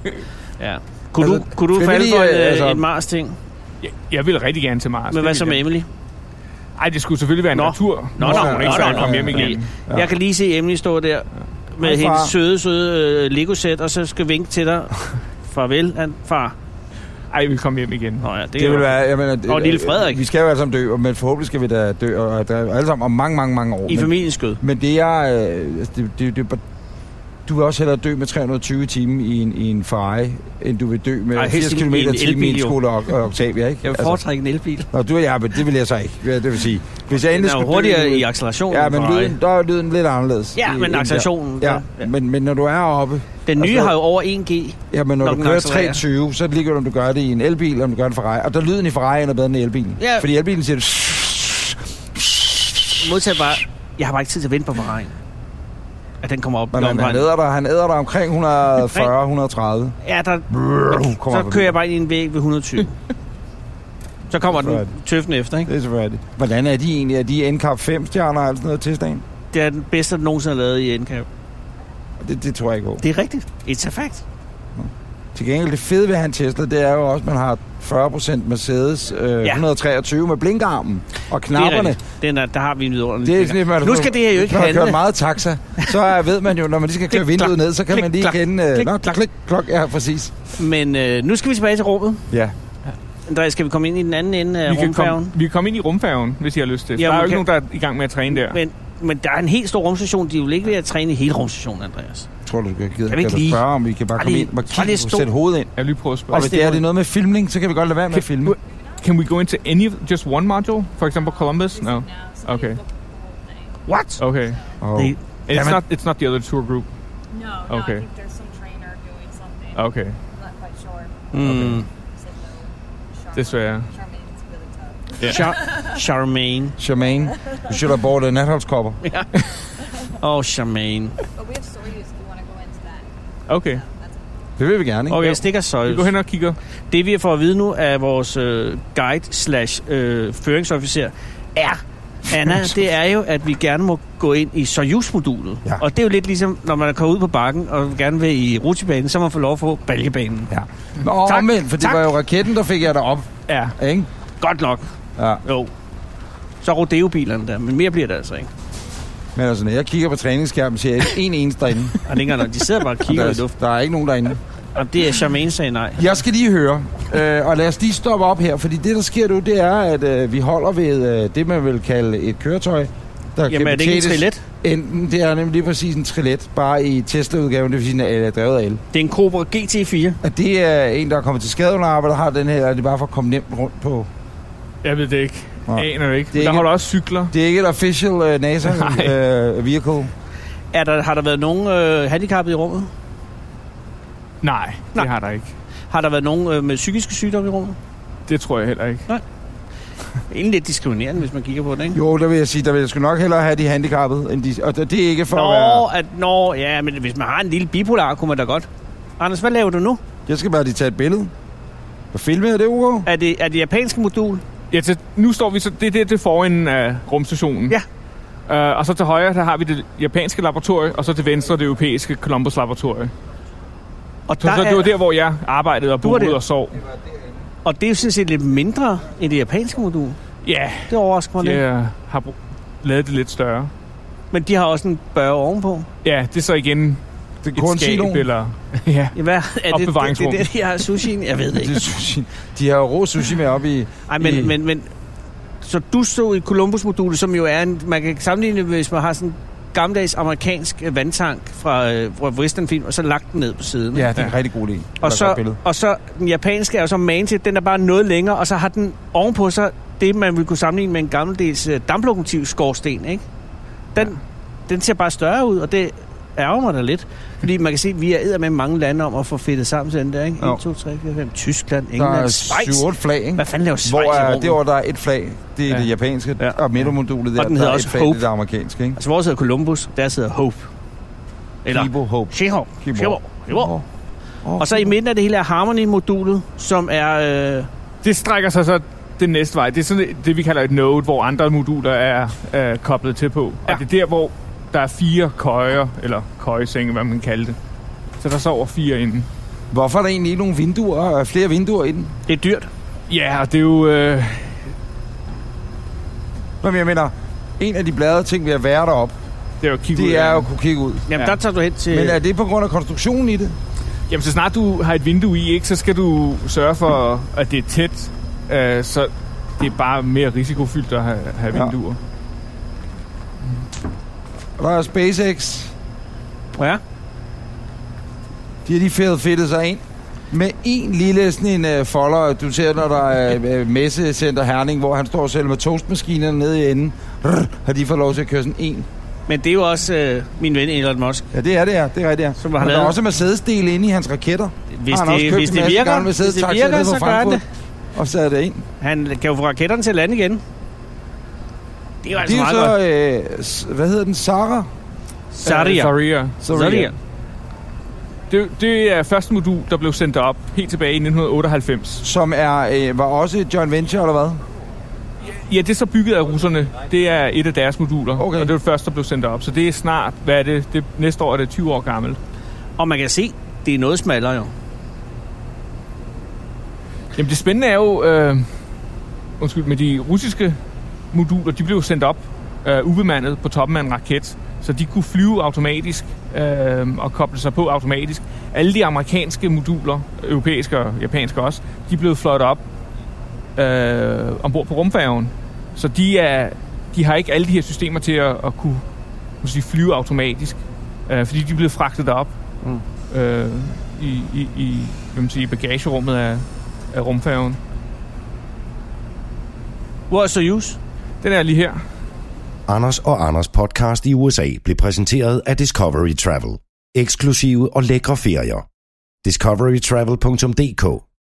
Speaker 3: Ja. Kunne,
Speaker 2: Altså,
Speaker 3: du, kunne du falde
Speaker 2: frivillige,
Speaker 3: for en, øh,
Speaker 2: altså-
Speaker 3: en Mars-ting?
Speaker 5: jeg, jeg vil rigtig gerne til Mars.
Speaker 3: Men
Speaker 5: Det
Speaker 3: hvad
Speaker 5: vil
Speaker 3: så med
Speaker 5: jeg.
Speaker 3: Emily?
Speaker 5: Ej, det skulle selvfølgelig være en
Speaker 3: Nå.
Speaker 5: retur.
Speaker 3: Nå, nå,
Speaker 5: så
Speaker 3: nå,
Speaker 5: hun ikke
Speaker 3: nå,
Speaker 5: så
Speaker 3: nå,
Speaker 5: jeg kom
Speaker 3: nå,
Speaker 5: hjem
Speaker 3: nå.
Speaker 5: igen.
Speaker 3: Ja. Jeg kan lige se Emily stå der med
Speaker 2: Hej,
Speaker 3: hendes
Speaker 2: far.
Speaker 3: søde, søde øh, Lego-sæt, og så skal vinke til dig. Farvel, an, far.
Speaker 5: Ej, jeg vil komme hjem igen.
Speaker 3: Nå ja, det,
Speaker 2: Det vil være, jeg mener, det-
Speaker 3: Og lille Frederik.
Speaker 2: Vi skal jo alle sammen dø, og- men forhåbentlig skal vi da dø, og, og der- alle sammen om mange, mange, mange år.
Speaker 3: I
Speaker 2: men,
Speaker 3: familiens skød.
Speaker 2: men det er, øh, altså, det, det, det, du vil også hellere dø med 320 timer i en, i en Ferrari, end du vil dø med
Speaker 3: Ej,
Speaker 2: Ej,
Speaker 3: helst
Speaker 2: 80
Speaker 3: i en-
Speaker 2: km
Speaker 3: i en
Speaker 2: i timen i en
Speaker 3: elbil, jo.
Speaker 2: skole og, og Octavia, ikke? Altså,
Speaker 3: en elbil.
Speaker 2: Nå, du, ja, men det vil jeg så ikke. Ja, det vil sige, hvis jeg
Speaker 3: Den
Speaker 2: endelig
Speaker 3: er jo
Speaker 2: skulle dø
Speaker 3: hurtigere
Speaker 2: nu-
Speaker 3: i acceleration.
Speaker 2: Ja,
Speaker 3: end
Speaker 2: men
Speaker 3: Ferrari.
Speaker 2: lyden, der er lyden lidt anderledes.
Speaker 3: Ja,
Speaker 2: i-
Speaker 3: men
Speaker 2: end der.
Speaker 3: accelerationen,
Speaker 2: Ja,
Speaker 3: ja.
Speaker 2: Men, men når du er oppe,
Speaker 3: Den nye
Speaker 2: Altså-
Speaker 3: har jo over 1G.
Speaker 2: ja, men når,
Speaker 3: Når
Speaker 2: når
Speaker 3: den
Speaker 2: du kører
Speaker 3: accelererer.
Speaker 2: 320, så er det ligegyldigt, om du gør det i en elbil, eller om du gør det for Og der lyden i Ferrari'en er bedre end i elbilen.
Speaker 3: Ja.
Speaker 2: Fordi i elbilen siger du...
Speaker 3: Modtag bare, jeg har bare ikke tid til at vente på Ferrari'en. At den kommer op
Speaker 2: Men han,
Speaker 3: i
Speaker 2: han,
Speaker 3: omdrejning.
Speaker 2: æder dig, han æder dig omkring 140-130.
Speaker 3: Ja, der,
Speaker 2: Kommer
Speaker 3: så kører jeg bare ind i en væg ved 120. så kommer den
Speaker 2: Sådan.
Speaker 3: tøffen efter, ikke?
Speaker 2: Det er selvfølgelig. Hvordan er de egentlig? Er de NCAP 5 stjerner eller sådan noget til dagen?
Speaker 3: Det er den bedste, der nogensinde er lavet i NCAP.
Speaker 2: Det, det tror jeg ikke på.
Speaker 3: Det er rigtigt. It's a fact.
Speaker 2: Til gengæld, det fede ved at have en Tesla, det er jo også, at man har 40% Mercedes øh,
Speaker 3: Ja.
Speaker 2: 123 med blinkarmen og knapperne.
Speaker 3: Det er rigtigt. den er, der har vi en vidunderlig.
Speaker 2: Det er sådan, lidt, man,
Speaker 3: Nu skal det her jo ikke
Speaker 2: Når man
Speaker 3: handle.
Speaker 2: kører meget taxa, så er- ved man jo, når man lige skal køre
Speaker 3: Klik, klak,
Speaker 2: vinduet ned, så kan
Speaker 3: klik,
Speaker 2: man lige
Speaker 3: klak,
Speaker 2: kende... Øh,
Speaker 3: klik,
Speaker 2: nå,
Speaker 3: klak.
Speaker 2: klak, klok, klok, ja, præcis.
Speaker 3: Men øh, nu skal vi tilbage til rummet.
Speaker 2: Ja.
Speaker 3: Andreas, skal vi komme ind i den anden ende af
Speaker 5: Vi kan,
Speaker 3: rumfærgen?
Speaker 5: komme, vi kan komme ind i rumfærgen, hvis I har lyst til.
Speaker 3: Ja,
Speaker 5: Ja, der er
Speaker 3: man
Speaker 5: jo ikke
Speaker 3: kan-
Speaker 5: nogen, der er i gang med at træne der.
Speaker 3: Men, men der er en helt stor rumstation. De vil ikke ved at træne i hele rumstationen, Andreas.
Speaker 2: Tror du, du kan gide
Speaker 3: Kan vi ikke
Speaker 2: kan du
Speaker 3: lige-
Speaker 2: spørge, om vi kan bare
Speaker 3: Bare
Speaker 2: komme
Speaker 3: lige-
Speaker 2: ind og
Speaker 3: bare
Speaker 2: kigge
Speaker 3: lige stå-
Speaker 2: sætte hovedet ind?
Speaker 5: Jeg vil lige prøve at spørge.
Speaker 2: Og hvis det er, det er noget med filmning, så kan vi godt lade være med at filme.
Speaker 5: Can we go into any, just one module? For example Columbus? No.
Speaker 4: No, so
Speaker 5: Okay.
Speaker 4: we booked the whole
Speaker 3: What?
Speaker 4: thing.
Speaker 5: Okay.
Speaker 2: Og
Speaker 3: Det,
Speaker 5: It's
Speaker 2: Jamen.
Speaker 5: not, it's not the other tour group.
Speaker 4: No, no,
Speaker 5: Okay. Oh.
Speaker 4: I think there's some trainer doing something.
Speaker 5: Okay.
Speaker 4: I'm not quite sure.
Speaker 3: mm,
Speaker 4: He said no. Charmaine-
Speaker 5: Desværre.
Speaker 4: Charmaine's really tough.
Speaker 3: Char- Charmaine.
Speaker 2: Charmaine, you should have bought a natholskopper.
Speaker 3: Åh, oh, Charmaine.
Speaker 4: But we have Soyuz if you want to go into that.
Speaker 5: Okay.
Speaker 2: Det vil vi gerne, ikke?
Speaker 3: Okay,
Speaker 5: Okay.
Speaker 3: jeg stikker
Speaker 5: Vi
Speaker 3: Soyuz.
Speaker 5: går hen og kigger.
Speaker 3: Det vi får at vide nu af vores øh, guide slash øh, føringsofficer er, Anna, det er jo, at vi gerne må gå ind i Soyuz-modulet.
Speaker 2: Ja.
Speaker 3: Og det er jo lidt ligesom, når man er kommet ud på bakken og gerne vil i rutsjebanen, så må man få lov at få baljebanen.
Speaker 2: Ja. Nå, og
Speaker 3: Tak.
Speaker 2: omvendt, for det
Speaker 3: Tak.
Speaker 2: var jo raketten, der fik jeg derop,
Speaker 3: Ja,
Speaker 2: ikke?
Speaker 3: godt nok.
Speaker 2: Ja.
Speaker 3: Jo. Så rodeo-bilerne der, men mere bliver det altså ikke.
Speaker 2: Men altså, når jeg kigger på træningsskærmen, ser jeg ikke en eneste derinde.
Speaker 3: Og det er ikke engang, de sidder bare og kigger i
Speaker 2: Der,
Speaker 3: luften.
Speaker 2: der er ikke nogen derinde.
Speaker 3: Og det er Charmaine sagde nej.
Speaker 2: Jeg skal lige høre, øh, og lad os lige stoppe op her, fordi det, der sker nu, det er, at øh, vi holder ved øh, det, man vil kalde et køretøj. Der
Speaker 3: Jamen er det ikke en
Speaker 2: betjenes-
Speaker 3: trillet?
Speaker 2: Enten, det er nemlig lige præcis en trillet, bare i Tesla-udgaven, det vil sige, den er drevet af el.
Speaker 3: Det er en Cobra GT4.
Speaker 2: Og det er en, der er kommet til skade under arbejdet, har den her, eller er det bare for at komme nemt rundt på.
Speaker 5: Jeg ved det ikke.
Speaker 2: Nå.
Speaker 5: Aner det ikke.
Speaker 2: Det er
Speaker 5: der
Speaker 2: ikke-
Speaker 5: holder også cykler.
Speaker 2: Det er ikke et official uh, NASA uh, vehicle.
Speaker 3: Er der, har der været nogen øh, handicappede i rummet?
Speaker 5: Nej,
Speaker 3: Nej.
Speaker 5: det har der ikke.
Speaker 3: Har der været nogen øh, med psykiske sygdomme i rummet?
Speaker 5: Det tror jeg heller ikke.
Speaker 3: Egentlig lidt diskriminerende, hvis man kigger på det, ikke?
Speaker 2: Jo, der vil jeg sige, der vil jeg sgu nok hellere have de handicappede, end de, og det det er ikke for
Speaker 3: Nå,
Speaker 2: at være...
Speaker 3: at, nå, ja, men hvis man har en lille bipolar, kunne man da godt. Anders, hvad laver du nu?
Speaker 2: Jeg skal bare lige tage et billede. Og filme, er det ok?
Speaker 3: Er det, er det japanske modul?
Speaker 5: Ja, så nu står vi så... Det, det er det forenden af rumstationen.
Speaker 3: Ja.
Speaker 5: Uh, og så til højre, der har vi det japanske laboratorium, og så til venstre det europæiske Columbus laboratorium.
Speaker 3: Og,
Speaker 5: Så,
Speaker 3: der
Speaker 5: så
Speaker 3: er,
Speaker 5: det var der, hvor jeg arbejdede og
Speaker 3: Du var
Speaker 5: boede
Speaker 3: der.
Speaker 5: og sov.
Speaker 3: og det er jo sådan set lidt mindre end det japanske modul.
Speaker 5: Ja,
Speaker 3: Det overrasker mig
Speaker 5: jeg
Speaker 3: lidt.
Speaker 5: har brug- lavet det lidt større.
Speaker 3: Men de har også en børge ovenpå.
Speaker 5: Ja, det er så igen
Speaker 2: Det er
Speaker 5: et
Speaker 2: kun siloen.
Speaker 5: skab eller... ja.
Speaker 3: Ja, Hvad, er det, det, det,
Speaker 5: Opbevaringsrum.
Speaker 3: det, det, de har sushien? Jeg ved det
Speaker 2: Det er
Speaker 3: ikke.
Speaker 2: sushi. De har jo rå sushi med op i...
Speaker 3: Ej, men,
Speaker 2: i-
Speaker 3: men, men, så du så i Columbus-modulet, som jo er en... Man kan sammenligne, hvis man har sådan gammeldags amerikansk øh, vandtank fra, øh, fra westernfilm, og så lagt den ned på siden.
Speaker 2: Ja, det er en rigtig god idé. Det er
Speaker 3: Og
Speaker 2: et godt
Speaker 3: så,
Speaker 2: billede.
Speaker 3: og så den japanske er jo så mantit, den er bare noget længere, og så har den ovenpå sig det, man ville kunne sammenligne med en gammeldags øh, damplokomotivskorsten, ikke? Den, den ser bare større ud, og det ærger mig da lidt. Fordi man kan se, at vi er med mange lande om at få fedtet sammen sådan der, ikke?
Speaker 2: Jo.
Speaker 3: 1, 2, 3, 4, 5. Tyskland,
Speaker 2: Der er
Speaker 3: England, Schweiz.
Speaker 2: 7-8 flag, ikke?
Speaker 3: Hvad fanden laver Schweiz
Speaker 2: Hvor
Speaker 3: i
Speaker 2: er,
Speaker 3: rummet?
Speaker 2: det hvor der er et flag, det er
Speaker 5: Ja.
Speaker 2: det japanske,
Speaker 3: Ja.
Speaker 2: ja. og midtermodulet der,
Speaker 3: Og den
Speaker 2: der
Speaker 3: hedder
Speaker 2: er
Speaker 3: også
Speaker 2: et flag,
Speaker 3: Hope.
Speaker 2: det er det amerikanske, ikke?
Speaker 3: Altså, vores hedder Columbus, deres hedder Hope. Eller
Speaker 2: Kibo Hope.
Speaker 3: Shehope.
Speaker 2: Kibo.
Speaker 3: Shehope. Shehope. Og så i midten af det hele er Harmony-modulet, som er... Øh,
Speaker 5: Det strækker sig så den næste vej. Det er sådan et- det, vi kalder et node, hvor andre moduler er øh, koblet til på. Ja.
Speaker 3: Ja.
Speaker 5: Og det er der, hvor der er fire køjer, eller køjesenge, hvad man kalder det. Så der sover fire inden.
Speaker 2: Hvorfor er der egentlig ikke nogen vinduer, øh, flere vinduer i den?
Speaker 3: det er dyrt.
Speaker 5: Ja, og det er jo... Øh,
Speaker 2: Nå, Men jeg mener, en af de blade ting ved at være deroppe,
Speaker 5: det er jo kigge ud
Speaker 2: det er
Speaker 5: af-
Speaker 2: jo at kunne kigge ud.
Speaker 3: Jamen,
Speaker 5: Ja.
Speaker 3: ja. der tager du hen til...
Speaker 2: Men er det på grund af konstruktionen i det?
Speaker 5: Jamen, så snart du har et vindue i, ikke, så skal du sørge for, at det er tæt. Øh, så det er bare mere risikofyldt at have, have
Speaker 2: Ja.
Speaker 5: vinduer.
Speaker 2: Og Der er SpaceX,
Speaker 3: Ja.
Speaker 2: de har lige fedtet fedtet sig ind. Med en lille sådan en uh, folder, du ser, når der er uh, messecenter Herning, hvor han står og sælger med toastmaskinerne nede i enden. Rrr, har de fået lov til at køre sådan en?
Speaker 3: Men det er jo også øh, min ven Elon Musk.
Speaker 2: Ja, det er det, ja. Det er rigtigt, ja.
Speaker 3: Som har
Speaker 2: Men der er
Speaker 3: lavet-
Speaker 2: også Mercedes-dele inde i hans raketter.
Speaker 3: Hvis
Speaker 2: Har han også
Speaker 3: det,
Speaker 2: købt
Speaker 3: hvis
Speaker 2: en
Speaker 3: det
Speaker 2: masse
Speaker 3: virker,
Speaker 2: gamle
Speaker 3: hvis det
Speaker 2: Mercedes-taxier
Speaker 3: virker
Speaker 2: nede fra
Speaker 3: så gør han
Speaker 2: Frankfurt?
Speaker 3: det.
Speaker 2: Og så er det en.
Speaker 3: Han kan jo få raketterne til at lande igen. Det er jo altså
Speaker 2: Det er jo
Speaker 3: meget så...
Speaker 2: så, øh,
Speaker 3: godt.
Speaker 2: s- hvad hedder den, Sara?
Speaker 3: Zarya.
Speaker 5: Zarya.
Speaker 3: Zarya.
Speaker 5: Det, det er første modul, der blev sendt op helt tilbage i 1998.
Speaker 2: Som er, øh, var også et joint venture, eller hvad?
Speaker 5: Ja, det er så bygget af russerne. Det er et af deres moduler,
Speaker 2: Okay.
Speaker 5: og det er det første, der blev sendt op. Så det er snart, hvad er det? det næste år er det 20 år gammelt.
Speaker 3: Og man kan se, det er noget smallere jo.
Speaker 5: Jamen det spændende er jo, øh, undskyld, med de russiske moduler, de blev sendt op øh, ubemandet på toppen af en raket, så de kunne flyve automatisk øh, og koble sig på automatisk. Alle de amerikanske moduler, europæiske og japanske også, de blev fløjet op øh, ombord på rumfærgen. Så de, er, de har ikke alle de her systemer til at, at kunne man sige, flyve automatisk, øh, fordi de blev fragtet op mm. øh, i, i, i hvad man siger, i bagagerummet af, af rumfærgen.
Speaker 3: Hvor er Soyuz?
Speaker 5: Den er lige her.
Speaker 1: Anders og Anders podcast i USA blev præsenteret af Discovery Travel. Eksklusive og lækre ferier. discoverytravel.dk